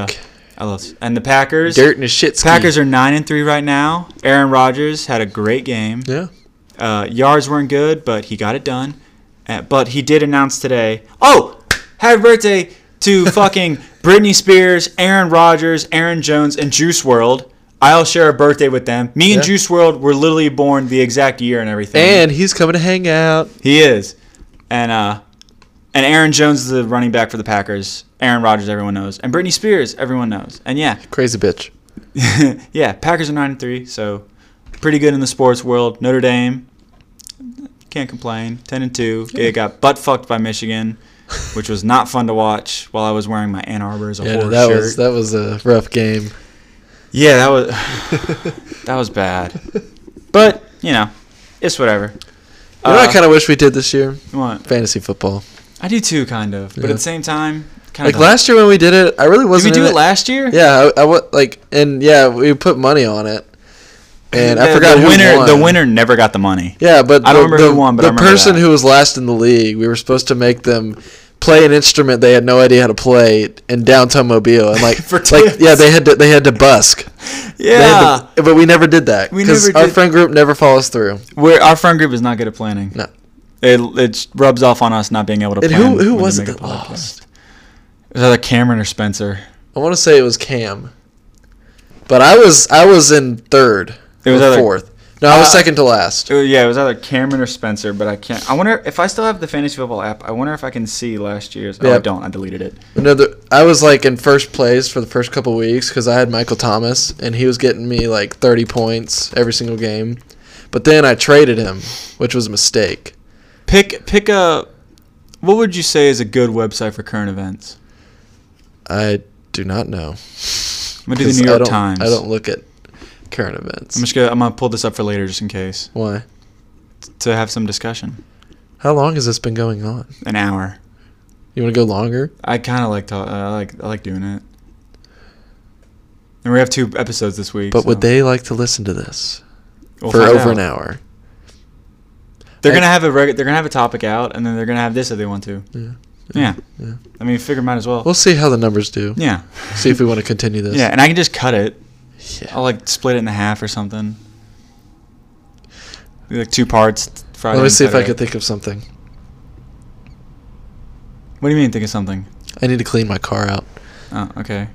S1: Dirk.
S2: I love and the Packers.
S1: Dirt and shit.
S2: Packers are nine and three right now. Aaron Rodgers had a great game.
S1: Yeah.
S2: Uh, yards weren't good, but he got it done. Uh, but he did announce today. Oh, happy birthday to fucking Britney Spears, Aaron Rodgers, Aaron Jones, and Juice World. I'll share a birthday with them. Me and
S1: Yeah.
S2: Juice World were literally born the exact year and everything.
S1: And he's coming to hang out.
S2: he is, and uh, and Aaron Jones is the running back for the Packers. Aaron Rodgers, everyone knows, and Britney Spears, everyone knows, and yeah,
S1: Crazy bitch.
S2: yeah, Packers are nine and three, so pretty good in the sports world. Notre Dame can't complain. Ten and two. It got butt fucked by Michigan, which was not fun to watch while I was wearing my Ann Arbor as a
S1: Yeah,
S2: horse
S1: that
S2: shirt.
S1: was that was a rough game.
S2: yeah, that was that was bad. But you know, it's whatever.
S1: You know, what
S2: Uh,
S1: I kind of wish we did this year
S2: what?
S1: fantasy football.
S2: I do too, kind of. But
S1: Yeah.
S2: at the same time, kind
S1: Like
S2: of
S1: last year when we did it, I really
S2: Did we
S1: wasn't.
S2: do
S1: in
S2: it last year?
S1: Yeah, I, I wa- like and yeah, we put money on it, and I forgot
S2: the
S1: who
S2: winner.
S1: won.
S2: The winner never got the money.
S1: Yeah, but
S2: I
S1: the,
S2: don't remember
S1: the,
S2: who won, but I
S1: the
S2: remember
S1: person
S2: that.
S1: who was last in the league, we were supposed to make them play an instrument they had no idea how to play in downtown Mobile, and like,
S2: For
S1: like
S2: tips.
S1: yeah, they had to they had to busk. They had
S2: Yeah,
S1: to- but we never did that
S2: We
S1: because
S2: never
S1: our
S2: did-
S1: friend group never follows through.
S2: We're, our friend group is not good at planning.
S1: No.
S2: it it rubs off on us not being able to.
S1: And
S2: plan
S1: who who
S2: when we
S1: was it
S2: make a
S1: that
S2: podcast.
S1: lost?
S2: It was either Cameron or Spencer.
S1: I want to say it was Cam, but I was I was in third
S2: It was
S1: or
S2: either-
S1: fourth. No, I was
S2: Uh,
S1: second to last.
S2: It was- yeah, it was either Cameron or Spencer, but I can't. I wonder if I still have the fantasy football app. I wonder if I can see last year's. Oh, I
S1: Yep.
S2: don't. I deleted it.
S1: Another, I was like in first place for the first couple weeks because I had Michael Thomas and he was getting me like 30 points every single game. But then I traded him, which was a mistake.
S2: Pick pick a. What would you say is a good website for current events?
S1: I do not know.
S2: I'm gonna do
S1: 'cause
S2: the New York
S1: I don't,
S2: Times.
S1: I don't look at current events.
S2: I'm just gonna. I'm gonna pull this up for later, just in case,
S1: Why?
S2: to have some discussion.
S1: How long has this been going on?
S2: An hour.
S1: You want to go longer?
S2: I kind of like to, I like I like doing it. And we have two episodes this week.
S1: But
S2: so
S1: would they like to listen to this
S2: we'll
S1: for
S2: find
S1: over
S2: out.
S1: an hour?
S2: They're
S1: I-
S2: gonna have a reg- they're gonna have a topic out, and then they're gonna have this if they want to.
S1: Yeah.
S2: Yeah.
S1: Yeah.
S2: I mean, figure might as well.
S1: We'll see how the numbers do.
S2: yeah.
S1: See if we want to continue this.
S2: Yeah, and I can just cut it.
S1: Yeah.
S2: I'll like split it in half or something. Do, Like two parts. t- Friday.
S1: Let me
S2: and
S1: see if I
S2: Saturday.
S1: can think of something.
S2: What do you mean? Think of something.
S1: I need to clean my car out.
S2: Oh, okay.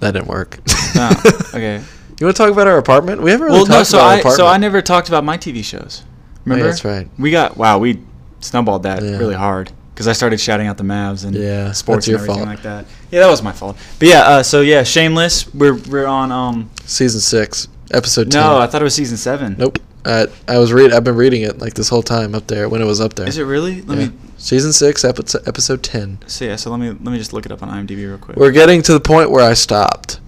S1: That didn't work.
S2: No, Oh, okay.
S1: You want to talk about our apartment? We haven't really
S2: well,
S1: talked
S2: no. So
S1: about our
S2: I
S1: apartment.
S2: so I never talked about my TV shows.
S1: Oh, yeah,
S2: Remember?
S1: that's right.
S2: We got wow. We snowballed that
S1: Yeah.
S2: really hard because I started shouting out the Mavs and
S1: Yeah,
S2: sports
S1: that's your
S2: and everything
S1: fault.
S2: like that. Yeah, that was my fault. But yeah, uh, so yeah, Shameless. We're we're on. Um,
S1: Season six, episode ten.
S2: no, I thought it was season seven.
S1: nope. I I was read. I've been reading it like this whole time up there when it was up there.
S2: Is it really? Let
S1: Yeah.
S2: me
S1: Season six, episode episode ten.
S2: see. yeah, so let me let me just look it up on IMDb real quick.
S1: We're getting to the point where I stopped.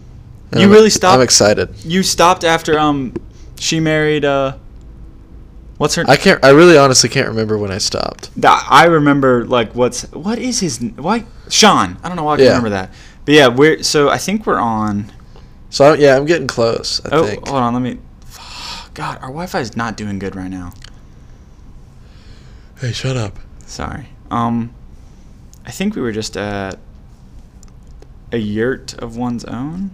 S2: You really stopped?
S1: I'm excited.
S2: you stopped after um, she married uh, what's her?
S1: I can't. I really honestly can't remember when I stopped.
S2: Th- I remember like what's what is his n- why Sean? I don't know why I can
S1: Yeah.
S2: remember that. But yeah, we're so I think we're on.
S1: So I, yeah, I'm getting close. I
S2: Oh,
S1: think.
S2: hold on, let me. God, our Wi-Fi is not doing good right now.
S1: Hey, shut up.
S2: Sorry. Um, I think we were just at a yurt of one's own.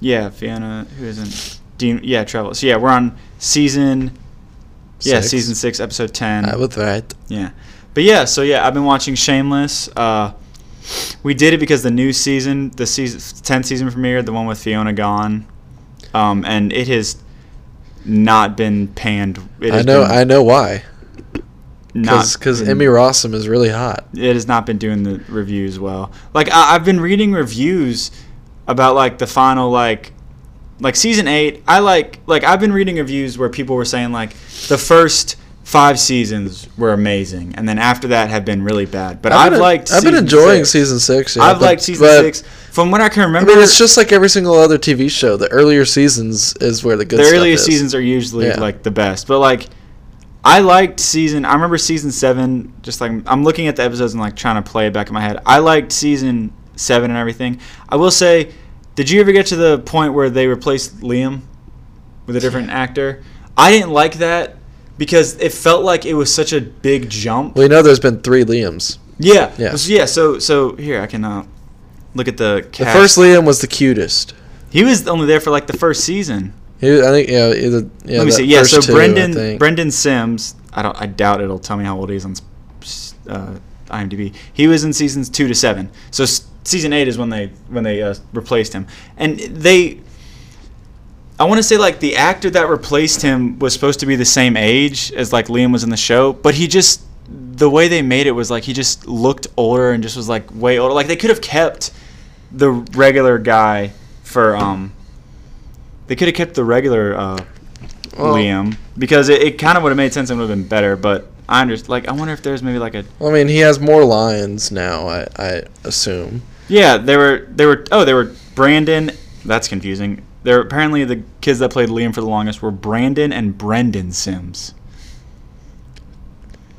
S2: Yeah, Vienna. Who isn't? Dean. Yeah, travel. So yeah, we're on season. Yeah,
S1: Six.
S2: season six, episode ten.
S1: I was right.
S2: Yeah. But yeah, so yeah, I've been watching Shameless. Uh, we did it because the new season, the season 10th season premiere, the one with Fiona Gone, um, and it has not been panned. It
S1: I
S2: has
S1: know.
S2: been
S1: I know why.
S2: not
S1: Because
S2: been-
S1: Emmy Rossum is really hot.
S2: it has not been doing the reviews well. Like I, I've been reading reviews about like the final like like season eight. I like like I've been reading reviews where people were saying like the first five seasons were amazing, and then after that have been really bad. But I've,
S1: been,
S2: liked
S1: I've been
S2: season
S1: enjoying
S2: six.
S1: season six. Yeah,
S2: I've
S1: but-
S2: liked season
S1: but
S2: six. From what I can
S1: I
S2: remember,
S1: mean, it's just like every single other TV show. The earlier seasons is where the good
S2: the
S1: stuff
S2: earlier
S1: is.
S2: seasons are usually
S1: Yeah.
S2: like the best. But like I liked season I remember season 7 just like I'm looking at the episodes and like trying to play it back in my head. I liked season 7 and everything. I will say did you ever get to the point where they replaced Liam with a different actor? I didn't like that because it felt like it was such a big jump.
S1: We know there's been three Liams.
S2: Yeah.
S1: Yeah.
S2: Yeah. yeah so so here I can uh, look at the
S1: The
S2: cast.
S1: first Liam was the cutest.
S2: he was only there for like the first season.
S1: He, I think yeah. Either, yeah
S2: Let me
S1: that
S2: see. Yeah,
S1: first
S2: so
S1: two, I
S2: Brendan
S1: think.
S2: Brendan Sims. I don't. I doubt it'll tell me how old he is on s- uh, IMDb. He was in seasons two to seven. So s- season eight is when they when they uh, replaced him, and they. I want to say like the actor that replaced him was supposed to be the same age as like Liam was in the show, but he just the way they made it was like he just looked older and just was like way older. Like they could have kept the regular guy for um They could have kept the regular uh,
S1: Well,
S2: Liam because it, it kind of would have made sense and would have been better. But I understand. Like, I wonder if there's maybe like a
S1: I mean, he has more lines now. I, I assume.
S2: yeah. They were they were oh they were Brandon. That's confusing. They're apparently the kids that played Liam for the longest were Brandon and Brendan Sims.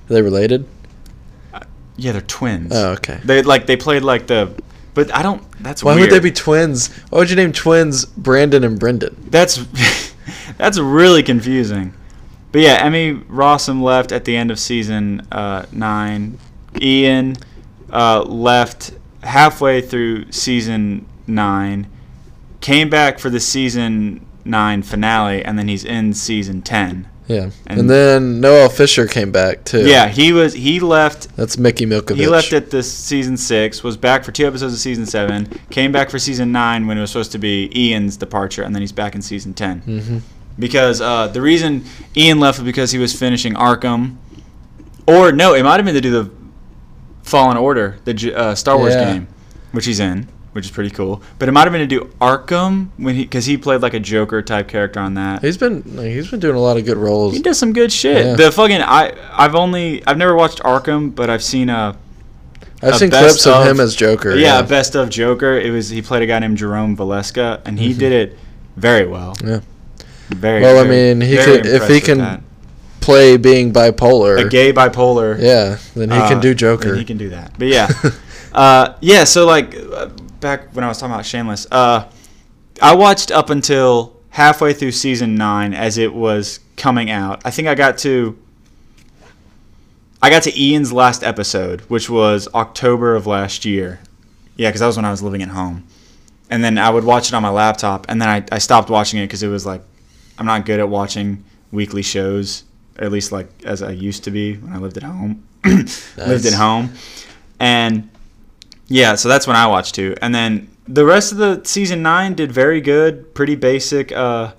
S1: Are they related?
S2: Yeah, they're twins.
S1: Oh, okay.
S2: They like they played like the, but I don't. That's
S1: Why
S2: weird.
S1: would they be twins? Why would you name twins Brandon and Brendan?
S2: That's that's really confusing. But yeah, Emmy Rossum left at the end of season uh, nine. Ian uh, left halfway through season nine. Came back for the season nine finale, and then he's in season ten.
S1: Yeah. And,
S2: And-
S1: then Noel Fisher came back too.
S2: Yeah, he was. He left.
S1: That's Mickey Milkovich.
S2: He left at this season six. Was back for two episodes of season seven. Came back for season nine when it was supposed to be Ian's departure, and then he's back in season ten.
S1: hmm
S2: because uh, the reason Ian left was because he was finishing Arkham, or no, it might have been to do the Fallen Order, the J- uh, Star Wars
S1: Yeah.
S2: game, which he's in, which is pretty cool. But it might have been to do Arkham when he because he played like a Joker type character on that.
S1: He's been like, he's been doing a lot of good roles.
S2: He does some good shit.
S1: Yeah.
S2: The fucking I I've only I've never watched Arkham, but I've seen uh, a
S1: I've
S2: a
S1: seen
S2: best
S1: clips of,
S2: of-
S1: him as Joker.
S2: yeah, a best of Joker. It was he played a guy named Jerome Valeska, and he did it very well.
S1: Mm-hmm. Yeah.
S2: Very
S1: Well, I
S2: very-
S1: mean, he
S2: very
S1: could- if he
S2: impressed with
S1: can
S2: that.
S1: play being bipolar.
S2: a gay bipolar.
S1: Yeah, then he can
S2: Uh,
S1: do
S2: then
S1: Joker.
S2: He can do that. But yeah, uh, yeah. So like uh, back when I was talking about Shameless, uh, I watched up until halfway through season nine as it was coming out. I think I got to. I got to Ian's last episode, which was October of last year. Yeah, because that was when I was living at home. And then I would watch it on my laptop, and then I, I stopped watching it because it was like, I'm not good at watching weekly shows, at least like as I used to be when I lived at home. Lived at home. And yeah, so that's when I watched too. And then the rest of the season nine did very good, pretty basic, uh,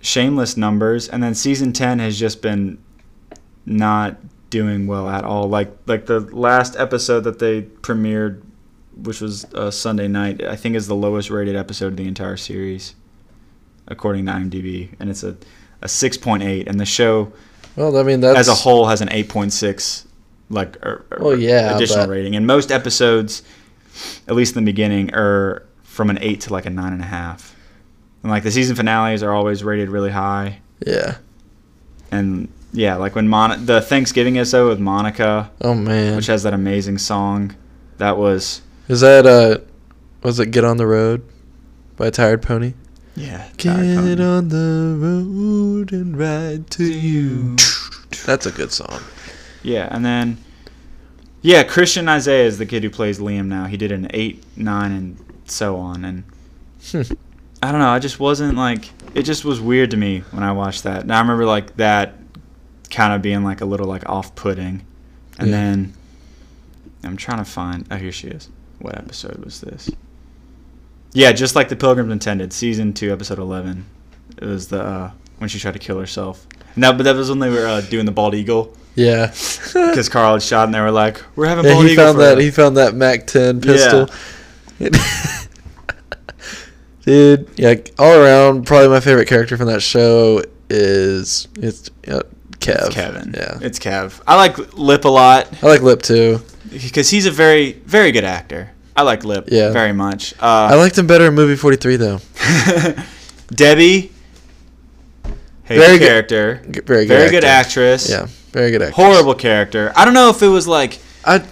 S2: shameless numbers. And then season 10 has just been not doing well at all. Like like the last episode that they premiered, which was uh, Sunday night, I think is the lowest rated episode of the entire series, according to IMDb, and it's a a 6.8, and the show
S1: Well, I mean that's
S2: as a whole has an 8.6 like er, er,
S1: Well, yeah,
S2: additional
S1: but-
S2: rating, and most episodes, at least in the beginning, are from an eight to like a nine and a half, and like the season finales are always rated really high
S1: Yeah.
S2: and yeah, like when Mon- the Thanksgiving episode with Monica,
S1: Oh man,
S2: which has that amazing song, that was
S1: is that uh, was it "Get on the Road" by Tired Pony?
S2: yeah.
S1: Get
S2: Tired Pony.
S1: on the road and ride to you. That's a good song.
S2: Yeah, and then yeah, Christian Isaiah is the kid who plays Liam now. He did an eight, nine, and so on, and
S1: Hmm.
S2: I don't know. I just wasn't like it. Just was weird to me when I watched that. And I remember like that kind of being like a little like off-putting, and
S1: Yeah.
S2: then I'm trying to find. Oh, here she is. What episode was this? Yeah, just like the Pilgrims intended, season two, episode eleven. It was the uh, when she tried to kill herself. No, but that was when they were uh, doing the bald eagle
S1: Yeah.
S2: because Carl had shot, and they were like, "We're having
S1: Yeah,
S2: bald
S1: he
S2: eagle."
S1: found
S2: for
S1: that
S2: her."
S1: he found that Mac Ten pistol. Dude, yeah, all around, probably my favorite character from that show is it's uh, Kev.
S2: It's Kevin.
S1: Yeah,
S2: it's Kev. I like Lip a lot
S1: I like Lip too.
S2: because he's a very, very good actor. I like Lip
S1: Yeah.
S2: very much.
S1: I
S2: Uh,
S1: liked him better in movie forty three though.
S2: Debbie, hey
S1: Very good-
S2: character,
S1: G- Very good.
S2: very good
S1: actor.
S2: actress.
S1: Yeah, very good actor.
S2: horrible character. I don't know if it was like
S1: I, I, mean,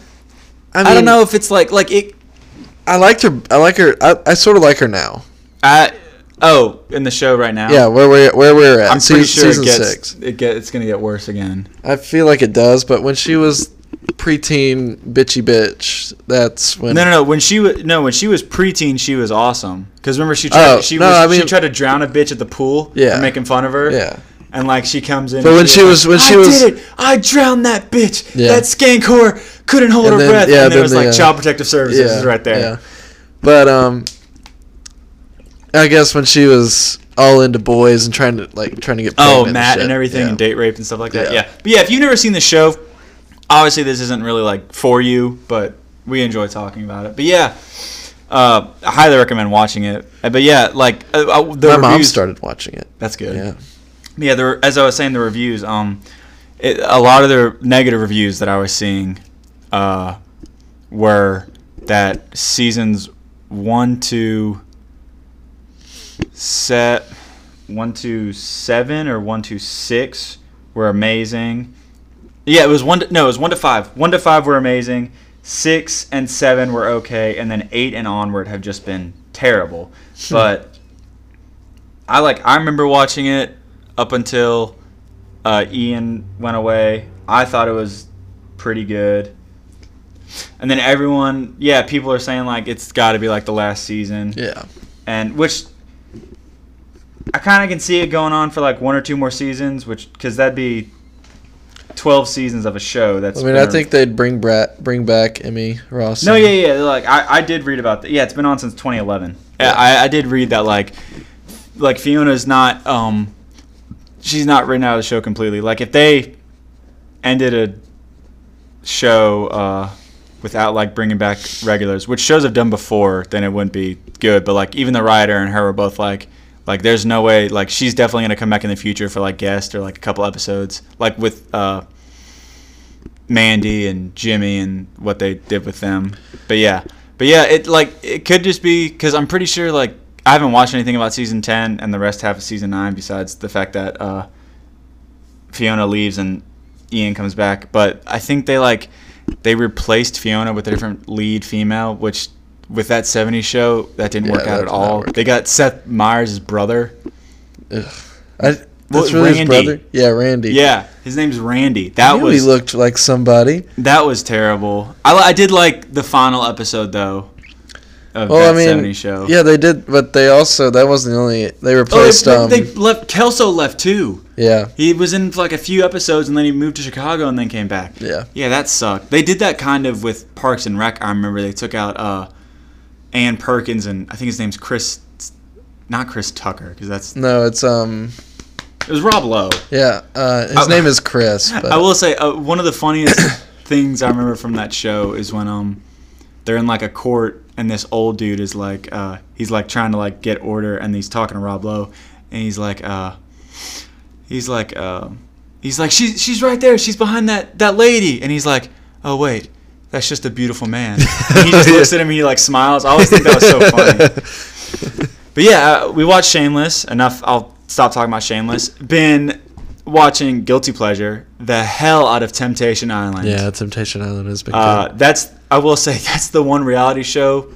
S2: I don't know if it's like like it.
S1: I liked her. I like her. I, I sort of like her now.
S2: I oh in the show right now.
S1: Yeah, where we where we're at.
S2: I'm pretty
S1: Se-
S2: sure it
S1: season
S2: gets
S1: six.
S2: it get it's gonna get worse again.
S1: I feel like it does, but when she was preteen bitchy bitch, that's when.
S2: No, no, no. When she was no, when she was preteen, she was awesome. Cause remember she tried,
S1: Oh,
S2: she
S1: no,
S2: was,
S1: I mean-
S2: she tried to drown a bitch at the pool.
S1: Yeah.
S2: and making fun of her.
S1: Yeah.
S2: and like she comes in.
S1: But
S2: and
S1: when she was- when
S2: like,
S1: she
S2: I
S1: was-
S2: did it. I drowned that bitch.
S1: Yeah.
S2: That skank whore couldn't hold
S1: And
S2: her
S1: then-
S2: breath.
S1: yeah,
S2: and
S1: then
S2: there was
S1: the,
S2: like
S1: uh,
S2: child protective services is right there.
S1: But um, I guess when she was all into boys and trying to like trying to get
S2: Oh,
S1: pregnant
S2: Matt
S1: shit,
S2: and everything,
S1: yeah.
S2: and date rape and stuff like that.
S1: Yeah.
S2: Yeah. but yeah. If you've never seen the show, obviously this isn't really like for you, but we enjoy talking about it. But yeah, Uh, I highly recommend watching it. Uh, But yeah, like uh, uh, the
S1: My
S2: reviews,
S1: mom started watching it.
S2: That's good.
S1: Yeah.
S2: Yeah, there were, as I was saying, the reviews. Um, it, a lot of the negative reviews that I was seeing, uh, were that seasons one to set one to seven or one to six were amazing. Yeah, it was one. To, no, it was one to five. One to five were amazing. Six and seven were okay, and then eight and onward have just been terrible. But I like. I remember watching it up until uh, Ian went away. I thought it was pretty good. And then everyone, yeah, people are saying like it's got to be like the last season
S1: Yeah.
S2: and which I kind of can see it going on for like one or two more seasons, which because that'd be twelve seasons of a show. That's
S1: I mean, I
S2: been-
S1: think they'd bring Brat, bring back Emmy Ross.
S2: no, yeah, yeah. Like I, I did read about that. Yeah, it's been on since 2011. Yeah, I, I did read that. Like, like Fiona's not, um, she's not written out of the show completely. Like if they ended a show uh, without like bringing back regulars, which shows have done before, then it wouldn't be good. But like even the writer and her were both like. Like there's no way like she's definitely gonna come back in the future for like guest or like a couple episodes like with uh Mandy and Jimmy and what they did with them. But yeah, but yeah, it like it could just be because I'm pretty sure like I haven't watched anything about season ten and the rest half of season nine besides the fact that uh, Fiona leaves and Ian comes back. But I think they like they replaced Fiona with a different lead female, which with that '70s show that didn't
S1: Yeah,
S2: work
S1: that
S2: out
S1: did
S2: at
S1: not
S2: all.
S1: work
S2: They got Seth Meyers' brother.
S1: Ugh. I, that's
S2: Well,
S1: really his
S2: Randy.
S1: brother. Yeah, Randy.
S2: Yeah, his name's Randy.
S1: I
S2: That
S1: knew
S2: was
S1: he looked like somebody.
S2: That was terrible. I, li- I did like the final episode though. Of
S1: Well,
S2: that
S1: I mean,
S2: 70 show.
S1: yeah, they did, but they also that wasn't the only they
S2: Oh,
S1: replaced.
S2: they,
S1: um,
S2: they left. Kelso left too.
S1: yeah,
S2: He was in like a few episodes, and then he moved to Chicago, and then came back.
S1: Yeah.
S2: Yeah, that sucked. They did that kind of with Parks and Rec. I remember they took out uh, Ann Perkins, and I think his name's Chris, not Chris Tucker, because that's
S1: no, it's um,
S2: it was Rob Lowe.
S1: yeah, uh, his
S2: I-
S1: name is Chris. But
S2: I will say uh, one of the funniest things I remember from that show is when um they're in like a court and this old dude is like uh he's like trying to like get order and he's talking to Rob Lowe and he's like uh he's like uh, he's like she's she's right there she's behind that that lady and he's like oh wait that's just a beautiful man and he just looks at him and he like smiles I always think that was so funny. But yeah, uh, we watched Shameless. Enough. I'll stop talking about Shameless. Been watching Guilty Pleasure the hell out of Temptation Island.
S1: yeah, Temptation Island has been
S2: Uh,
S1: good.
S2: that's I will say that's the one reality show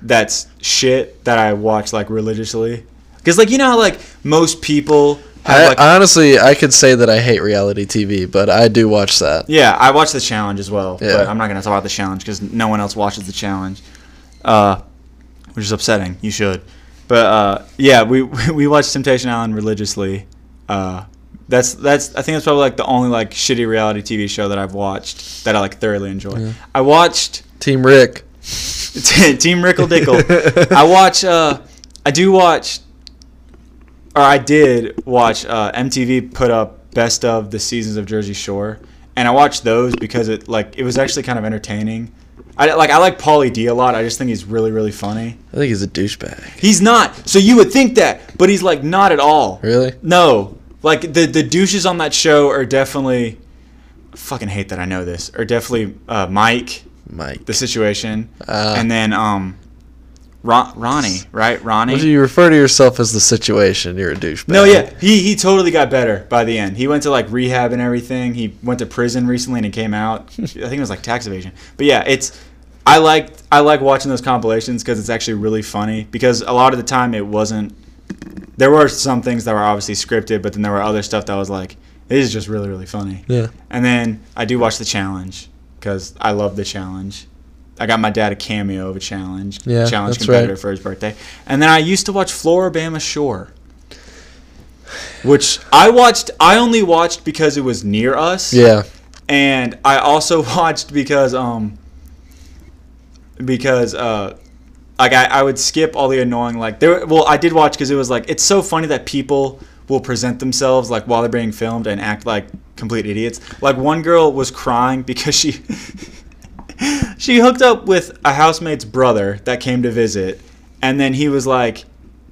S2: that's shit that I watch like religiously. Because like you know how like most people have
S1: I,
S2: like
S1: honestly, I could say that I hate reality TV, but I do watch that.
S2: Yeah, I watched the challenge as well,
S1: Yeah.
S2: but I'm not going to talk about the challenge because no one else watches the challenge, uh, which is upsetting. You should, but uh, yeah, we we watched Temptation Island religiously. Uh, that's that's I think that's probably like the only like shitty reality TV show that I've watched that I like thoroughly enjoy. I watched
S1: Team Rick.
S2: Team Rickle Dickle. I watch. Uh, I do watch, or I did watch uh, MTV put up best of the seasons of Jersey Shore, and I watched those because it like it was actually kind of entertaining. I like I like Paulie D a lot. I just think he's really really funny.
S1: I think he's a douchebag.
S2: He's not. So you would think that, but he's like not at all.
S1: Really?
S2: No. Like the the douches on that show are definitely. Fucking hate that I know this. Are definitely uh, Mike
S1: Mike.
S2: the situation,
S1: Uh.
S2: and then um, Ron- Ronnie, right? Ronnie.
S1: If you refer to yourself as the situation, you're a douchebag.
S2: no, yeah, he he totally got better by the end. He went to like rehab and everything. He went to prison recently and he came out. I think it was like tax evasion. But yeah, it's I like I like watching those compilations because it's actually really funny. Because a lot of the time it wasn't. There were some things that were obviously scripted, but then there were other stuff that was like this is just really really funny.
S1: Yeah.
S2: And then I do watch the challenge because I love the challenge. I got my dad a cameo of a challenge,
S1: Yeah,
S2: challenge
S1: that's
S2: competitor
S1: right.
S2: for his birthday. And then I used to watch Floribama Shore, which I watched. I only watched because it was near us.
S1: Yeah.
S2: And I also watched because um because uh like I, I would skip all the annoying like there well I did watch because it was like it's so funny that people will present themselves like while they're being filmed and act like complete idiots like one girl was crying because she she hooked up with a housemate's brother that came to visit, and then he was like,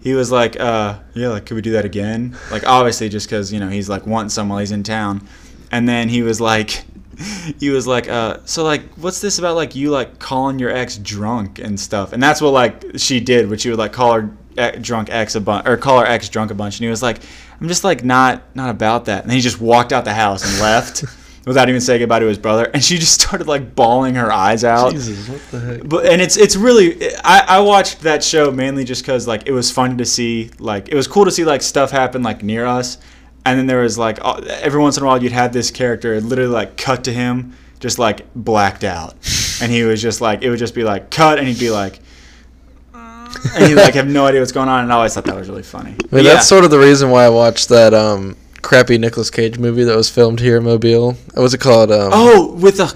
S2: he was like, uh, yeah, like, could we do that again? Like, obviously, just because you know he's like wanting someone while he's in town, and then he was like, he was like, uh, so like, what's this about like you like calling your ex drunk and stuff? And that's what like she did, which she would like call her e- drunk ex a bunch or call her ex drunk a bunch, and he was like, I'm just like not not about that, and then he just walked out the house and left. Without even saying goodbye to his brother, and she just started like bawling her eyes out.
S1: Jesus, what the heck?
S2: But and it's it's really I, I watched that show mainly just because like it was fun to see like it was cool to see like stuff happen like near us, and then there was like uh, every once in a while you'd have this character and literally like cut to him just like blacked out, and he was just like it would just be like cut and he'd be like, and he'd like have no idea what's going on, and I always thought that was really funny.
S1: I mean,
S2: Yeah.
S1: that's sort of the reason why I watched that um, crappy Nicolas Cage movie that was filmed here in Mobile. What's it called? Um,
S2: oh with a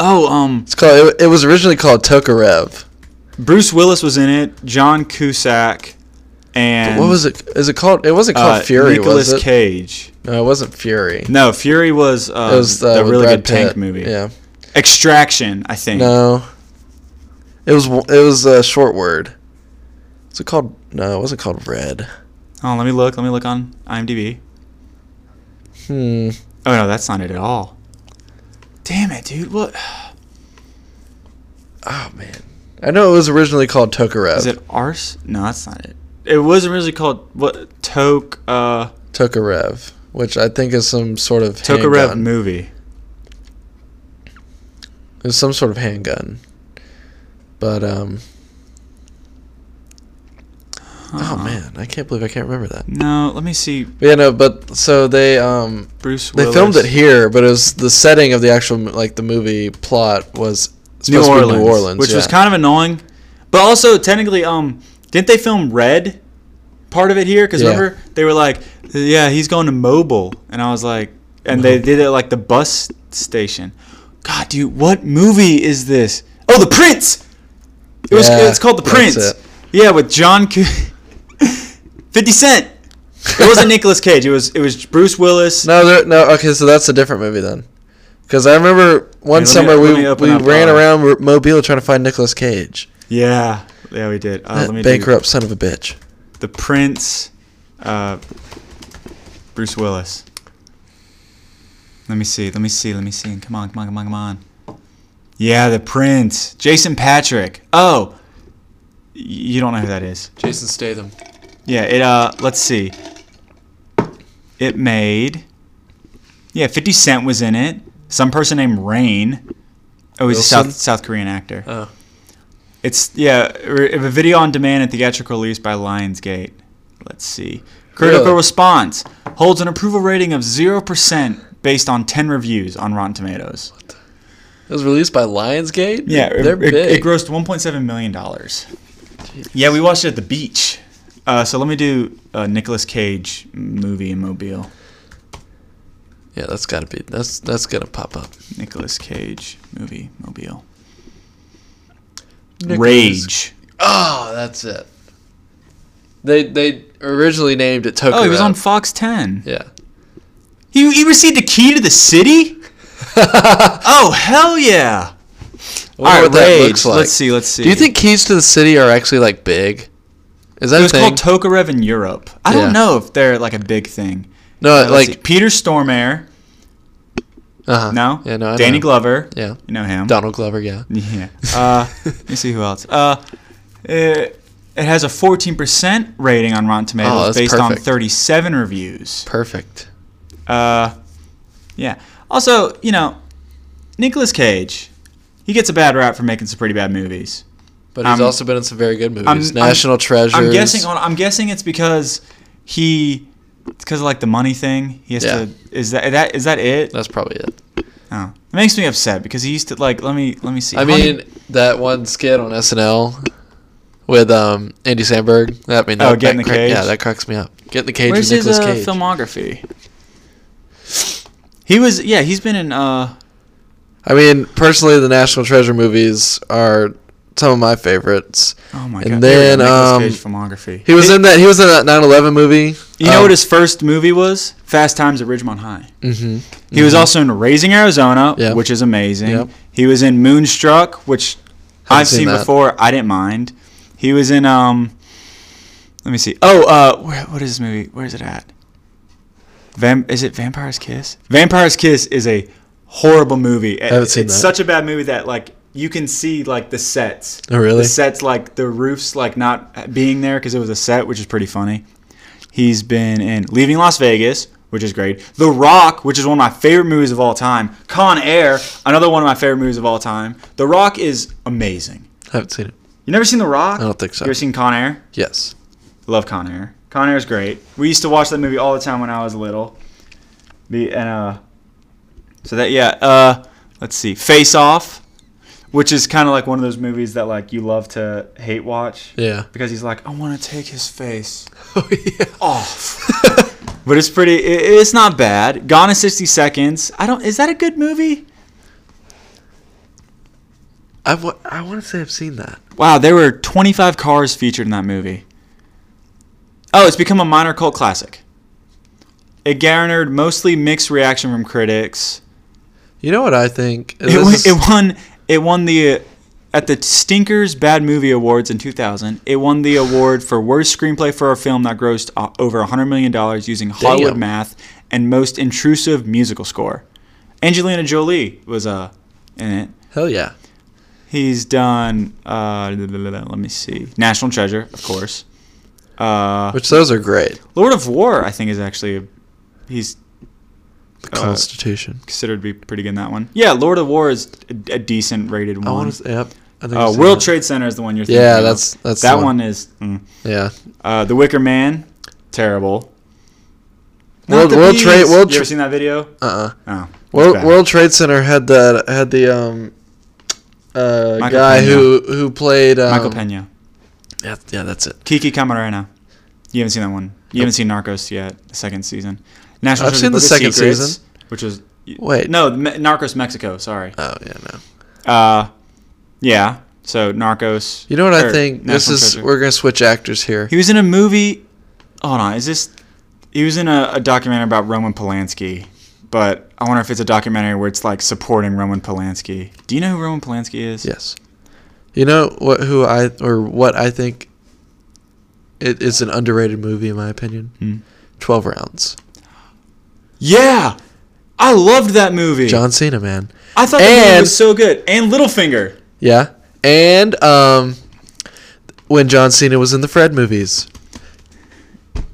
S2: oh um
S1: It's called. It, it was originally called Tokarev.
S2: Bruce Willis was in it, John Cusack, and
S1: What was it? Is it called? It wasn't called
S2: uh,
S1: Fury,
S2: Nicolas
S1: was it?
S2: Cage.
S1: no, it wasn't Fury.
S2: No, Fury was, uh,
S1: it was uh,
S2: the
S1: with
S2: really
S1: Brad
S2: good tank
S1: Pitt.
S2: movie.
S1: Yeah.
S2: Extraction, I think.
S1: No. It was. w- It was a short word. Is it called? No, it wasn't called Red.
S2: Oh, let me look. Let me look on IMDb.
S1: Hmm.
S2: Oh no, that's not it at all. Damn it, dude! What
S1: Oh man. I know it was originally called Tokarev.
S2: is it? Arse? No, that's not it. It was originally called what? Tok uh,
S1: Tokarev, which I think is some sort of
S2: Tokarev
S1: handgun.
S2: movie.
S1: It's some sort of handgun. But um.
S2: Huh.
S1: Oh man, I can't believe I can't remember that.
S2: No, let me see.
S1: But yeah, no, but so they um
S2: Bruce.
S1: They
S2: Willis.
S1: filmed it here, but it was the setting of the actual like the movie plot was
S2: New
S1: supposed
S2: Orleans,
S1: to be New Orleans,
S2: which was
S1: yeah.
S2: kind of annoying. But also, technically, um, didn't they film Red part of it here? Because
S1: Yeah.
S2: remember they were like, "Yeah, he's going to Mobile," and I was like, and they did it at, like the bus station. God, dude, what movie is this? Oh, The Prince. It was.
S1: Yeah,
S2: it's called The
S1: that's
S2: Prince.
S1: it.
S2: Yeah, with John. C- Fifty Cent. It wasn't Nicolas Cage. It was. It was Bruce Willis.
S1: no, there- no, okay, so that's a different movie then, because I remember one
S2: Here, let me-
S1: summer
S2: let me
S1: we
S2: open
S1: we
S2: up,
S1: ran
S2: uh,
S1: around R- Mobile trying to find Nicolas Cage,
S2: Yeah. Yeah, we did. Uh,
S1: That
S2: let me do-
S1: bankrupt son of a bitch.
S2: The Prince, uh, Bruce Willis. Let me see. Let me see. Let me see. Come on. Come on. Come on. Come on. Yeah, The Prince, Jason Patrick. Oh, y- you don't know who that is.
S1: Jason Statham.
S2: Yeah. It. Uh. Let's see. It made. Yeah, 50 Cent was in it. Some person named Rain. Oh, he's a
S1: Wilson?
S2: South South Korean actor.
S1: Oh,
S2: It's yeah, r- a video on demand and theatrical release by Lionsgate. Let's see. Critical
S1: Really?
S2: response holds an approval rating of zero percent based on ten reviews on Rotten Tomatoes.
S1: it was released by Lionsgate.
S2: Yeah, it,
S1: they're
S2: it-
S1: big.
S2: it grossed one point seven million dollars. Yeah, we watched it at the beach. Uh, so let me do a Nicolas Cage movie in Mobile.
S1: yeah, that's gotta be that's that's gonna pop up.
S2: Nicolas Cage movie Mobile.
S1: Nicolas
S2: Rage.
S1: Oh, that's it. They they originally named it Tokarev.
S2: Oh, he was on Fox Ten.
S1: Yeah.
S2: He, he received a key to the city? oh, hell yeah. All
S1: wonder
S2: right,
S1: what that
S2: Rage.
S1: looks like.
S2: Let's see, let's see.
S1: Do you think keys to the city are actually like big? Is that
S2: it
S1: a
S2: was
S1: thing?
S2: called Tokarev in Europe? I
S1: Yeah.
S2: don't know if they're like a big thing. Uh,
S1: no,
S2: let's see.
S1: like
S2: Peter Stormare,
S1: uh
S2: no?
S1: Yeah, no. I
S2: Danny
S1: know.
S2: Glover,
S1: Yeah,
S2: you know him.
S1: Donald Glover. Yeah.
S2: Yeah. Uh, let me see who else. Uh, it, it has a 14% rating on Rotten
S1: Oh,
S2: Tomatoes
S1: that's
S2: based on
S1: perfect.
S2: 37 reviews.
S1: Perfect.
S2: Uh, yeah. Also, you know, Nicolas Cage, he gets a bad rap for making some pretty bad movies.
S1: But he's
S2: I'm-
S1: also been in some very good movies.
S2: I'm- I'm-
S1: National Treasures.
S2: I'm guessing. On, I'm guessing it's because he, because of like the money thing. He has
S1: Yeah.
S2: to. Is that that is that it?
S1: That's probably it.
S2: Oh, it makes me upset because he used to like. Let me let me see.
S1: I
S2: How many-
S1: mean, that one skit on SNL with um Andy Samberg. That I mean,
S2: Oh,
S1: that,
S2: Get in
S1: that
S2: the
S1: crack- Yeah,
S2: Cage.
S1: that cracks me up. Get in the cage.
S2: where's
S1: with Nicolas
S2: his uh,
S1: Cage.
S2: filmography? He was yeah. He's been in uh.
S1: I mean, personally, the National Treasure movies are some of my favorites.
S2: Oh my
S1: And
S2: god. there we
S1: then,
S2: go,
S1: um,
S2: Nicolas Cage filmography.
S1: He was
S2: It-
S1: in um, that. He was in that 9/11 movie.
S2: You know what his first movie was? Fast Times at Ridgemont High.
S1: Mm-hmm.
S2: He was also in Raising Arizona,
S1: Yeah.
S2: which is amazing.
S1: Yep.
S2: He was in Moonstruck, which
S1: Haven't
S2: I've
S1: seen
S2: seen,
S1: that.
S2: before. I didn't mind. He was in um. Let me see. Oh, uh, where, what is this movie? Where is it at? Vam- is it Vampire's Kiss? Vampire's Kiss is a horrible movie. I
S1: haven't seen
S2: it's
S1: that.
S2: such a bad movie that like you can see like the sets.
S1: Oh, really?
S2: The sets like the roofs like not being there because it was a set, which is pretty funny. He's been in Leaving Las Vegas, which is great. The Rock, which is one of my favorite movies of all time. Con Air, another one of my favorite movies of all time. The Rock is amazing.
S1: I haven't seen it.
S2: You never seen The Rock?
S1: I don't think so.
S2: You ever seen Con Air?
S1: Yes.
S2: Love Con Air. Con Air's great. We used to watch that movie all the time when I was little. The and uh, so that yeah. Uh, let's see, Face Off, which is kind of like one of those movies that like you love to hate watch
S1: Yeah.
S2: because he's like, I want to take his face
S1: Oh yeah.
S2: off. but it's pretty. It, it's not bad. Gone in sixty seconds. I don't. Is that a good movie?
S1: I wa- I want to say I've seen that.
S2: Wow, there were twenty five cars featured in that movie. Oh, it's become a minor cult classic. It garnered mostly mixed reaction from critics.
S1: You know what I think?
S2: It,
S1: This
S2: won,
S1: is-
S2: it won. It won the uh, at the Stinkers Bad Movie Awards in 2000. It won the award for worst screenplay for a film that grossed uh, over 100 million dollars using Hollywood
S1: Damn.
S2: math and most intrusive musical score. Angelina Jolie was uh in it.
S1: hell yeah.
S2: He's done. Uh, let me see. National Treasure, of course. Uh,
S1: Which those are great.
S2: Lord of War, I think, is actually a, he's
S1: The
S2: Uh,
S1: Constitution.
S2: considered to be pretty good in that one. Yeah, Lord of War is a, a decent rated one.
S1: I want to. Yep. I think I've
S2: Uh,
S1: seen
S2: World
S1: that.
S2: Trade Center is the one you're thinking.
S1: Yeah,
S2: of.
S1: that's that's the
S2: that one. is mm.
S1: Yeah.
S2: uh, the Wicker Man. Terrible. Not
S1: World-
S2: the
S1: World
S2: bees.
S1: Trade- World
S2: you
S1: Tra-
S2: ever seen that video?
S1: Uh. uh
S2: Oh, it's
S1: World,
S2: bad.
S1: World Trade Center had that had the um uh
S2: Michael
S1: guy
S2: Peña.
S1: who who played um,
S2: Michael Pena,
S1: Yeah, yeah, that's it.
S2: Kiki Camarena. You haven't seen that one. You haven't seen Narcos yet, the second season. National
S1: I've
S2: Treasure
S1: seen the
S2: Book of
S1: second
S2: Secrets,
S1: season.
S2: which was
S1: Wait.
S2: no Me- Narcos Mexico. Sorry.
S1: Oh yeah, no.
S2: Uh, yeah. So Narcos.
S1: You know what I
S2: or
S1: think? This
S2: Er, National
S1: is
S2: Treasure.
S1: we're gonna switch actors here.
S2: He was in a movie. Hold on, is this? He was in a, a documentary about Roman Polanski, but I wonder if it's a documentary where it's like supporting Roman Polanski. Do you know who Roman Polanski is?
S1: Yes. You know what? Who I or what I think. It is an underrated movie in my opinion.
S2: Hmm.
S1: Twelve Rounds.
S2: Yeah, I loved that movie.
S1: John Cena, man.
S2: I thought that movie
S1: and-
S2: was so good. And Littlefinger.
S1: Yeah, and um, when John Cena was in the Fred movies.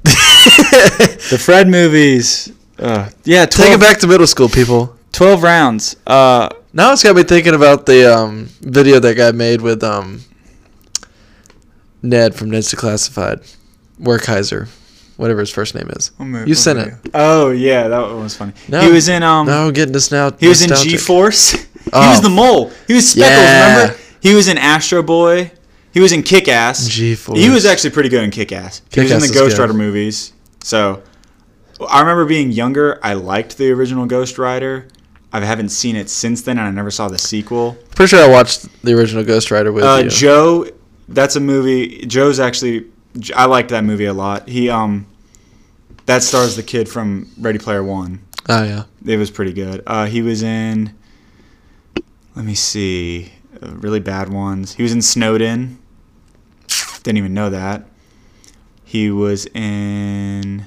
S2: The Fred movies. Uh, yeah, 12,
S1: Take it back to middle school, people.
S2: Twelve rounds. Uh,
S1: Now it's got me thinking about the um, video that guy made with um, Ned from Ned's Declassified, where Kaiser, whatever his first name is.
S2: what mo-
S1: You
S2: what
S1: sent
S2: movie?
S1: it.
S2: Oh yeah, that one was funny.
S1: No.
S2: he was in um.
S1: now I'm getting this now.
S2: He was in
S1: nostalgic.
S2: G Force. he
S1: Oh.
S2: was the mole. He was Speckles.
S1: Yeah.
S2: Remember? He was in Astro Boy. He was in Kick Ass.
S1: G-Force.
S2: He was actually pretty good in Kick Ass. He was in
S1: Kick-Ass
S2: the
S1: is
S2: Ghost
S1: good.
S2: Rider movies. So I remember being younger. I liked the original Ghost Rider. I haven't seen it since then, and I never saw the sequel.
S1: Pretty sure I watched the original Ghost Rider with
S2: Uh,
S1: you.
S2: Joe, that's a movie. Joe's actually, J- I liked that movie a lot. He um, that stars the kid from Ready Player One.
S1: oh yeah,
S2: It was pretty good. Uh, he was in. Let me see, uh, really bad ones. He was in Snowden. Didn't even know that. He was in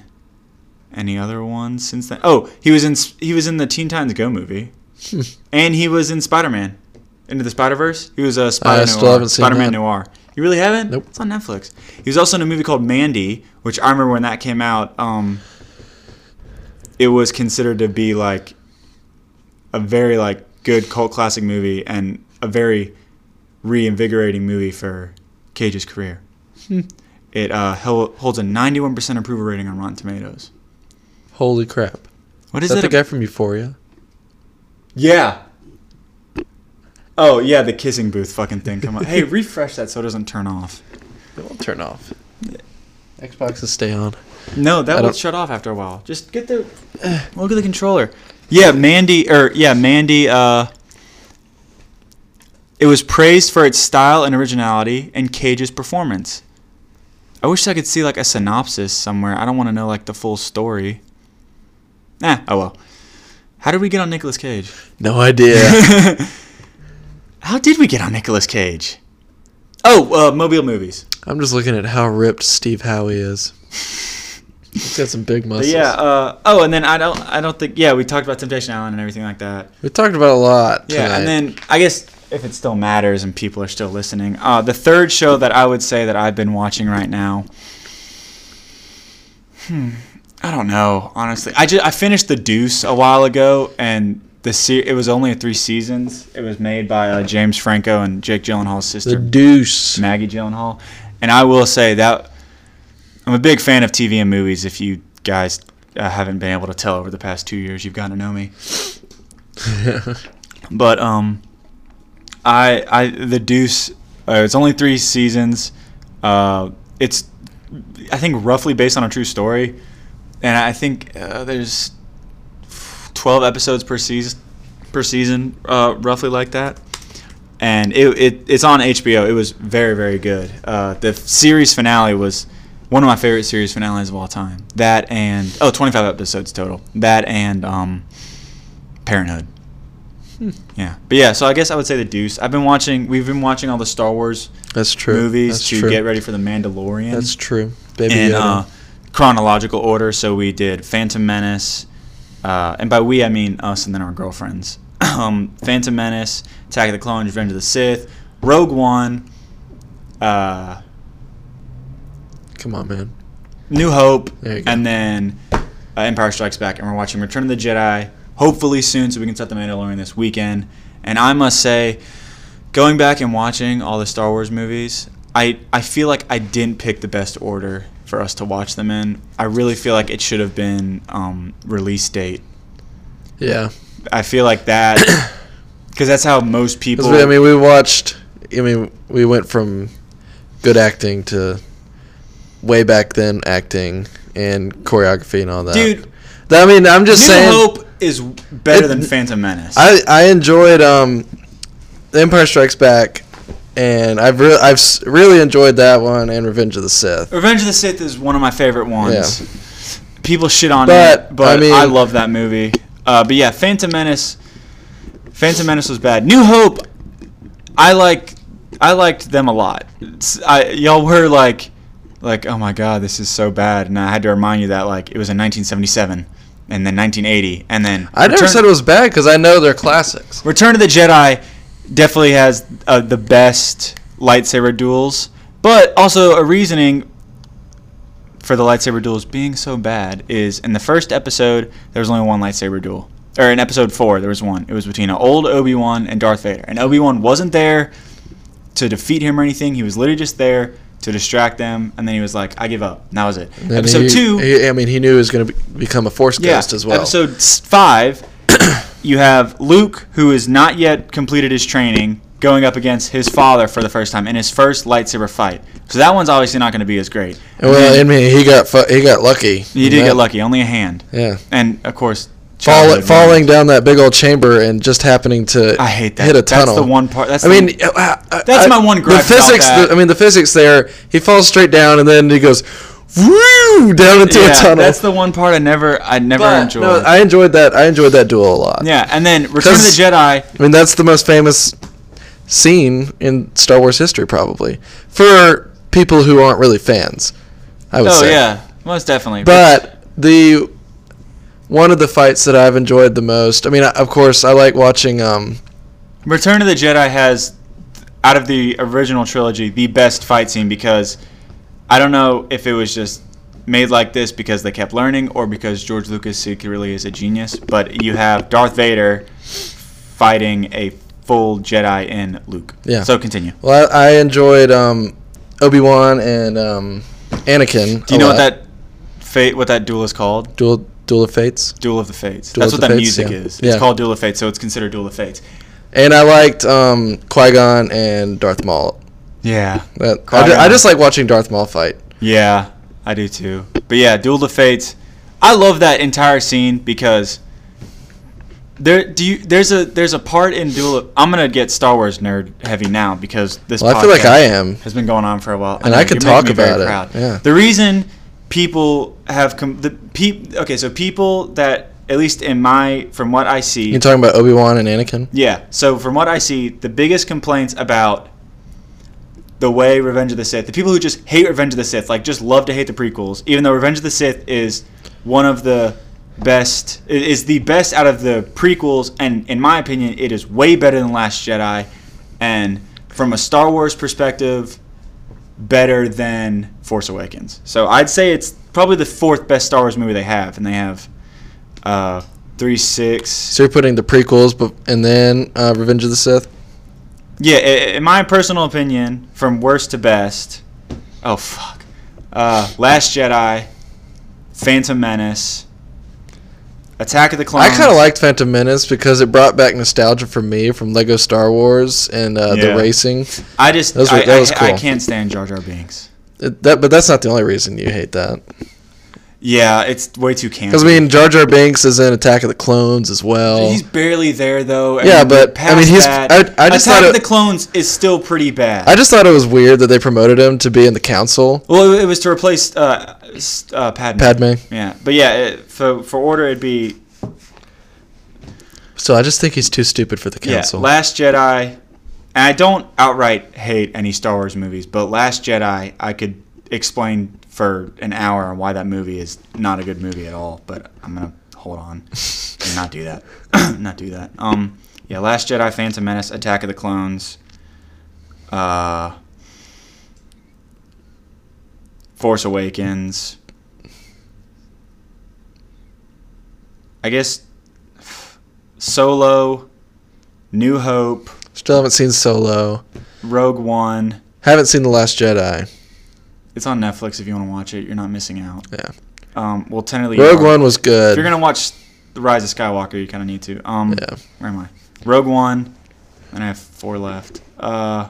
S2: any other ones since then. Oh, he was in s- he was in the Teen Titans Go movie, and he was in Spider Man, Into the Spider Verse. He was a Spider
S1: still
S2: Noir.
S1: haven't seen
S2: Spider Man
S1: that.
S2: Noir. You really haven't?
S1: Nope.
S2: It's on Netflix. He was also in a movie called Mandy, which I remember when that came out. Um, it was considered to be like a very like good cult classic movie and a very reinvigorating movie for Cage's career. it uh, hel- holds a 91% approval rating on Rotten Tomatoes.
S1: holy crap!
S2: What
S1: Is
S2: is
S1: that the
S2: it?
S1: guy from Euphoria?
S2: yeah. Oh yeah, the kissing booth fucking thing. Come on. hey, refresh that so it doesn't turn off.
S1: It won't turn off. Xboxes stay on.
S2: No, that
S1: I
S2: will
S1: don't-
S2: shut off after a while. Just get the look at the controller. Yeah, Mandy or yeah, Mandy uh it was praised for its style and originality and Cage's performance. I wish I could see like a synopsis somewhere. I don't want to know like the full story. Nah, oh well. How did we get on Nicolas Cage?
S1: No idea.
S2: How did we get on Nicolas Cage? Oh, uh, Mobile Movies.
S1: I'm just looking at how ripped Steve Howie is. He's got some big
S2: But
S1: muscles.
S2: yeah. Uh, oh, and then I don't. I don't think. Yeah, we talked about Temptation Island and everything like that.
S1: we talked about a lot.
S2: Yeah,
S1: tonight.
S2: and then I guess if it still matters and people are still listening, uh, the third show that I would say that I've been watching right now. Hmm, I don't know, honestly. I just I finished The Deuce a while ago, and the se- it was only three seasons. It was made by uh, James Franco and Jake Gyllenhaal's
S1: the
S2: sister
S1: Deuce.
S2: Maggie Gyllenhaal, and I will say that I'm a big fan of TV and movies. If you guys uh, haven't been able to tell over the past two years, you've gotten to know me. But um, I I the Deuce. Uh, it's only three seasons. Uh, it's I think roughly based on a true story, and I think uh, there's twelve episodes per season per season, uh, roughly like that. And it, it it's on HBO. It was very very good. Uh, the series finale was one of my favorite series finales of all time. That and oh, 25 episodes total. That and um, Parenthood.
S1: Hmm.
S2: Yeah, but yeah. So I guess I would say the Deuce. I've been watching. We've been watching all the Star Wars
S1: That's true.
S2: movies
S1: That's
S2: to
S1: true.
S2: get ready for the Mandalorian.
S1: That's true. Baby
S2: in uh,
S1: Yoda.
S2: chronological order. So we did Phantom Menace, uh, and by we I mean us and then our girlfriends. um, Phantom Menace, Attack of the Clones, Revenge of the Sith, Rogue One, uh,
S1: Come on, man.
S2: New Hope,
S1: There you go.
S2: and then uh, Empire Strikes Back. And we're watching Return of the Jedi, hopefully soon, so we can start The Mandalorian this weekend. And I must say, going back and watching all the Star Wars movies, I, I feel like I didn't pick the best order for us to watch them in. I really feel like it should have been um, release date.
S1: Yeah.
S2: I feel like that, because that's how most people.
S1: Because I mean, we watched. I mean, we went from good acting to way back then acting and choreography and all that.
S2: dude,
S1: That- I mean, I'm just
S2: New
S1: saying.
S2: Hope is better
S1: It-
S2: than Phantom Menace.
S1: I I enjoyed um, The Empire Strikes Back, and I've re- I've s- really enjoyed that one and Revenge of the Sith.
S2: Revenge of the Sith is one of my favorite ones. People shit on
S1: But,
S2: it, but I,
S1: I mean-
S2: love that movie. Uh, but yeah, Phantom Menace. Phantom Menace was bad. New Hope. I like. I liked them a lot. It's- I, y'all were like, like, oh my god, this is so bad, and I had to remind you that like it was in 1977, and then 1980, and then
S1: I never
S2: Return-
S1: said it was bad because I know they're classics.
S2: Return of the Jedi definitely has uh, the best lightsaber duels, but also a reasoning for the lightsaber duels being so bad is in the first episode there was only one lightsaber duel, or in episode four there was one. It was between an old Obi Wan and Darth Vader, and Obi Wan wasn't there to defeat him or anything. He was literally just there to distract them, and then he was like, "I give up." And that was it.
S1: And
S2: episode
S1: he-
S2: two.
S1: he- I mean, he knew he was going to be, become a Force ghost as well.
S2: Episode s- five, you have Luke, who has not yet completed his training, going up against his father for the first time in his first lightsaber fight. So that one's obviously not going to be as great.
S1: well,
S2: And
S1: I mean, he got fu- he got lucky.
S2: you did
S1: Yeah.
S2: get lucky, only a hand,
S1: Yeah.
S2: and of course,
S1: Fall,
S2: childhood
S1: falling
S2: memories.
S1: down that big old chamber and just happening to
S2: I hate that.
S1: hit a
S2: That's
S1: tunnel.
S2: the one part. That's
S1: I
S2: the-
S1: mean, uh, uh,
S2: That's
S1: uh,
S2: my one gripe about
S1: The physics.
S2: that.
S1: The, I mean, the physics there. He falls straight down and then he goes, woo, down into
S2: yeah,
S1: a tunnel.
S2: that's the one part I never, I never
S1: But,
S2: enjoyed.
S1: no, I enjoyed that. I enjoyed that duel a lot.
S2: yeah, and then Return of the
S1: 'Cause-
S2: Jedi.
S1: I mean, that's the most famous scene in Star Wars history, probably for people who aren't really fans. I would
S2: Oh
S1: say.
S2: yeah, most definitely.
S1: But the one of the fights that I've enjoyed the most. I mean, I- of course, I like watching. Um,
S2: Return of the Jedi has, out of the original trilogy, the best fight scene because I don't know if it was just made like this because they kept learning or because George Lucas secretly is a genius, but you have Darth Vader fighting a full Jedi in Luke.
S1: Yeah.
S2: So continue.
S1: well, I, I enjoyed um, Obi Wan and um, Anakin.
S2: Do you know what that fate what that duel is called?
S1: duel Duel of Fates?
S2: Duel of the Fates.
S1: Duel
S2: That's
S1: of
S2: what
S1: the
S2: that
S1: Fates,
S2: music
S1: yeah.
S2: is. It's
S1: Yeah.
S2: called Duel of Fates, so it's considered Duel of Fates.
S1: And I liked um, Qui Gon and Darth Maul.
S2: Yeah.
S1: That, I, ju- I
S2: Qui-Gon.
S1: just like watching Darth Maul fight.
S2: Yeah, I do too. But yeah, Duel of Fates. I love that entire scene because there do you there's a there's a part in Duel of I'm gonna get Star Wars nerd heavy now because this
S1: Well, I feel like
S2: podcast
S1: I am.
S2: has been going on for a while
S1: And I
S2: know,
S1: could
S2: you're
S1: talk
S2: making me very
S1: about it,
S2: proud.
S1: yeah.
S2: The reason people have com- the peop okay so people that at least in my from what I see,
S1: You're talking about Obi Wan and Anakin.
S2: yeah. So from what I see, the biggest complaints about the way Revenge of the Sith, the people who just hate Revenge of the Sith, like just love to hate the prequels, even though Revenge of the Sith is one of the best, i- is the best out of the prequels, and in my opinion, it is way better than Last Jedi, and from a Star Wars perspective, better than Force Awakens. So I'd say it's probably the fourth best Star Wars movie they have, and they have uh, three, six,
S1: So you're putting the prequels, but and then uh, Revenge of the Sith.
S2: Yeah, i- i- in my personal opinion, from worst to best, oh fuck, uh, Last Jedi, Phantom Menace, Attack of the Clones.
S1: I kind of liked Phantom Menace because it brought back nostalgia for me from Lego Star Wars and uh,
S2: Yeah.
S1: the racing.
S2: I just,
S1: Those were-
S2: I,
S1: that
S2: I-
S1: was
S2: I
S1: cool.
S2: can't stand Jar Jar Binks.
S1: It, that, but that's not the only reason you hate that.
S2: Mm-hmm. Yeah, it's way too campy.
S1: Because I mean, Jar Jar Binks is in Attack of the Clones as well.
S2: he's barely there though. and
S1: Yeah, but, I
S2: past
S1: mean, he's-
S2: that,
S1: I- I just
S2: Attack
S1: thought
S2: of
S1: it-
S2: the Clones is still pretty bad.
S1: I just thought it was weird that they promoted him to be in the council.
S2: well, it, it was to replace uh, s- uh, Padme.
S1: Padme.
S2: Yeah, but yeah, it, for for order it'd be
S1: So I just think he's too stupid for the council.
S2: Yeah, Last Jedi. And I don't outright hate any Star Wars movies, but Last Jedi, I could explain for an hour on why that movie is not a good movie at all. But I'm gonna hold on and not do that. not do that. Um, yeah, Last Jedi, Phantom Menace, Attack of the Clones, uh, Force Awakens. I guess Solo, New Hope,
S1: Still haven't seen Solo.
S2: Rogue One.
S1: Haven't seen The Last Jedi.
S2: It's on Netflix if you want to watch it. You're not missing out.
S1: Yeah.
S2: Um, well, technically, you
S1: Rogue
S2: are.
S1: One was
S2: If
S1: good.
S2: you're gonna watch The Rise of Skywalker, you kind of need to. Um,
S1: Yeah.
S2: Where am I? Rogue One, and I have four left. Uh,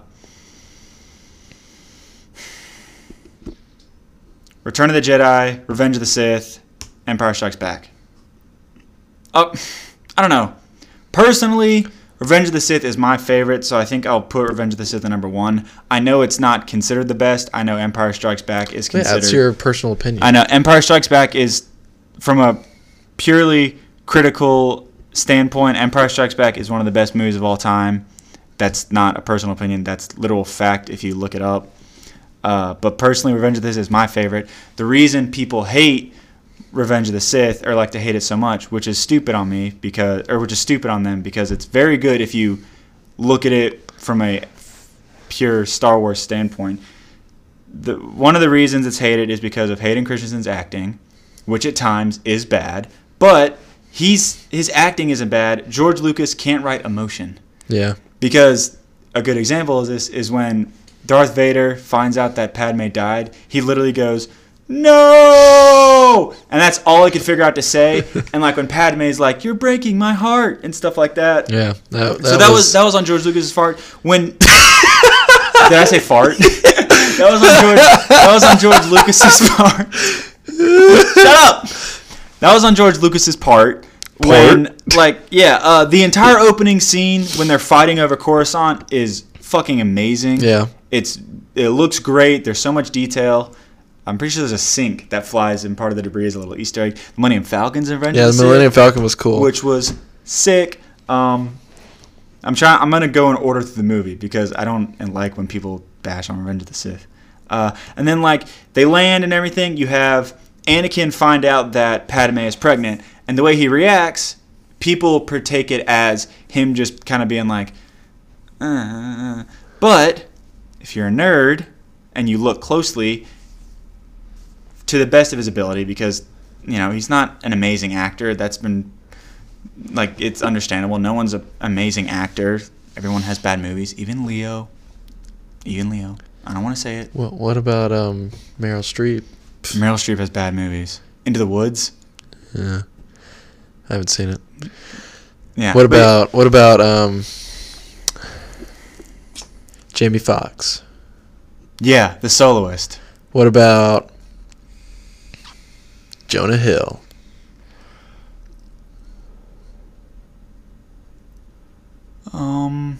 S2: Return of the Jedi, Revenge of the Sith, Empire Strikes Back. Up, I don't know. Personally, Revenge of the Sith is my favorite, so I think I'll put Revenge of the Sith at number one. I know it's not considered the best. I know Empire Strikes Back is
S1: yeah,
S2: considered.
S1: that's your personal opinion.
S2: I know Empire Strikes Back is from a purely critical standpoint, Empire Strikes Back is one of the best movies of all time. That's not a personal opinion, that's literal fact if you look it up. Uh, but personally, Revenge of the Sith is my favorite. The reason people hate Revenge of the Sith or like to hate it so much, which is stupid on me because, or which is stupid on them because it's very good if you look at it from a pure Star Wars standpoint. The, one of the reasons it's hated is because of Hayden Christensen's acting, which at times is bad, but he's his acting isn't bad. George Lucas can't write emotion
S1: yeah.
S2: because a good example of this is when Darth Vader finds out that Padme died, he literally goes, "No!" And that's all he could figure out to say. and like when Padme's like, "You're breaking my heart" and stuff like that.
S1: Yeah. That,
S2: so that was, that was on George Lucas's fart when Did I say fart? that was on George that was on George Lucas's part. Shut up. That was on George Lucas's part. When like yeah, uh, the entire opening scene when they're fighting over Coruscant is fucking amazing.
S1: Yeah.
S2: It's it looks great. There's so much detail. I'm pretty sure there's a sink that flies and part of the debris is a little Easter egg. The Millennium Falcon's in Revenge
S1: Yeah,
S2: of
S1: the
S2: Sith
S1: Millennium Falcon was cool.
S2: which was sick. Um, I'm trying. I'm gonna go in order through the movie because I don't and like when people bash on Revenge of the Sith. Uh, and then like they land and everything. You have Anakin find out that Padme is pregnant, and the way he reacts, people partake it as him just kind of being like, "Uh, uh, uh." but if you're a nerd and you look closely, to the best of his ability, because you know he's not an amazing actor. That's been like it's understandable. No one's an amazing actor. Everyone has bad movies. Even Leo. Even Leo. I don't want to say it.
S1: Well, what about um, Meryl Streep?
S2: Meryl Streep has bad movies. Into the Woods.
S1: Yeah. I haven't seen it.
S2: Yeah.
S1: What
S2: but-
S1: about what about um, Jamie Foxx?
S2: Yeah, The Soloist.
S1: What about Jonah Hill?
S2: Um.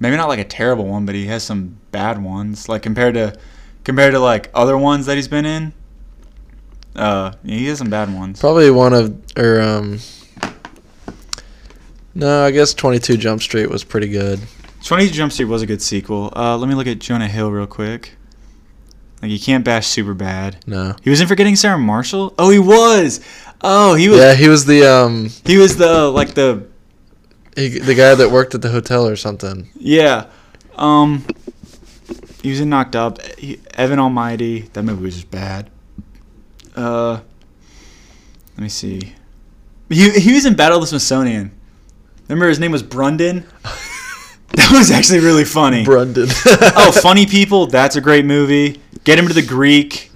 S2: Maybe not like a terrible one, but he has some bad ones. Like compared to, compared to like other ones that he's been in. Uh, yeah, he has some bad ones.
S1: Probably one of or um. No, I guess 22 Jump Street was pretty good.
S2: 22 Jump Street was a good sequel. Uh, let me look at Jonah Hill real quick. Like you can't bash super bad.
S1: No.
S2: He was in Forgetting Sarah Marshall. Oh, he was. Oh, he was.
S1: Yeah, he was the um
S2: He was the like the
S1: he, the guy that worked at the hotel or something.
S2: yeah. Um, he was in Knocked Up. He, Evan Almighty. That movie was just bad. Uh, let me see. He he was in Battle of the Smithsonian. Remember his name was Brundon. that was actually really funny.
S1: Brundon.
S2: oh, Funny People, that's a great movie. Get him to the Greek.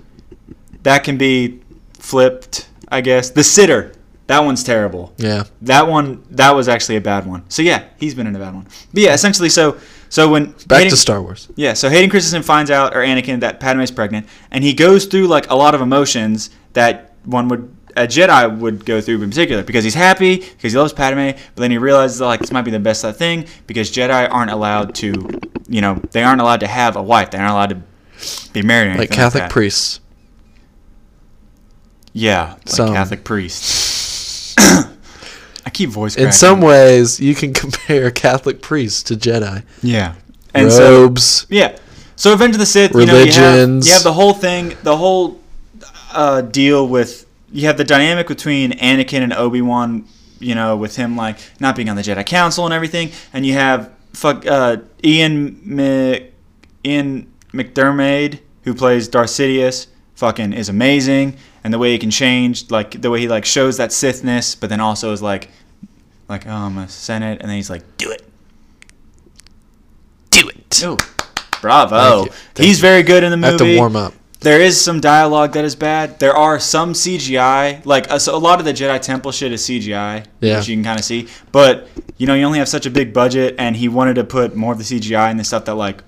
S2: That can be flipped, I guess. The Sitter. That one's terrible.
S1: Yeah.
S2: That one that was actually a bad one. So yeah, he's been in a bad one. But yeah, essentially so so when
S1: Back
S2: Hayden-
S1: to Star Wars.
S2: yeah, so Hayden Christensen finds out or Anakin that Padme's pregnant and he goes through like a lot of emotions that one would a Jedi would go through in particular because he's happy because he loves Padme, but then he realizes like this might be the best thing because Jedi aren't allowed to, you know, they aren't allowed to have a wife. They aren't allowed to be married. Or
S1: Like
S2: anything
S1: Catholic
S2: that.
S1: priests.
S2: Yeah, like
S1: Some.
S2: Catholic priest. I keep voice.
S1: In
S2: cracking.
S1: some ways, you can compare Catholic priests to Jedi.
S2: yeah, and so
S1: Robes.
S2: Yeah. So Revenge of the Sith, you know, you have,
S1: Religions.
S2: you have the whole thing, the whole uh, deal with you have the dynamic between Anakin and Obi Wan, you know, with him like not being on the Jedi Council and everything, and you have fuck uh, Ian Mc, Ian McDermid who plays Darth Sidious, fucking is amazing, and the way he can change, like the way he like shows that Sithness, but then also is like, like oh, I'm a Senate, and then he's like, do it.
S1: Do it.
S2: Oh, bravo.
S1: Thank you. Thank
S2: He's
S1: you.
S2: very good in the
S1: I have
S2: movie.
S1: to warm up.
S2: There is some dialogue that is bad. There are some CGI. Like, uh, so a lot of the Jedi Temple shit is CGI,
S1: Yeah.
S2: which you can kind of see. But, you know, you only have such a big budget, and he wanted to put more of the CGI and the stuff that, like,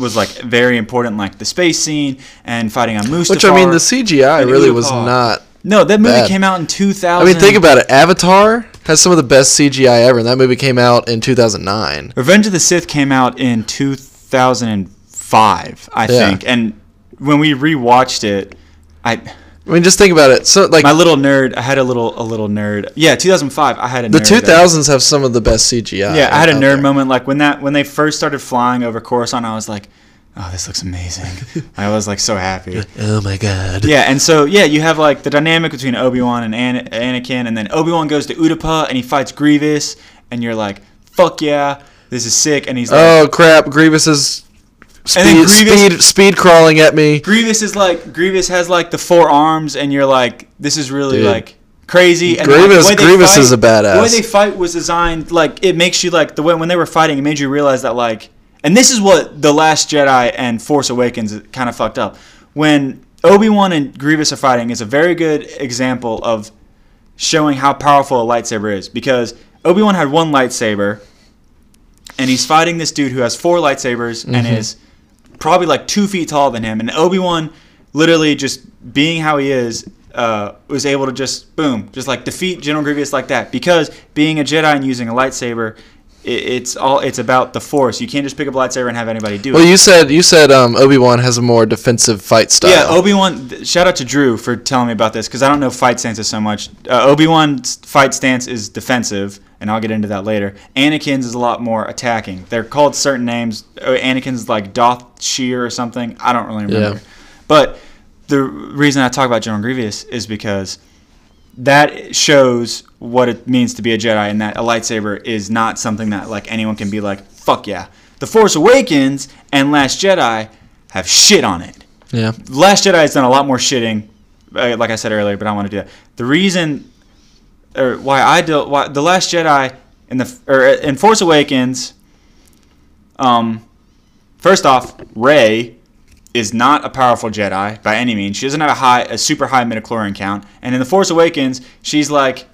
S2: was like very important, like the space scene and fighting on Mustafar.
S1: Which I mean, the CGI
S2: and
S1: really was
S2: Utapau.
S1: not.
S2: no, that movie
S1: bad.
S2: came out in two
S1: I
S2: thousand.
S1: mean, think about it. Avatar has some of the best CGI ever, and that movie came out in 2009.
S2: Revenge of the Sith came out in 2005, I
S1: Yeah.
S2: think. And when we rewatched it, I
S1: I mean, just think about it. So, like,
S2: my little nerd, I had a little a little nerd. Yeah, 2005, I had a
S1: the
S2: nerd.
S1: 2000s have some of the best CGI.
S2: Yeah, I had a
S1: out
S2: nerd
S1: there.
S2: moment like when that when they first started flying over Coruscant, I was like, "Oh, this looks amazing." I was like so happy.
S1: Oh my god.
S2: Yeah, and so yeah, you have like the dynamic between Obi Wan and An- Anakin, and then Obi Wan goes to Utapau and he fights Grievous, and you're like, "Fuck yeah, this is sick!" And he's like,
S1: Oh crap! Grievous is
S2: And then
S1: speed,
S2: Grievous-
S1: speed speed crawling at me.
S2: Grievous is like Grievous has like the four arms, and you're like, this is really
S1: Dude.
S2: like crazy. And
S1: Grievous-
S2: the way they
S1: Grievous is a badass.
S2: The way they fight was designed like it makes you like the way when they were fighting, it made you realize that like, and this is what the Last Jedi and Force Awakens kind of fucked up when Obi Wan and Grievous are fighting is a very good example of showing how powerful a lightsaber is because Obi Wan had one lightsaber, and he's fighting this dude who has four lightsabers and is probably like two feet taller than him. And Obi Wan, literally just being how he is, uh, was able to just boom, just like defeat General Grievous like that. Because being a Jedi and using a lightsaber, it, it's all it's about the Force. You can't just pick up a lightsaber and have anybody do it.
S1: Well, you said you said um, Obi Wan has a more defensive fight style.
S2: Yeah, Obi Wan. Shout out to Drew for telling me about this because I don't know fight stances so much. Uh, Obi Wan's fight stance is defensive, and I'll get into that later. Anakin's is a lot more attacking. They're called certain names. Uh, Anakin's like Doth Shear or something. I don't really remember.
S1: Yeah.
S2: But the reason I talk about General Grievous is because that shows what it means to be a Jedi, and that a lightsaber is not something that like anyone can be like, fuck yeah. The Force Awakens and Last Jedi have shit on it.
S1: yeah.
S2: Last Jedi has done a lot more shitting, uh, like I said earlier, but I want to do that. The reason, or why I do, why the Last Jedi in the or in Force Awakens, um, first off, Rey is not a powerful Jedi by any means. She doesn't have a high, a super high midichlorian count, and in the Force Awakens, she's like.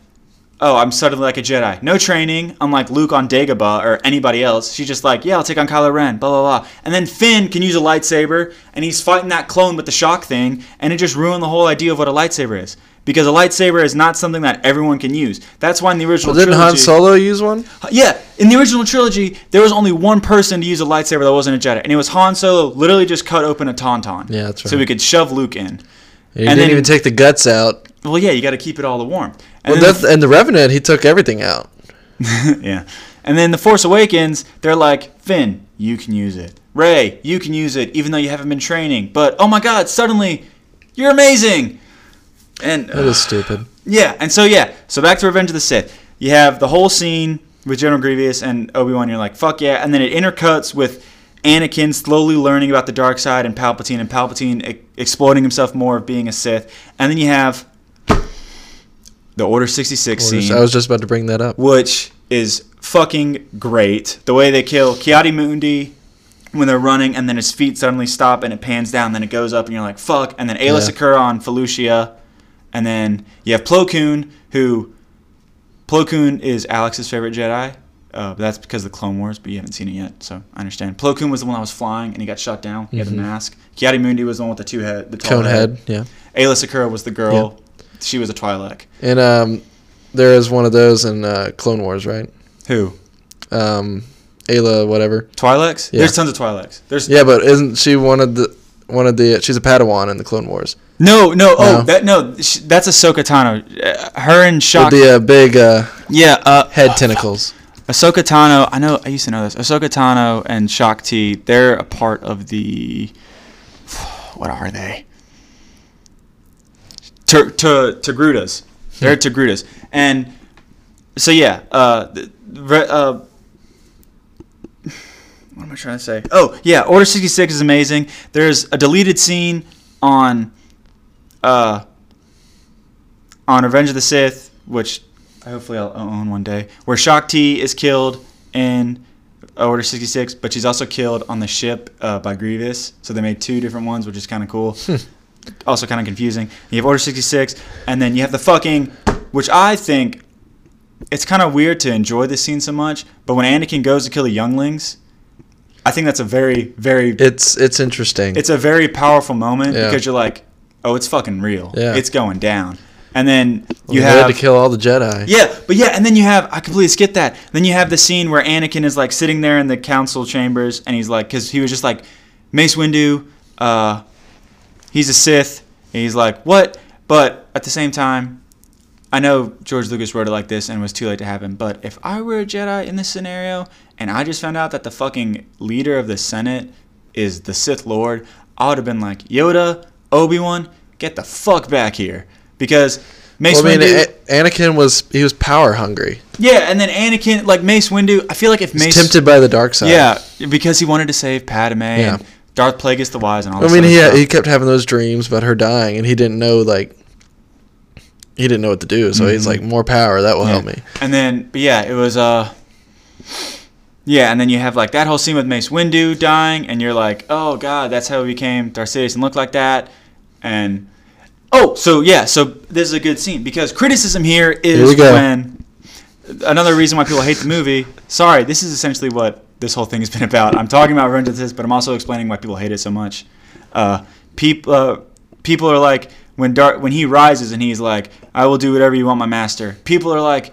S2: Oh, I'm suddenly like a Jedi. No training, unlike Luke on Dagobah or anybody else. She's just like, yeah, I'll take on Kylo Ren, blah, blah, blah. And then Finn can use a lightsaber, and he's fighting that clone with the shock thing, and it just ruined the whole idea of what a lightsaber is. Because a lightsaber is not something that everyone can use. That's why in the original
S1: Didn't Han
S2: trilogy-
S1: Solo use one?
S2: yeah, in the original trilogy, there was only one person to use a lightsaber that wasn't a Jedi, and it was Han Solo. Literally, just cut open a tauntaun.
S1: Yeah, that's
S2: So
S1: right.
S2: we could shove Luke in.
S1: He
S2: And
S1: didn't
S2: then-
S1: even take the guts out.
S2: Well, yeah, you got to keep it all warm. And
S1: Well,
S2: then
S1: that's, and the Revenant, he took everything out.
S2: yeah. And then the Force Awakens, they're like, Finn, you can use it. Ray, you can use it, even though you haven't been training. But oh my God, suddenly, you're amazing. And uh,
S1: That was stupid.
S2: yeah, and so yeah, so back to Revenge of the Sith. You have the whole scene with General Grievous and Obi Wan. You're like, fuck yeah, and then it intercuts with Anakin slowly learning about the dark side and Palpatine, and Palpatine e- exploiting himself more of being a Sith. And then you have the Order 66 scene
S1: I was just about to bring that up.
S2: which is fucking great. The way they kill Kiadi Mundi when they're running, and then his feet suddenly stop, and it pans down, then it goes up, and you're like, fuck. And then Ayla
S1: Yeah.
S2: Sakura on Felucia, and then you have Plo Koon, who Plo Koon is Alex's favorite Jedi. Uh, but that's because of the Clone Wars, but you haven't seen it yet, so I understand. Plo Koon was the one that was flying, and he got shot down. He had the mask. Kiadi Mundi was the one with the two head, the tall
S1: Mm-hmm. Cone
S2: head.
S1: head, yeah.
S2: Ayla Sakura was the girl. She was a Twi'lek.
S1: And um, there is one of those in uh, Clone Wars, right?
S2: Who?
S1: Um, Ayla, whatever.
S2: Twi'leks?
S1: Yeah.
S2: There's tons of Twi'leks. There's
S1: Yeah, but isn't she one of the one of the? She's a Padawan in the Clone Wars.
S2: No, no, oh,
S1: No.
S2: that no, sh- that's Ahsoka Tano. Uh, Her and Shock.
S1: With the uh, big uh,
S2: yeah, uh,
S1: head tentacles.
S2: Ahsoka Tano. I know. I used to know this. Ahsoka Tano and Shock T. They're a part of the. What are they? Ter- ter- Togrutas. They're Togrutas, and so yeah. Uh, the- re- uh, what am I trying to say? Oh yeah, Order sixty six is amazing. There's a deleted scene on. Uh, on Revenge of the Sith, which hopefully I'll own one day, where Shakti is killed in uh, Order 66, but she's also killed on the ship uh, by Grievous. So they made two different ones, which is kind of cool. also kind of confusing. You have Order 66, and then you have the fucking, which I think it's kind of weird to enjoy this scene so much, but when Anakin goes to kill the younglings, I think that's a very, very
S1: It's it's interesting.
S2: it's a very powerful moment
S1: Yeah.
S2: because you're like, oh, it's fucking real.
S1: Yeah.
S2: It's going down. And then you
S1: they
S2: have
S1: had to kill all the Jedi.
S2: yeah, but yeah, and then you have I completely skipped that. Then you have the scene where Anakin is like sitting there in the council chambers, and he's like, because he was just like, Mace Windu, uh, he's a Sith, and he's like, what? But at the same time, I know George Lucas wrote it like this, and it was too late to happen. But if I were a Jedi in this scenario, and I just found out that the fucking leader of the Senate is the Sith Lord, I would have been like, Yoda, Obi Wan, get the fuck back here, because. Mace
S1: Well, I mean,
S2: Windu,
S1: A- Anakin was he was power hungry.
S2: yeah, and then Anakin, like Mace Windu, I feel like if
S1: He's
S2: Mace,
S1: tempted by the dark side.
S2: yeah, because he wanted to save Padme
S1: Yeah.
S2: and Darth Plagueis the Wise and all.
S1: I
S2: This
S1: mean,
S2: other
S1: he
S2: stuff.
S1: he kept having those dreams about her dying, and he didn't know like he didn't know what to do. So he's like, more power that will help
S2: Mm-hmm. Yeah.
S1: me.
S2: And then, but yeah, it was uh, yeah, and then you have like that whole scene with Mace Windu dying, and you're like, oh god, that's how he became Darth Sidious and looked like that, and oh, so yeah, so this is a good scene because criticism here
S1: Here
S2: is
S1: we go.
S2: when another reason why people hate the movie. Sorry, this is essentially what this whole thing has been about. I'm talking about Revenge of the Sith, but I'm also explaining why people hate it so much. Uh, peop, uh, people are like when Dar- when he rises and he's like, "I will do whatever you want, my master." People are like,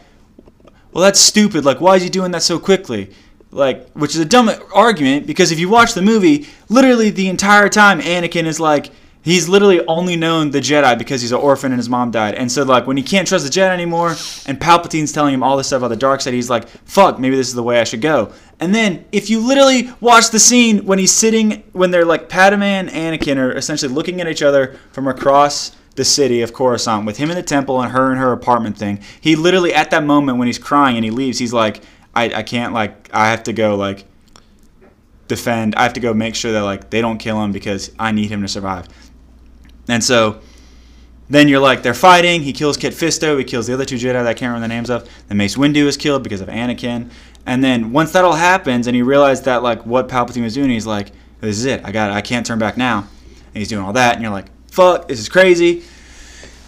S2: "Well, that's stupid. Like, why is he doing that so quickly?" Like, which is a dumb argument because if you watch the movie, literally the entire time Anakin is like. He's literally only known the Jedi because he's an orphan and his mom died. And so, like, when he can't trust the Jedi anymore, and Palpatine's telling him all this stuff about the dark side, he's like, fuck, maybe this is the way I should go. And then, if you literally watch the scene when he's sitting, when they're like, Padme and Anakin are essentially looking at each other from across the city of Coruscant with him in the temple and her in her apartment thing, he literally, at that moment when he's crying and he leaves, he's like, I, I can't, like, I have to go, like, defend. I have to go make sure that like they don't kill him because I need him to survive. And so then you're like they're fighting. He kills Kit Fisto. He kills the other two Jedi that I can't remember the names of. Then Mace Windu is killed because of Anakin. And then once that all happens and he realized that like what Palpatine was doing, he's like, "This is it. I got. It. I can't turn back now." And he's doing all that, and you're like, "Fuck, this is crazy."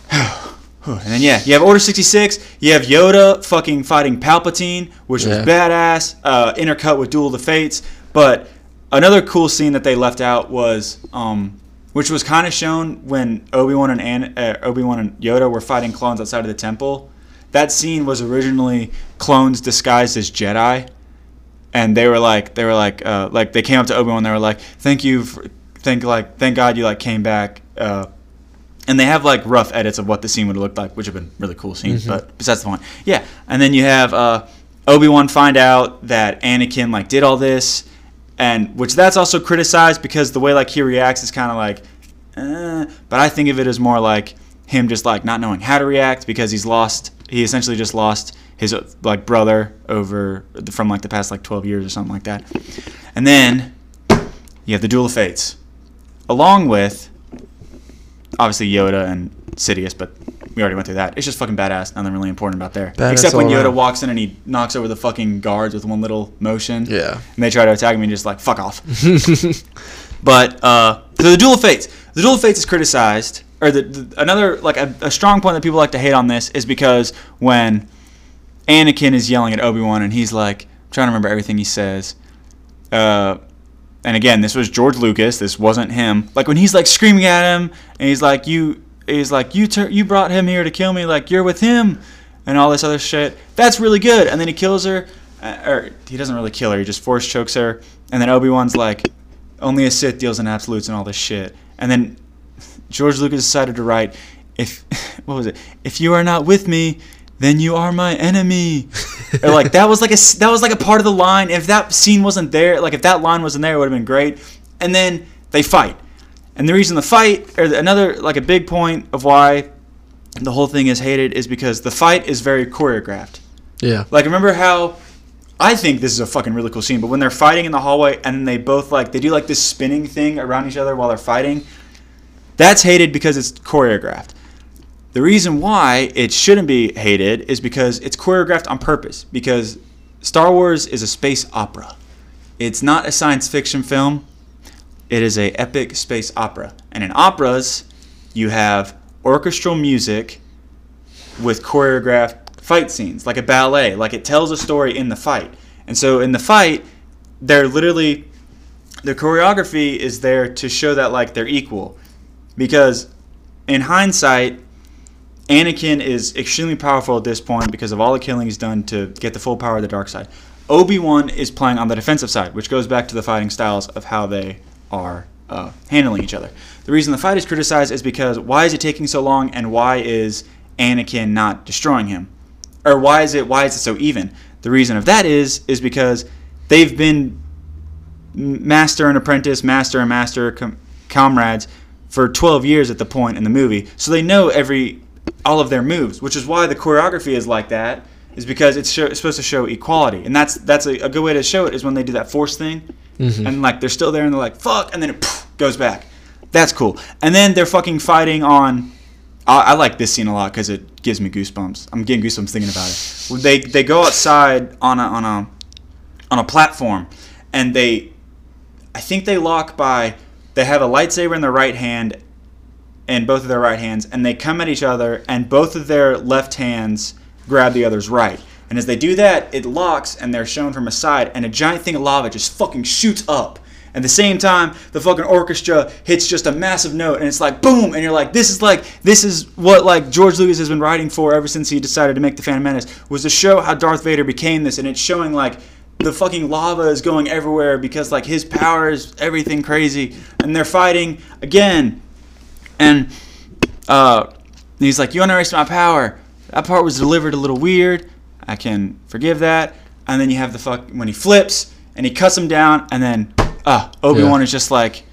S2: And then yeah, you have Order 66. You have Yoda fucking fighting Palpatine, which was
S1: Yeah.
S2: badass. Uh, intercut with Duel of the Fates. But another cool scene that they left out was, um, which was kind of shown when Obi Wan and An- uh, Obi Wan and Yoda were fighting clones outside of the temple. That scene was originally clones disguised as Jedi and they were like they were like uh, like they came up to Obi Wan they were like thank you for, thank like thank God you like came back uh, and they have like rough edits of what the scene would have looked like, which have been really cool scenes. But besides the point, yeah. And then you have uh, Obi Wan find out that Anakin like did all this, and which that's also criticized because the way like he reacts is kind of like, eh. but I think of it as more like him just like not knowing how to react because he's lost. He essentially just lost his uh, like brother over from like the past like 12 years or something like that. And then you have the Duel of Fates, along with obviously Yoda and Sidious, but we already went through that. It's just fucking badass. Nothing really important about there.
S1: Badass
S2: Except when
S1: all
S2: Yoda
S1: around.
S2: walks in and he knocks over the fucking guards with one little motion.
S1: Yeah.
S2: And they try to attack him and he's just like, fuck off. but uh, so the Duel of Fates. The Duel of Fates is criticized. Or the, the another like a, a strong point that people like to hate on this is because when Anakin is yelling at Obi Wan and he's like I'm trying to remember everything he says, uh, and again, this was George Lucas. This wasn't him. Like when he's like screaming at him, and he's like, "You," he's like, "You tur- you brought him here to kill me. Like you're with him," and all this other shit. That's really good. And then he kills her, uh, or he doesn't really kill her. He just force chokes her. And then Obi Wan's like, "Only a Sith deals in absolutes and all this shit." And then George Lucas decided to write, "If what was it? If you are not with me." Then you are my enemy. Or, like that was like a s- that was like a part of the line. If that scene wasn't there, like if that line wasn't there, it would have been great. And then they fight, and the reason the fight, or the- another like a big point of why the whole thing is hated, is because the fight is very choreographed.
S1: Yeah.
S2: Like remember how I think this is a fucking really cool scene, but when they're fighting in the hallway and then they both like they do like this spinning thing around each other while they're fighting, that's hated because it's choreographed. The reason why it shouldn't be hated is because it's choreographed on purpose because Star Wars is a space opera. It's not a science fiction film. It is a epic space opera. And in operas, you have orchestral music with choreographed fight scenes, like a ballet. Like it tells a story in the fight. And so in the fight, they're literally the choreography is there to show that like they're equal. Because in hindsight, Anakin is extremely powerful at this point because of all the killing he's done to get the full power of the dark side. Obi Wan is playing on the defensive side, which goes back to the fighting styles of how they are uh, handling each other. The reason the fight is criticized is because why is it taking so long, and why is Anakin not destroying him, or why is it why is it so even? The reason of that is is because they've been master and apprentice, master and master com- comrades for 12 years at the point in the movie. So they know every all of their moves, which is why the choreography is like that is because it's, show, it's supposed to show equality. And that's that's a, a good way to show it is when they do that force thing and like they're still there and they're like fuck and then it poof, goes back. That's cool. And then they're fucking fighting on I, I like this scene a lot because it gives me goosebumps. I'm getting goosebumps thinking about it. They they go outside on a on a on a platform, and they, I think they lock by. They have a lightsaber in their right hand, and both of their right hands, and they come at each other, and both of their left hands grab the other's right. And as they do that, it locks, and they're shown from a side, and a giant thing of lava just fucking shoots up. At the same time, the fucking orchestra hits just a massive note, and it's like boom, and you're like, this is like, this is what like George Lucas has been writing for ever since he decided to make the Phantom Menace was to show how Darth Vader became this, and it's showing like the fucking lava is going everywhere because like his power is everything crazy, and they're fighting again, and uh, he's like, "You underestimate my power. That part was delivered a little weird. I can forgive that." And then you have the fuck when he flips and he cuts him down, and then uh, Obi Wan
S1: Yeah.
S2: is just like,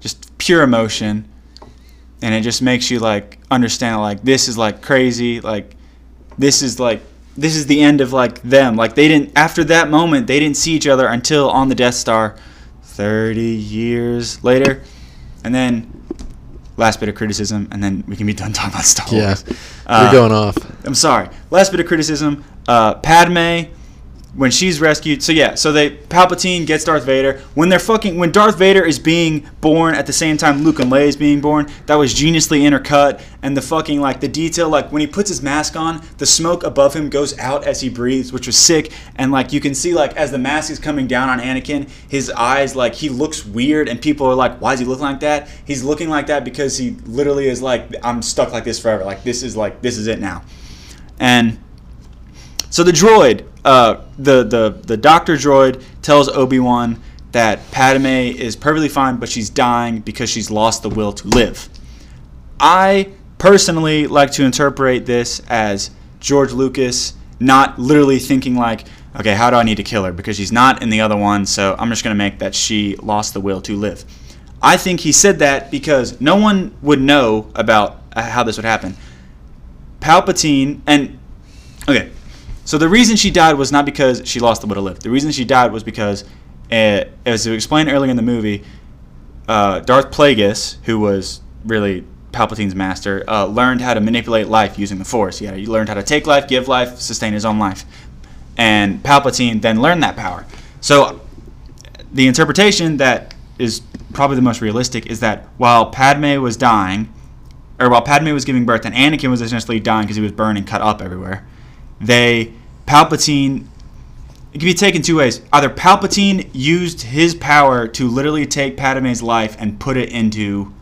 S2: just pure emotion, and it just makes you like understand like this is like crazy, like this is like this is the end of like them. Like they didn't after that moment they didn't see each other until on the Death Star, thirty years later, and then last bit of criticism, and then we can be done talking about Star
S1: Yeah.
S2: Wars.
S1: You're
S2: Uh,
S1: going off.
S2: I'm sorry. Last bit of criticism. Uh, Padme, when she's rescued. So yeah. So they Palpatine gets Darth Vader. When they're fucking. When Darth Vader is being born at the same time Luke and Leia is being born. That was geniusly intercut. And the fucking like the detail like when he puts his mask on, the smoke above him goes out as he breathes, which was sick. And like you can see like as the mask is coming down on Anakin, his eyes like he looks weird, and people are like, why is he looking like that? He's looking like that because he literally is like, I'm stuck like this forever. Like this is like this is it now. And so the droid, uh, the, the, the doctor droid, tells Obi Wan that Padme is perfectly fine, but she's dying because she's lost the will to live. I personally like to interpret this as George Lucas not literally thinking like, okay, how do I need to kill her because she's not in the other one, so I'm just going to make that she lost the will to live. I think he said that because no one would know about uh, how this would happen. Palpatine and okay, so the reason she died was not because she lost the will to live. The reason she died was because, uh, as we explained earlier in the movie, uh, Darth Plagueis, who was really Palpatine's master, uh, learned how to manipulate life using the Force. He, had, he learned how to take life, give life, sustain his own life, and Palpatine then learned that power. So, the interpretation that is probably the most realistic is that while Padme was dying, or while Padme was giving birth and Anakin was essentially dying because he was burned and cut up everywhere, they Palpatine it can be taken two ways. Either Palpatine used his power to literally take Padme's life and put it into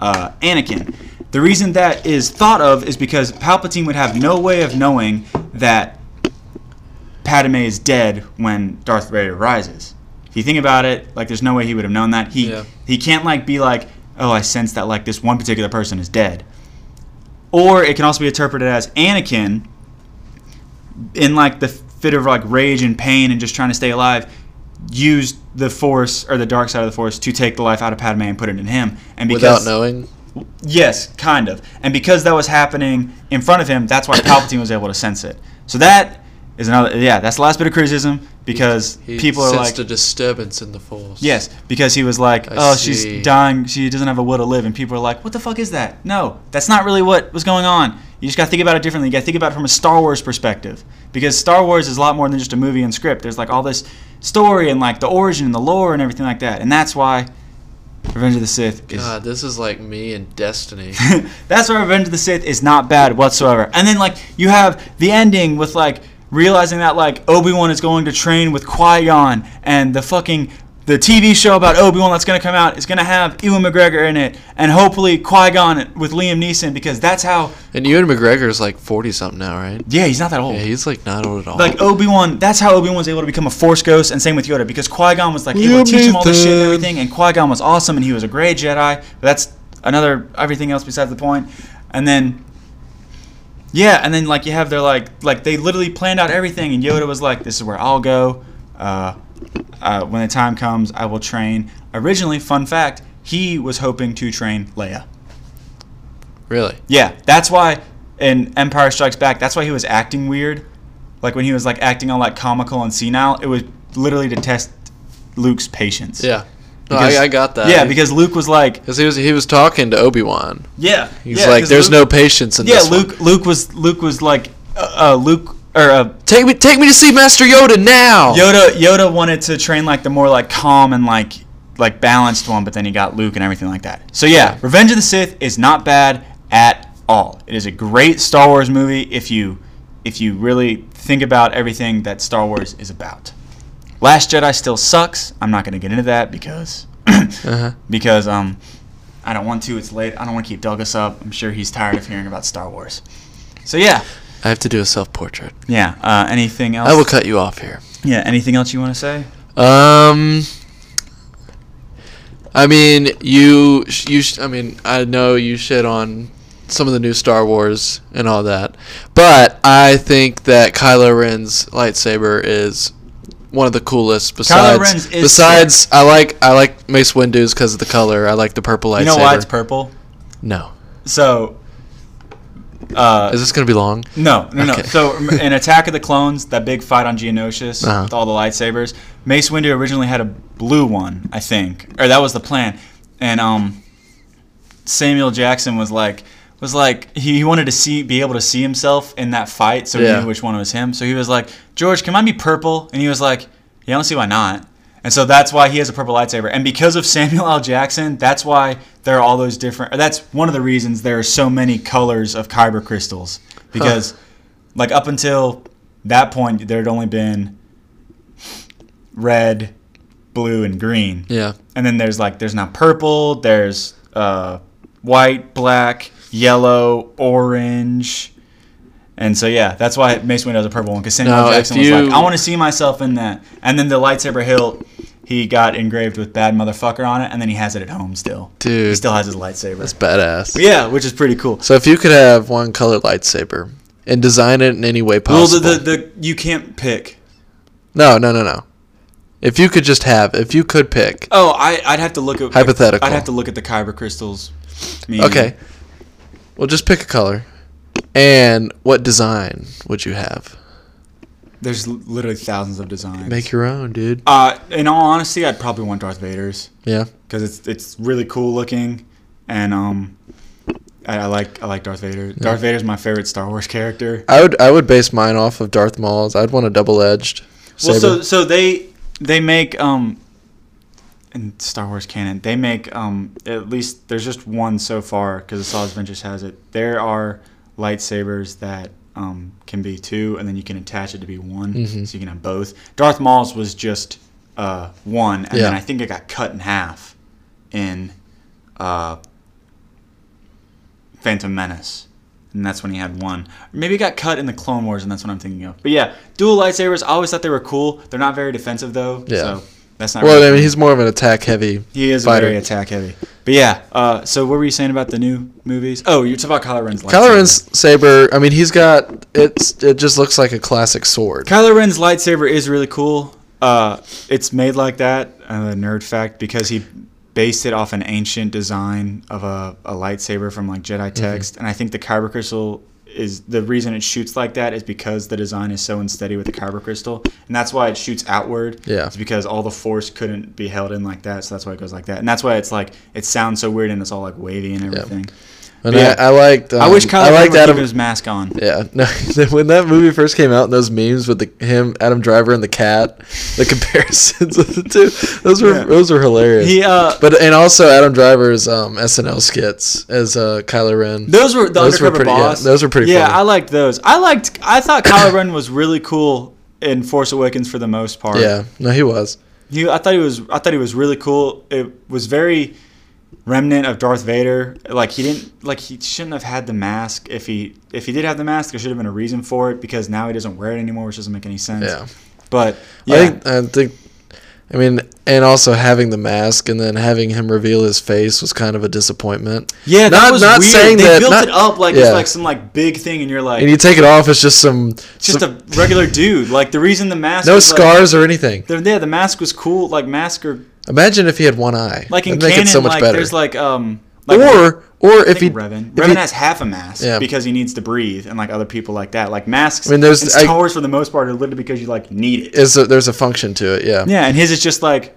S2: uh, Anakin. The reason that is thought of is because Palpatine would have no way of knowing that Padme is dead when Darth Vader rises. If you think about it, like there's no way he would have known that. He
S1: Yeah.
S2: he can't like be like, oh, I sense that like this one particular person is dead. Or it can also be interpreted as Anakin in like the fit of like rage and pain and just trying to stay alive used the force or the dark side of the force to take the life out of Padme and put it in him and because
S1: without knowing.
S2: Yes, kind of. And because that was happening in front of him, that's why Palpatine was able to sense it. So that is another. Yeah, that's the last bit of criticism because
S1: He
S2: people are like,
S1: sensed a disturbance in the force.
S2: yes, because he was like,
S1: I
S2: oh,
S1: see.
S2: she's dying. She doesn't have a will to live, and people are like, what the fuck is that? No, that's not really what was going on. You just got to think about it differently. You got to think about it from a Star Wars perspective because Star Wars is a lot more than just a movie and script. There's like all this story and like the origin and the lore and everything like that, and that's why Revenge of the Sith is
S1: God, this is like me and Destiny.
S2: that's why Revenge of the Sith is not bad whatsoever. And then like you have the ending with like realizing that like Obi Wan is going to train with Qui Gon and the fucking the TV show about Obi Wan that's gonna come out is gonna have Ewan McGregor in it and hopefully Qui Gon with Liam Neeson because that's how
S1: and Ewan McGregor's like forty something now, right?
S2: yeah he's not that old.
S1: Yeah, he's like not old at all.
S2: like Obi Wan, that's how Obi Wan was able to become a Force ghost, and same with Yoda, because Qui Gon was like able
S1: You
S2: to teach him all this shit and
S1: Nathan.
S2: everything, and Qui Gon was awesome, and he was a great Jedi. But that's another everything else besides the point. And then, yeah, and then like you have their like like they literally planned out everything, and Yoda was like, "This is where I'll go. Uh, uh, when the time comes, I will train." Originally, fun fact, he was hoping to train Leia.
S1: really?
S2: Yeah, that's why in Empire Strikes Back, that's why he was acting weird. Like when he was like acting all like comical and senile, it was literally to test Luke's patience.
S1: Yeah. No,
S2: Because-
S1: I, I got that.
S2: Yeah, because Luke was like,
S1: because he was he was talking to Obi Wan.
S2: yeah,
S1: He's like, "There's no patience in
S2: Yeah,
S1: this." one.
S2: Luke. Luke was Luke was like, uh, uh Luke or uh,
S1: Take me, take me to see Master Yoda now.
S2: Yoda. Yoda wanted to train like the more like calm and like like balanced one, but then he got Luke and everything like that. So yeah, Revenge of the Sith is not bad at all. It is a great Star Wars movie if you if you really think about everything that Star Wars is about. Last Jedi still sucks. I'm not gonna get into that because
S1: Uh-huh.
S2: because um I don't want to. It's late. I don't want to keep Douglas up. I'm sure he's tired of hearing about Star Wars. So yeah,
S1: I have to do a self portrait.
S2: yeah. Uh, anything else?
S1: I will cut you off here.
S2: yeah. Anything else you want to say?
S1: Um, I mean, you sh- you. Sh- I mean, I know you shit on some of the new Star Wars and all that, but I think that Kylo Ren's lightsaber is one of the coolest. Besides,
S2: Ren's is
S1: besides, I like I like Mace Windu's because of the color. I like the purple lightsaber.
S2: You know why it's purple?
S1: no.
S2: So, uh,
S1: Is this gonna be long?
S2: no, no, no.
S1: Okay.
S2: So, rem- in Attack of the Clones, that big fight on Geonosis
S1: Uh-huh.
S2: with all the lightsabers, Mace Windu originally had a blue one, I think, or that was the plan. And um, Samuel Jackson was like, was like he, he wanted to see, be able to see himself in that fight, so he
S1: Yeah.
S2: knew which one was him. So he was like, George, can mine be purple? And he was like, Yeah, I don't see why not. And so that's why he has a purple lightsaber. And because of Samuel L. Jackson, that's why there are all those different. Or that's one of the reasons there are so many colors of kyber crystals. Because, like, up until that point, there had only been red, blue, and green.
S1: Yeah.
S2: And then there's like, there's now purple, there's uh, white, black, yellow, orange. And so, yeah, that's why Mace Windu has a purple one because Samuel
S1: Now,
S2: Jackson
S1: if
S2: was
S1: you-
S2: like, I want to see myself in that. And then the lightsaber hilt he got engraved with "bad motherfucker" on it, and then he has it at home still. he
S1: Dude.
S2: still has his lightsaber.
S1: That's badass.
S2: yeah, which is pretty cool.
S1: So if you could have one color lightsaber and design it in any way
S2: Well,
S1: possible.
S2: the, the the you can't pick.
S1: no, no, no, no. If you could just have, if you could pick.
S2: Oh, I I'd have to look at
S1: Hypothetical.
S2: I'd have to look at the kyber crystals. meaning-
S1: Okay. Well, just pick a color. And what design would you have?
S2: There's l- literally thousands of designs.
S1: Make your own, dude.
S2: uh, in all honesty, I'd probably want Darth Vader's
S1: Yeah.
S2: because it's it's really cool looking, and um, I, I like I like Darth Vader. Darth Vader's my favorite Star Wars character.
S1: I would I would base mine off of Darth Maul's. I'd want a double-edged saber.
S2: Well, so so they they make um in Star Wars canon they make um at least there's just one so far because Asajj Ventress has it. There are lightsabers that um can be two, and then you can attach it to be one,
S1: Mhm.
S2: so you can have both. Darth Maul's was just uh one, and then
S1: Yeah.
S2: I think it got cut in half in uh Phantom Menace. And that's when he had one. Maybe it got cut in the Clone Wars, and that's what I'm thinking of. But yeah, dual lightsabers. I always thought they were cool. They're not very defensive though.
S1: Yeah.
S2: So that's not.
S1: well,
S2: really
S1: I mean, he's more of an attack-heavy.
S2: he is
S1: fighter.
S2: very attack heavy. But yeah. Uh, so what were you saying about the new movies? Oh, you're talking about Kylo Ren's lightsaber.
S1: Kylo Ren's saber. I mean, he's got it's. It just looks like a classic sword.
S2: Kylo Ren's lightsaber is really cool. Uh, it's made like that. Uh, nerd fact because he based it off an ancient design of a, a lightsaber from like
S1: Mm-hmm.
S2: Jedi text, and I think the kyber crystal is the reason it shoots like that is because the design is so unsteady with the kyber crystal, and that's why it shoots outward.
S1: Yeah.
S2: it's because all the force couldn't be held in like that, so that's why it goes like that, and that's why it's like it sounds so weird and it's all like wavy and everything.
S1: And
S2: Yeah.
S1: I, I liked. Um,
S2: I wish Kylo
S1: I
S2: Ren
S1: liked
S2: would keep
S1: Adam.
S2: his mask on.
S1: Yeah, no. when that movie first came out, and those memes with the him, Adam Driver, and the cat, the comparisons of the two, those were
S2: Yeah.
S1: those were hilarious.
S2: He uh,
S1: but and also Adam Driver's um, SNL skits as uh, Kylo Ren.
S2: Those were the
S1: Those were
S2: undercover
S1: pretty- yeah,
S2: boss.
S1: those were pretty
S2: Yeah,
S1: funny.
S2: I liked those. I liked. I thought Kylo Ren was really cool in Force Awakens for the most part.
S1: Yeah, no, he was.
S2: He, I thought he was. I thought he was really cool. It was very remnant of Darth Vader. Like he didn't. Like he shouldn't have had the mask. If he if he did have the mask, there should have been a reason for it because now he doesn't wear it anymore, which doesn't make any sense.
S1: Yeah.
S2: But yeah,
S1: I think I think I mean and also having the mask and then having him reveal his face was kind of a disappointment.
S2: yeah. that
S1: not-
S2: was
S1: not
S2: weird.
S1: saying
S2: they
S1: that-
S2: built
S1: not-
S2: it up like
S1: yeah.
S2: it's like some like big thing, and you're like.
S1: And you take it off it's just some
S2: it's just
S1: some-
S2: a regular dude. Like the reason the mask
S1: no
S2: was, like-
S1: scars or anything.
S2: the- yeah, the mask was cool. Like mask or
S1: Imagine if he had one eye.
S2: like in
S1: That'd make
S2: canon,
S1: it so much
S2: like
S1: better.
S2: there's like um, like
S1: or or if
S2: I
S1: he
S2: think Revan,
S1: if
S2: Revan
S1: he-
S2: has half a mask
S1: Yeah.
S2: because he needs to breathe, and like other people like that, like masks.
S1: I mean, there's-
S2: in
S1: I-
S2: Star Wars for the most part are literally because you like need it.
S1: is a, there's a function to it, yeah,
S2: Yeah, and his is just like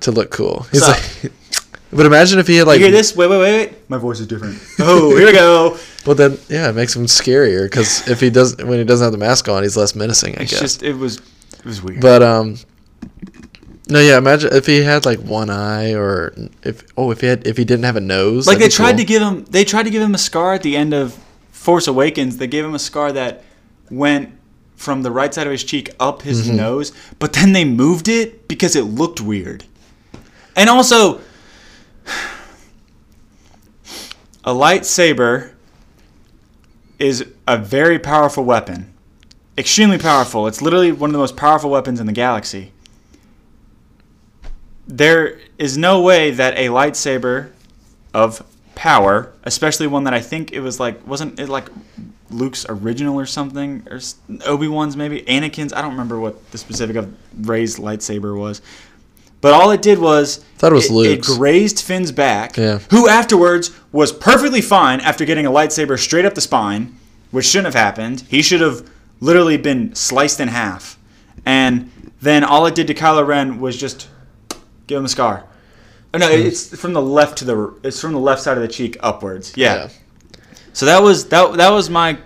S1: to look cool. He's
S2: So-
S1: like, but imagine if he had like,
S2: you hear this? Wait, wait, wait, wait. My voice is different. Oh, here we go.
S1: well then, yeah, it makes him scarier because if he does when he doesn't have the mask on, he's less menacing, I
S2: It's
S1: guess.
S2: just it was it was weird.
S1: But um, no, yeah. Imagine if he had like one eye, or if oh, if he had if he didn't have a nose.
S2: like they
S1: that'd be
S2: tried
S1: cool.
S2: to give him they tried to give him a scar at the end of Force Awakens. They gave him a scar that went from the right side of his cheek up his nose, but then they moved it because it looked weird. And also a lightsaber is a very powerful weapon. Extremely powerful. It's literally one of the most powerful weapons in the galaxy. There is no way that a lightsaber of power, especially one that I think it was like wasn't it like Luke's original or something or Obi Wan's maybe Anakin's. I don't remember what the specific of Ray's lightsaber was, but all it did was
S1: Thought it was
S2: it,
S1: Luke's.
S2: grazed Finn's back,
S1: Yeah.
S2: who afterwards was perfectly fine after getting a lightsaber straight up the spine, which shouldn't have happened. He should have literally been sliced in half, and then all it did to Kylo Ren was just give him a scar. Oh,
S1: Hmm.
S2: no, it's from the left to the it's from the left side of the cheek upwards. Yeah.
S1: Yeah.
S2: So that was that that was my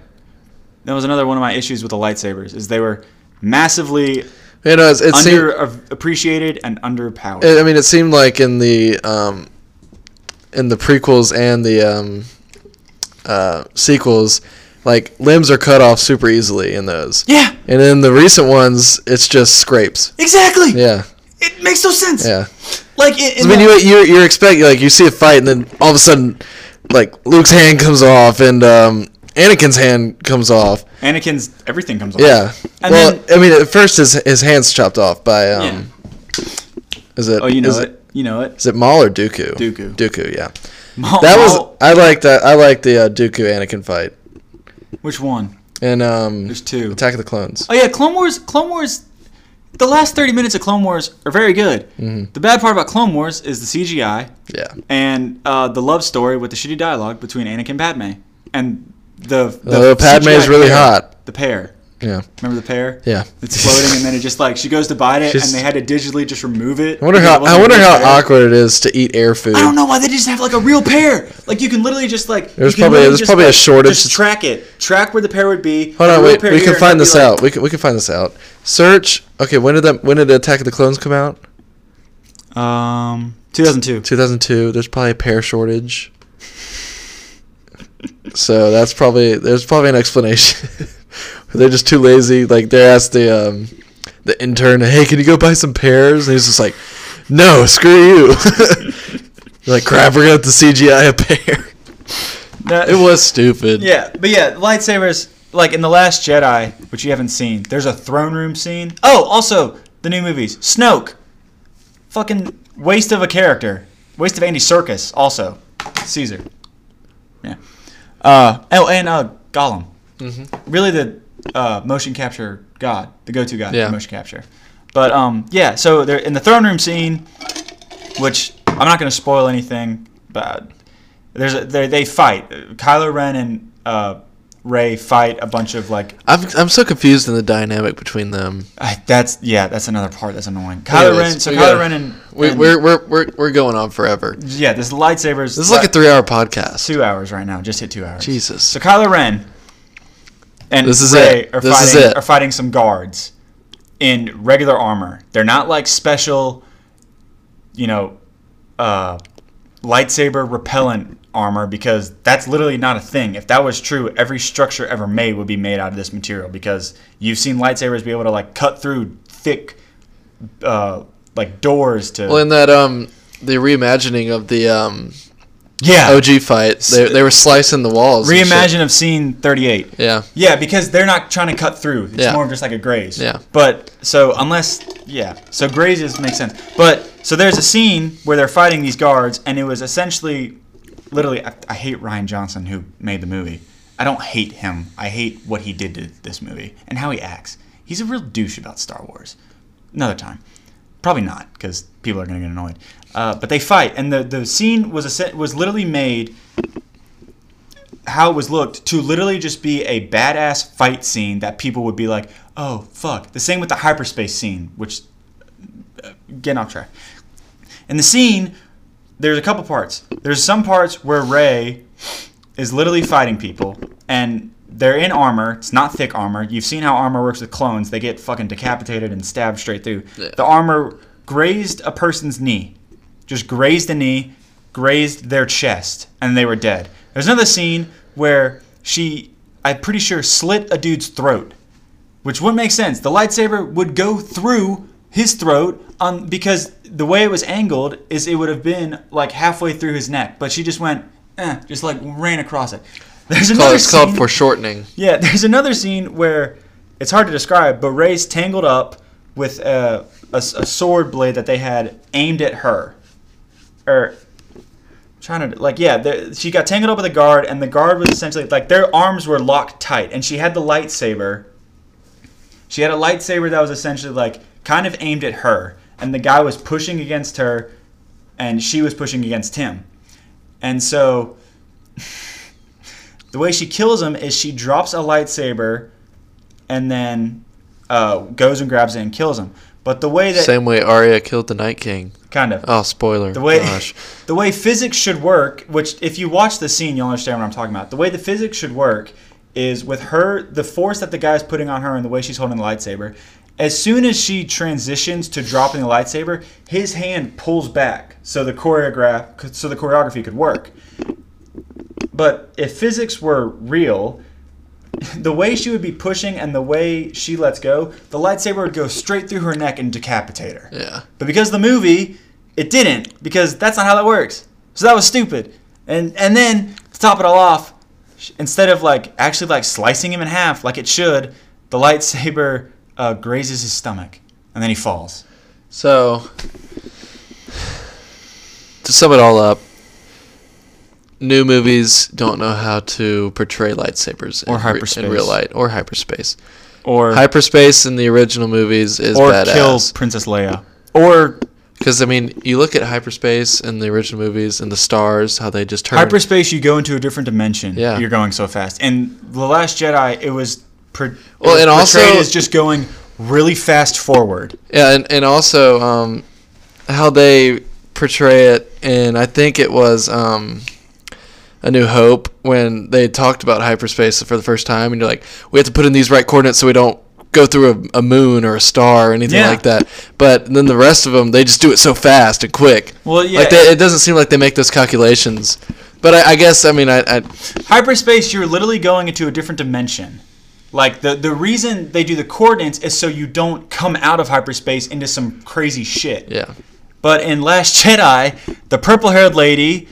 S2: that was another one of my issues with the lightsabers is they were massively
S1: You know, it's, it seemed.
S2: underappreciated and underpowered.
S1: It, I mean, it seemed like in the um, in the prequels and the um, uh, sequels, like limbs are cut off super easily in those.
S2: yeah,
S1: And in the recent ones, it's just scrapes.
S2: exactly.
S1: Yeah,
S2: It makes no sense.
S1: yeah.
S2: Like in, in
S1: I mean,
S2: the-
S1: you you you expect like you see a fight, and then all of a sudden, like Luke's hand comes off, and um, Anakin's hand comes off.
S2: Anakin's everything comes off.
S1: Yeah.
S2: And
S1: well,
S2: then-
S1: I mean, at first his his hands chopped off by um, Is it?
S2: Oh, you know
S1: is
S2: it. You know it.
S1: Is it Maul or Dooku?
S2: Dooku.
S1: Dooku. Yeah.
S2: Maul,
S1: That was.
S2: Oh, Maul-
S1: I like that. I like the uh, Dooku Anakin fight
S2: which one?
S1: and um,
S2: There's two.
S1: Attack of the Clones.
S2: Oh yeah, Clone Wars. Clone Wars. The last thirty minutes of Clone Wars are very good.
S1: Mm-hmm.
S2: The bad part about Clone Wars is the CGI
S1: Yeah.
S2: and uh, the love story with the shitty dialogue between Anakin and Padme, and the the
S1: Although Uh, Padme is
S2: CGI
S1: really
S2: pair,
S1: hot.
S2: The pair.
S1: Yeah.
S2: Remember the pair?
S1: Yeah.
S2: It's floating, and then it just like she goes to bite it,
S1: She's-
S2: and they had to digitally just remove it.
S1: I wonder how. I wonder how awkward it is to eat air food.
S2: I don't know why they just have like a real pair. Like you can literally just like
S1: There's
S2: you can
S1: probably-
S2: literally
S1: there's
S2: just,
S1: probably a
S2: like,
S1: shortage.
S2: Just track it. Track where the pair would be.
S1: Hold on,
S2: have a real
S1: wait.
S2: pair
S1: We
S2: here,
S1: can
S2: and
S1: find
S2: be
S1: this
S2: like-
S1: out. We can, we can find this out. Search. Okay, when did that? When did Attack of the Clones come out?
S2: Um, 2002.
S1: 2002. There's probably a pair shortage. so that's probably there's probably an explanation. they're just too lazy. Like they asked the um, the intern, "Hey, can you go buy some pears?" And he's just like, "No, screw you." like crap, we're gonna have to CGI a pear.
S2: That,
S1: It was stupid.
S2: Yeah, but yeah, lightsabers. Like in the Last Jedi, which you haven't seen. There's a throne room scene. Oh, also the new movies. Snoke. Fucking waste of a character. Waste of Andy Circus. Also, Caesar. Yeah. Uh, oh, and uh, Gollum.
S1: Mm-hmm.
S2: Really, the uh, motion capture god, the go-to god
S1: Yeah.
S2: for motion capture. But um, yeah. So they're in the throne room scene, which I'm not going to spoil anything, but there's a, they they fight. Kylo Ren and uh, Ray fight a bunch of like
S1: I'm I'm so confused in the dynamic between them.
S2: I, that's yeah that's another part that's annoying. Kylo
S1: Anyways,
S2: Ren so
S1: we
S2: Kylo
S1: gotta-
S2: Ren and,
S1: we,
S2: and-
S1: we're, we're we're we're going on forever. This
S2: yeah this lightsabers
S1: is like a three-hour podcast.
S2: two hours right now just hit two hours.
S1: Jesus.
S2: So Kylo Ren and
S1: This is
S2: Rey
S1: it.
S2: are
S1: This is
S2: fighting
S1: it.
S2: are fighting some guards in regular armor. They're not like special, you know, uh, lightsaber repellent armor because that's literally not a thing. If that was true, every structure ever made would be made out of this material because you've seen lightsabers be able to like cut through thick, uh, like doors to
S1: Well, in that um, the reimagining of the um
S2: yeah.
S1: OG fight, they, they were slicing the walls. and shit.
S2: Reimagine of scene thirty-eight.
S1: Yeah.
S2: Yeah, because they're not trying to cut through. It's
S1: Yeah.
S2: more of just like a graze.
S1: Yeah.
S2: But so unless yeah, so grazes makes sense. But so there's a scene where they're fighting these guards, and it was essentially, literally, I, I hate Ryan Johnson who made the movie. I don't hate him. I hate what he did to this movie and how he acts. He's a real douche about Star Wars. Another time. Probably not, because people are going to get annoyed. Uh, but they fight, and the, the scene was a se- was literally made how it was looked to literally just be a badass fight scene that people would be like, oh fuck. The same with the hyperspace scene, which uh, getting off track. In the scene, there's a couple parts. There's some parts where Ray is literally fighting people, and they're in armor. It's not thick armor. You've seen how armor works with clones. They get fucking decapitated and stabbed straight through. The armor grazed a person's knee, just grazed a knee, grazed their chest, and they were dead. There's another scene where she, I'm pretty sure, slit a dude's throat which would make sense. The lightsaber would go through his throat on because the way it was angled is it would have been like halfway through his neck, but she just went, eh, just like ran across it. There's
S1: Call-
S2: another
S1: it's called
S2: scene-
S1: foreshortening.
S2: yeah, there's another scene where it's hard to describe, but Ray's tangled up with a, a s- a sword blade that they had aimed at her. Or trying to like yeah, there- she got tangled up with a guard, and the guard was essentially like their arms were locked tight, and she had the lightsaber. She had a lightsaber that was essentially like kind of aimed at her, and the guy was pushing against her, and she was pushing against him, and so the way she kills him is she drops a lightsaber and then uh, goes and grabs it and kills him. But the way that
S1: Same way Arya killed the Night King.
S2: kind of
S1: Oh, spoiler.
S2: the way
S1: Gosh.
S2: the way physics should work, which if you watch the scene, you'll understand what I'm talking about. The way the physics should work is with her, the force that the guy's putting on her and the way she's holding the lightsaber. As soon as she transitions to dropping the lightsaber, his hand pulls back so the choreograph so the choreography could work. But if physics were real, the way she would be pushing and the way she lets go, the lightsaber would go straight through her neck and decapitate her.
S1: Yeah.
S2: But because of the movie, it didn't because that's not how that works. So that was stupid. And and then to top it all off, sh- instead of like actually like slicing him in half like it should, the lightsaber uh, grazes his stomach and then he falls.
S1: So to sum it all up, new movies don't know how to portray lightsabers
S2: Or
S1: in, re-
S2: hyperspace.
S1: in real light or hyperspace.
S2: or
S1: Hyperspace in the original movies is
S2: or kill
S1: badass
S2: Princess Leia, or
S1: because I mean, you look at hyperspace in the original movies and the stars, how they just turn.
S2: hyperspace. You go into a different dimension.
S1: Yeah.
S2: you're going so fast. And the Last Jedi, it was pre-
S1: Well,
S2: it
S1: and
S2: was
S1: also-
S2: portrayed as just going really fast forward.
S1: Yeah, and, and also um, how they portray it, and I think it was um, A New Hope when they talked about hyperspace for the first time, and you're like, we have to put in these right coordinates so we don't go through a, a moon or a star or anything
S2: Yeah.
S1: like that. But then the rest of them, they just do it so fast and quick.
S2: Well, yeah.
S1: Like they, it doesn't seem like they make those calculations. But I, I guess I mean I, I
S2: hyperspace you're literally going into a different dimension like the, the reason they do the coordinates is so you don't come out of hyperspace into some crazy shit
S1: yeah.
S2: but in last jedi the purple haired lady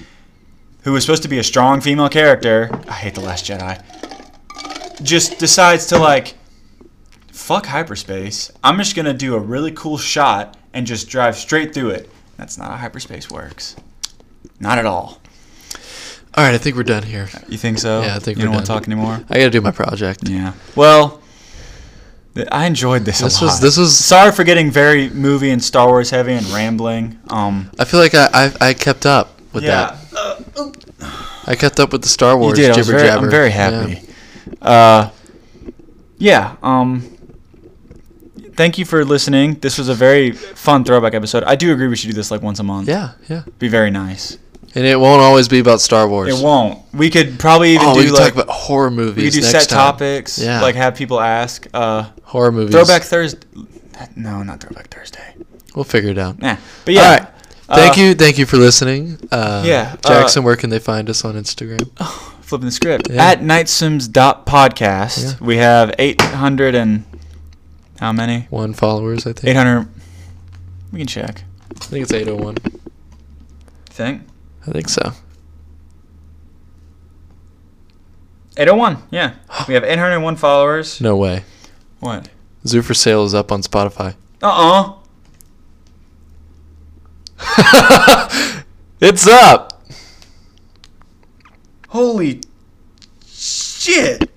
S2: who was supposed to be a strong female character i hate the last jedi just decides to like fuck hyperspace i'm just gonna do a really cool shot and just drive straight through it that's not how hyperspace works not at all
S1: All right, I think we're done here.
S2: you think so
S1: Yeah, I think
S2: you
S1: we're
S2: don't want to
S1: done.
S2: talk anymore
S1: I got to do my project.
S2: yeah. Well, th- I enjoyed this.
S1: This
S2: a lot.
S1: was this was
S2: Sorry for getting very movie and Star Wars heavy and rambling. Um,
S1: I feel like I, I, I kept up with that. I kept up with the Star
S2: you
S1: Wars
S2: did. I
S1: jibber
S2: was very,
S1: jabber.
S2: I'm very happy. Uh, yeah. Um, thank you for listening. This was a very fun throwback episode. I do agree we should do this like once a month.
S1: Yeah. yeah, yeah.
S2: Be very nice.
S1: And it won't always be about Star Wars.
S2: It won't. We could probably even
S1: Oh,
S2: do
S1: we could
S2: like
S1: talk about horror movies.
S2: we could do
S1: next
S2: set
S1: time.
S2: topics.
S1: Yeah.
S2: Like have people ask. Uh,
S1: Horror movies.
S2: throwback Thursday. No, not throwback Thursday.
S1: We'll figure it out.
S2: Nah. But yeah.
S1: All right. Thank
S2: Uh,
S1: you, thank you for listening. Uh,
S2: Yeah, uh,
S1: Jackson, where can they find us on Instagram?
S2: flipping the script
S1: Yeah.
S2: at nightsims.podcast we have 800 and how many
S1: One followers, I think.
S2: 800 we can check
S1: I think it's eight oh one.
S2: think
S1: I think so.
S2: 801 yeah we have 801 followers
S1: No way.
S2: what
S1: Zoo for Sale is up on Spotify.
S2: uh-uh
S1: It's up.
S2: holy shit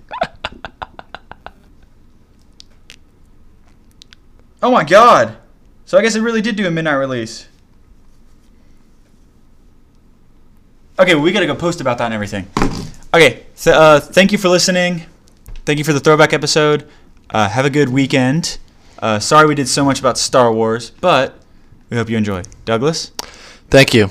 S2: oh my god so i guess it really did do a midnight release Okay, we gotta go post about that and everything. Okay, so, uh, thank you for listening. Thank you for the throwback episode. Uh, have a good weekend. Uh, sorry we did so much about Star Wars, but we hope you enjoy. Douglas,
S1: Thank you.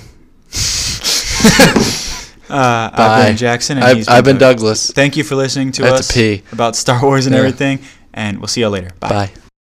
S2: uh,
S1: Bye.
S2: I've been Jackson, and he's
S1: I've, I've been
S2: Douglas.
S1: Douglas.
S2: Thank you for listening to
S1: I had to
S2: us
S1: pee.
S2: about Star Wars and
S1: Yeah.
S2: everything, and we'll see you later. Bye.
S1: Bye.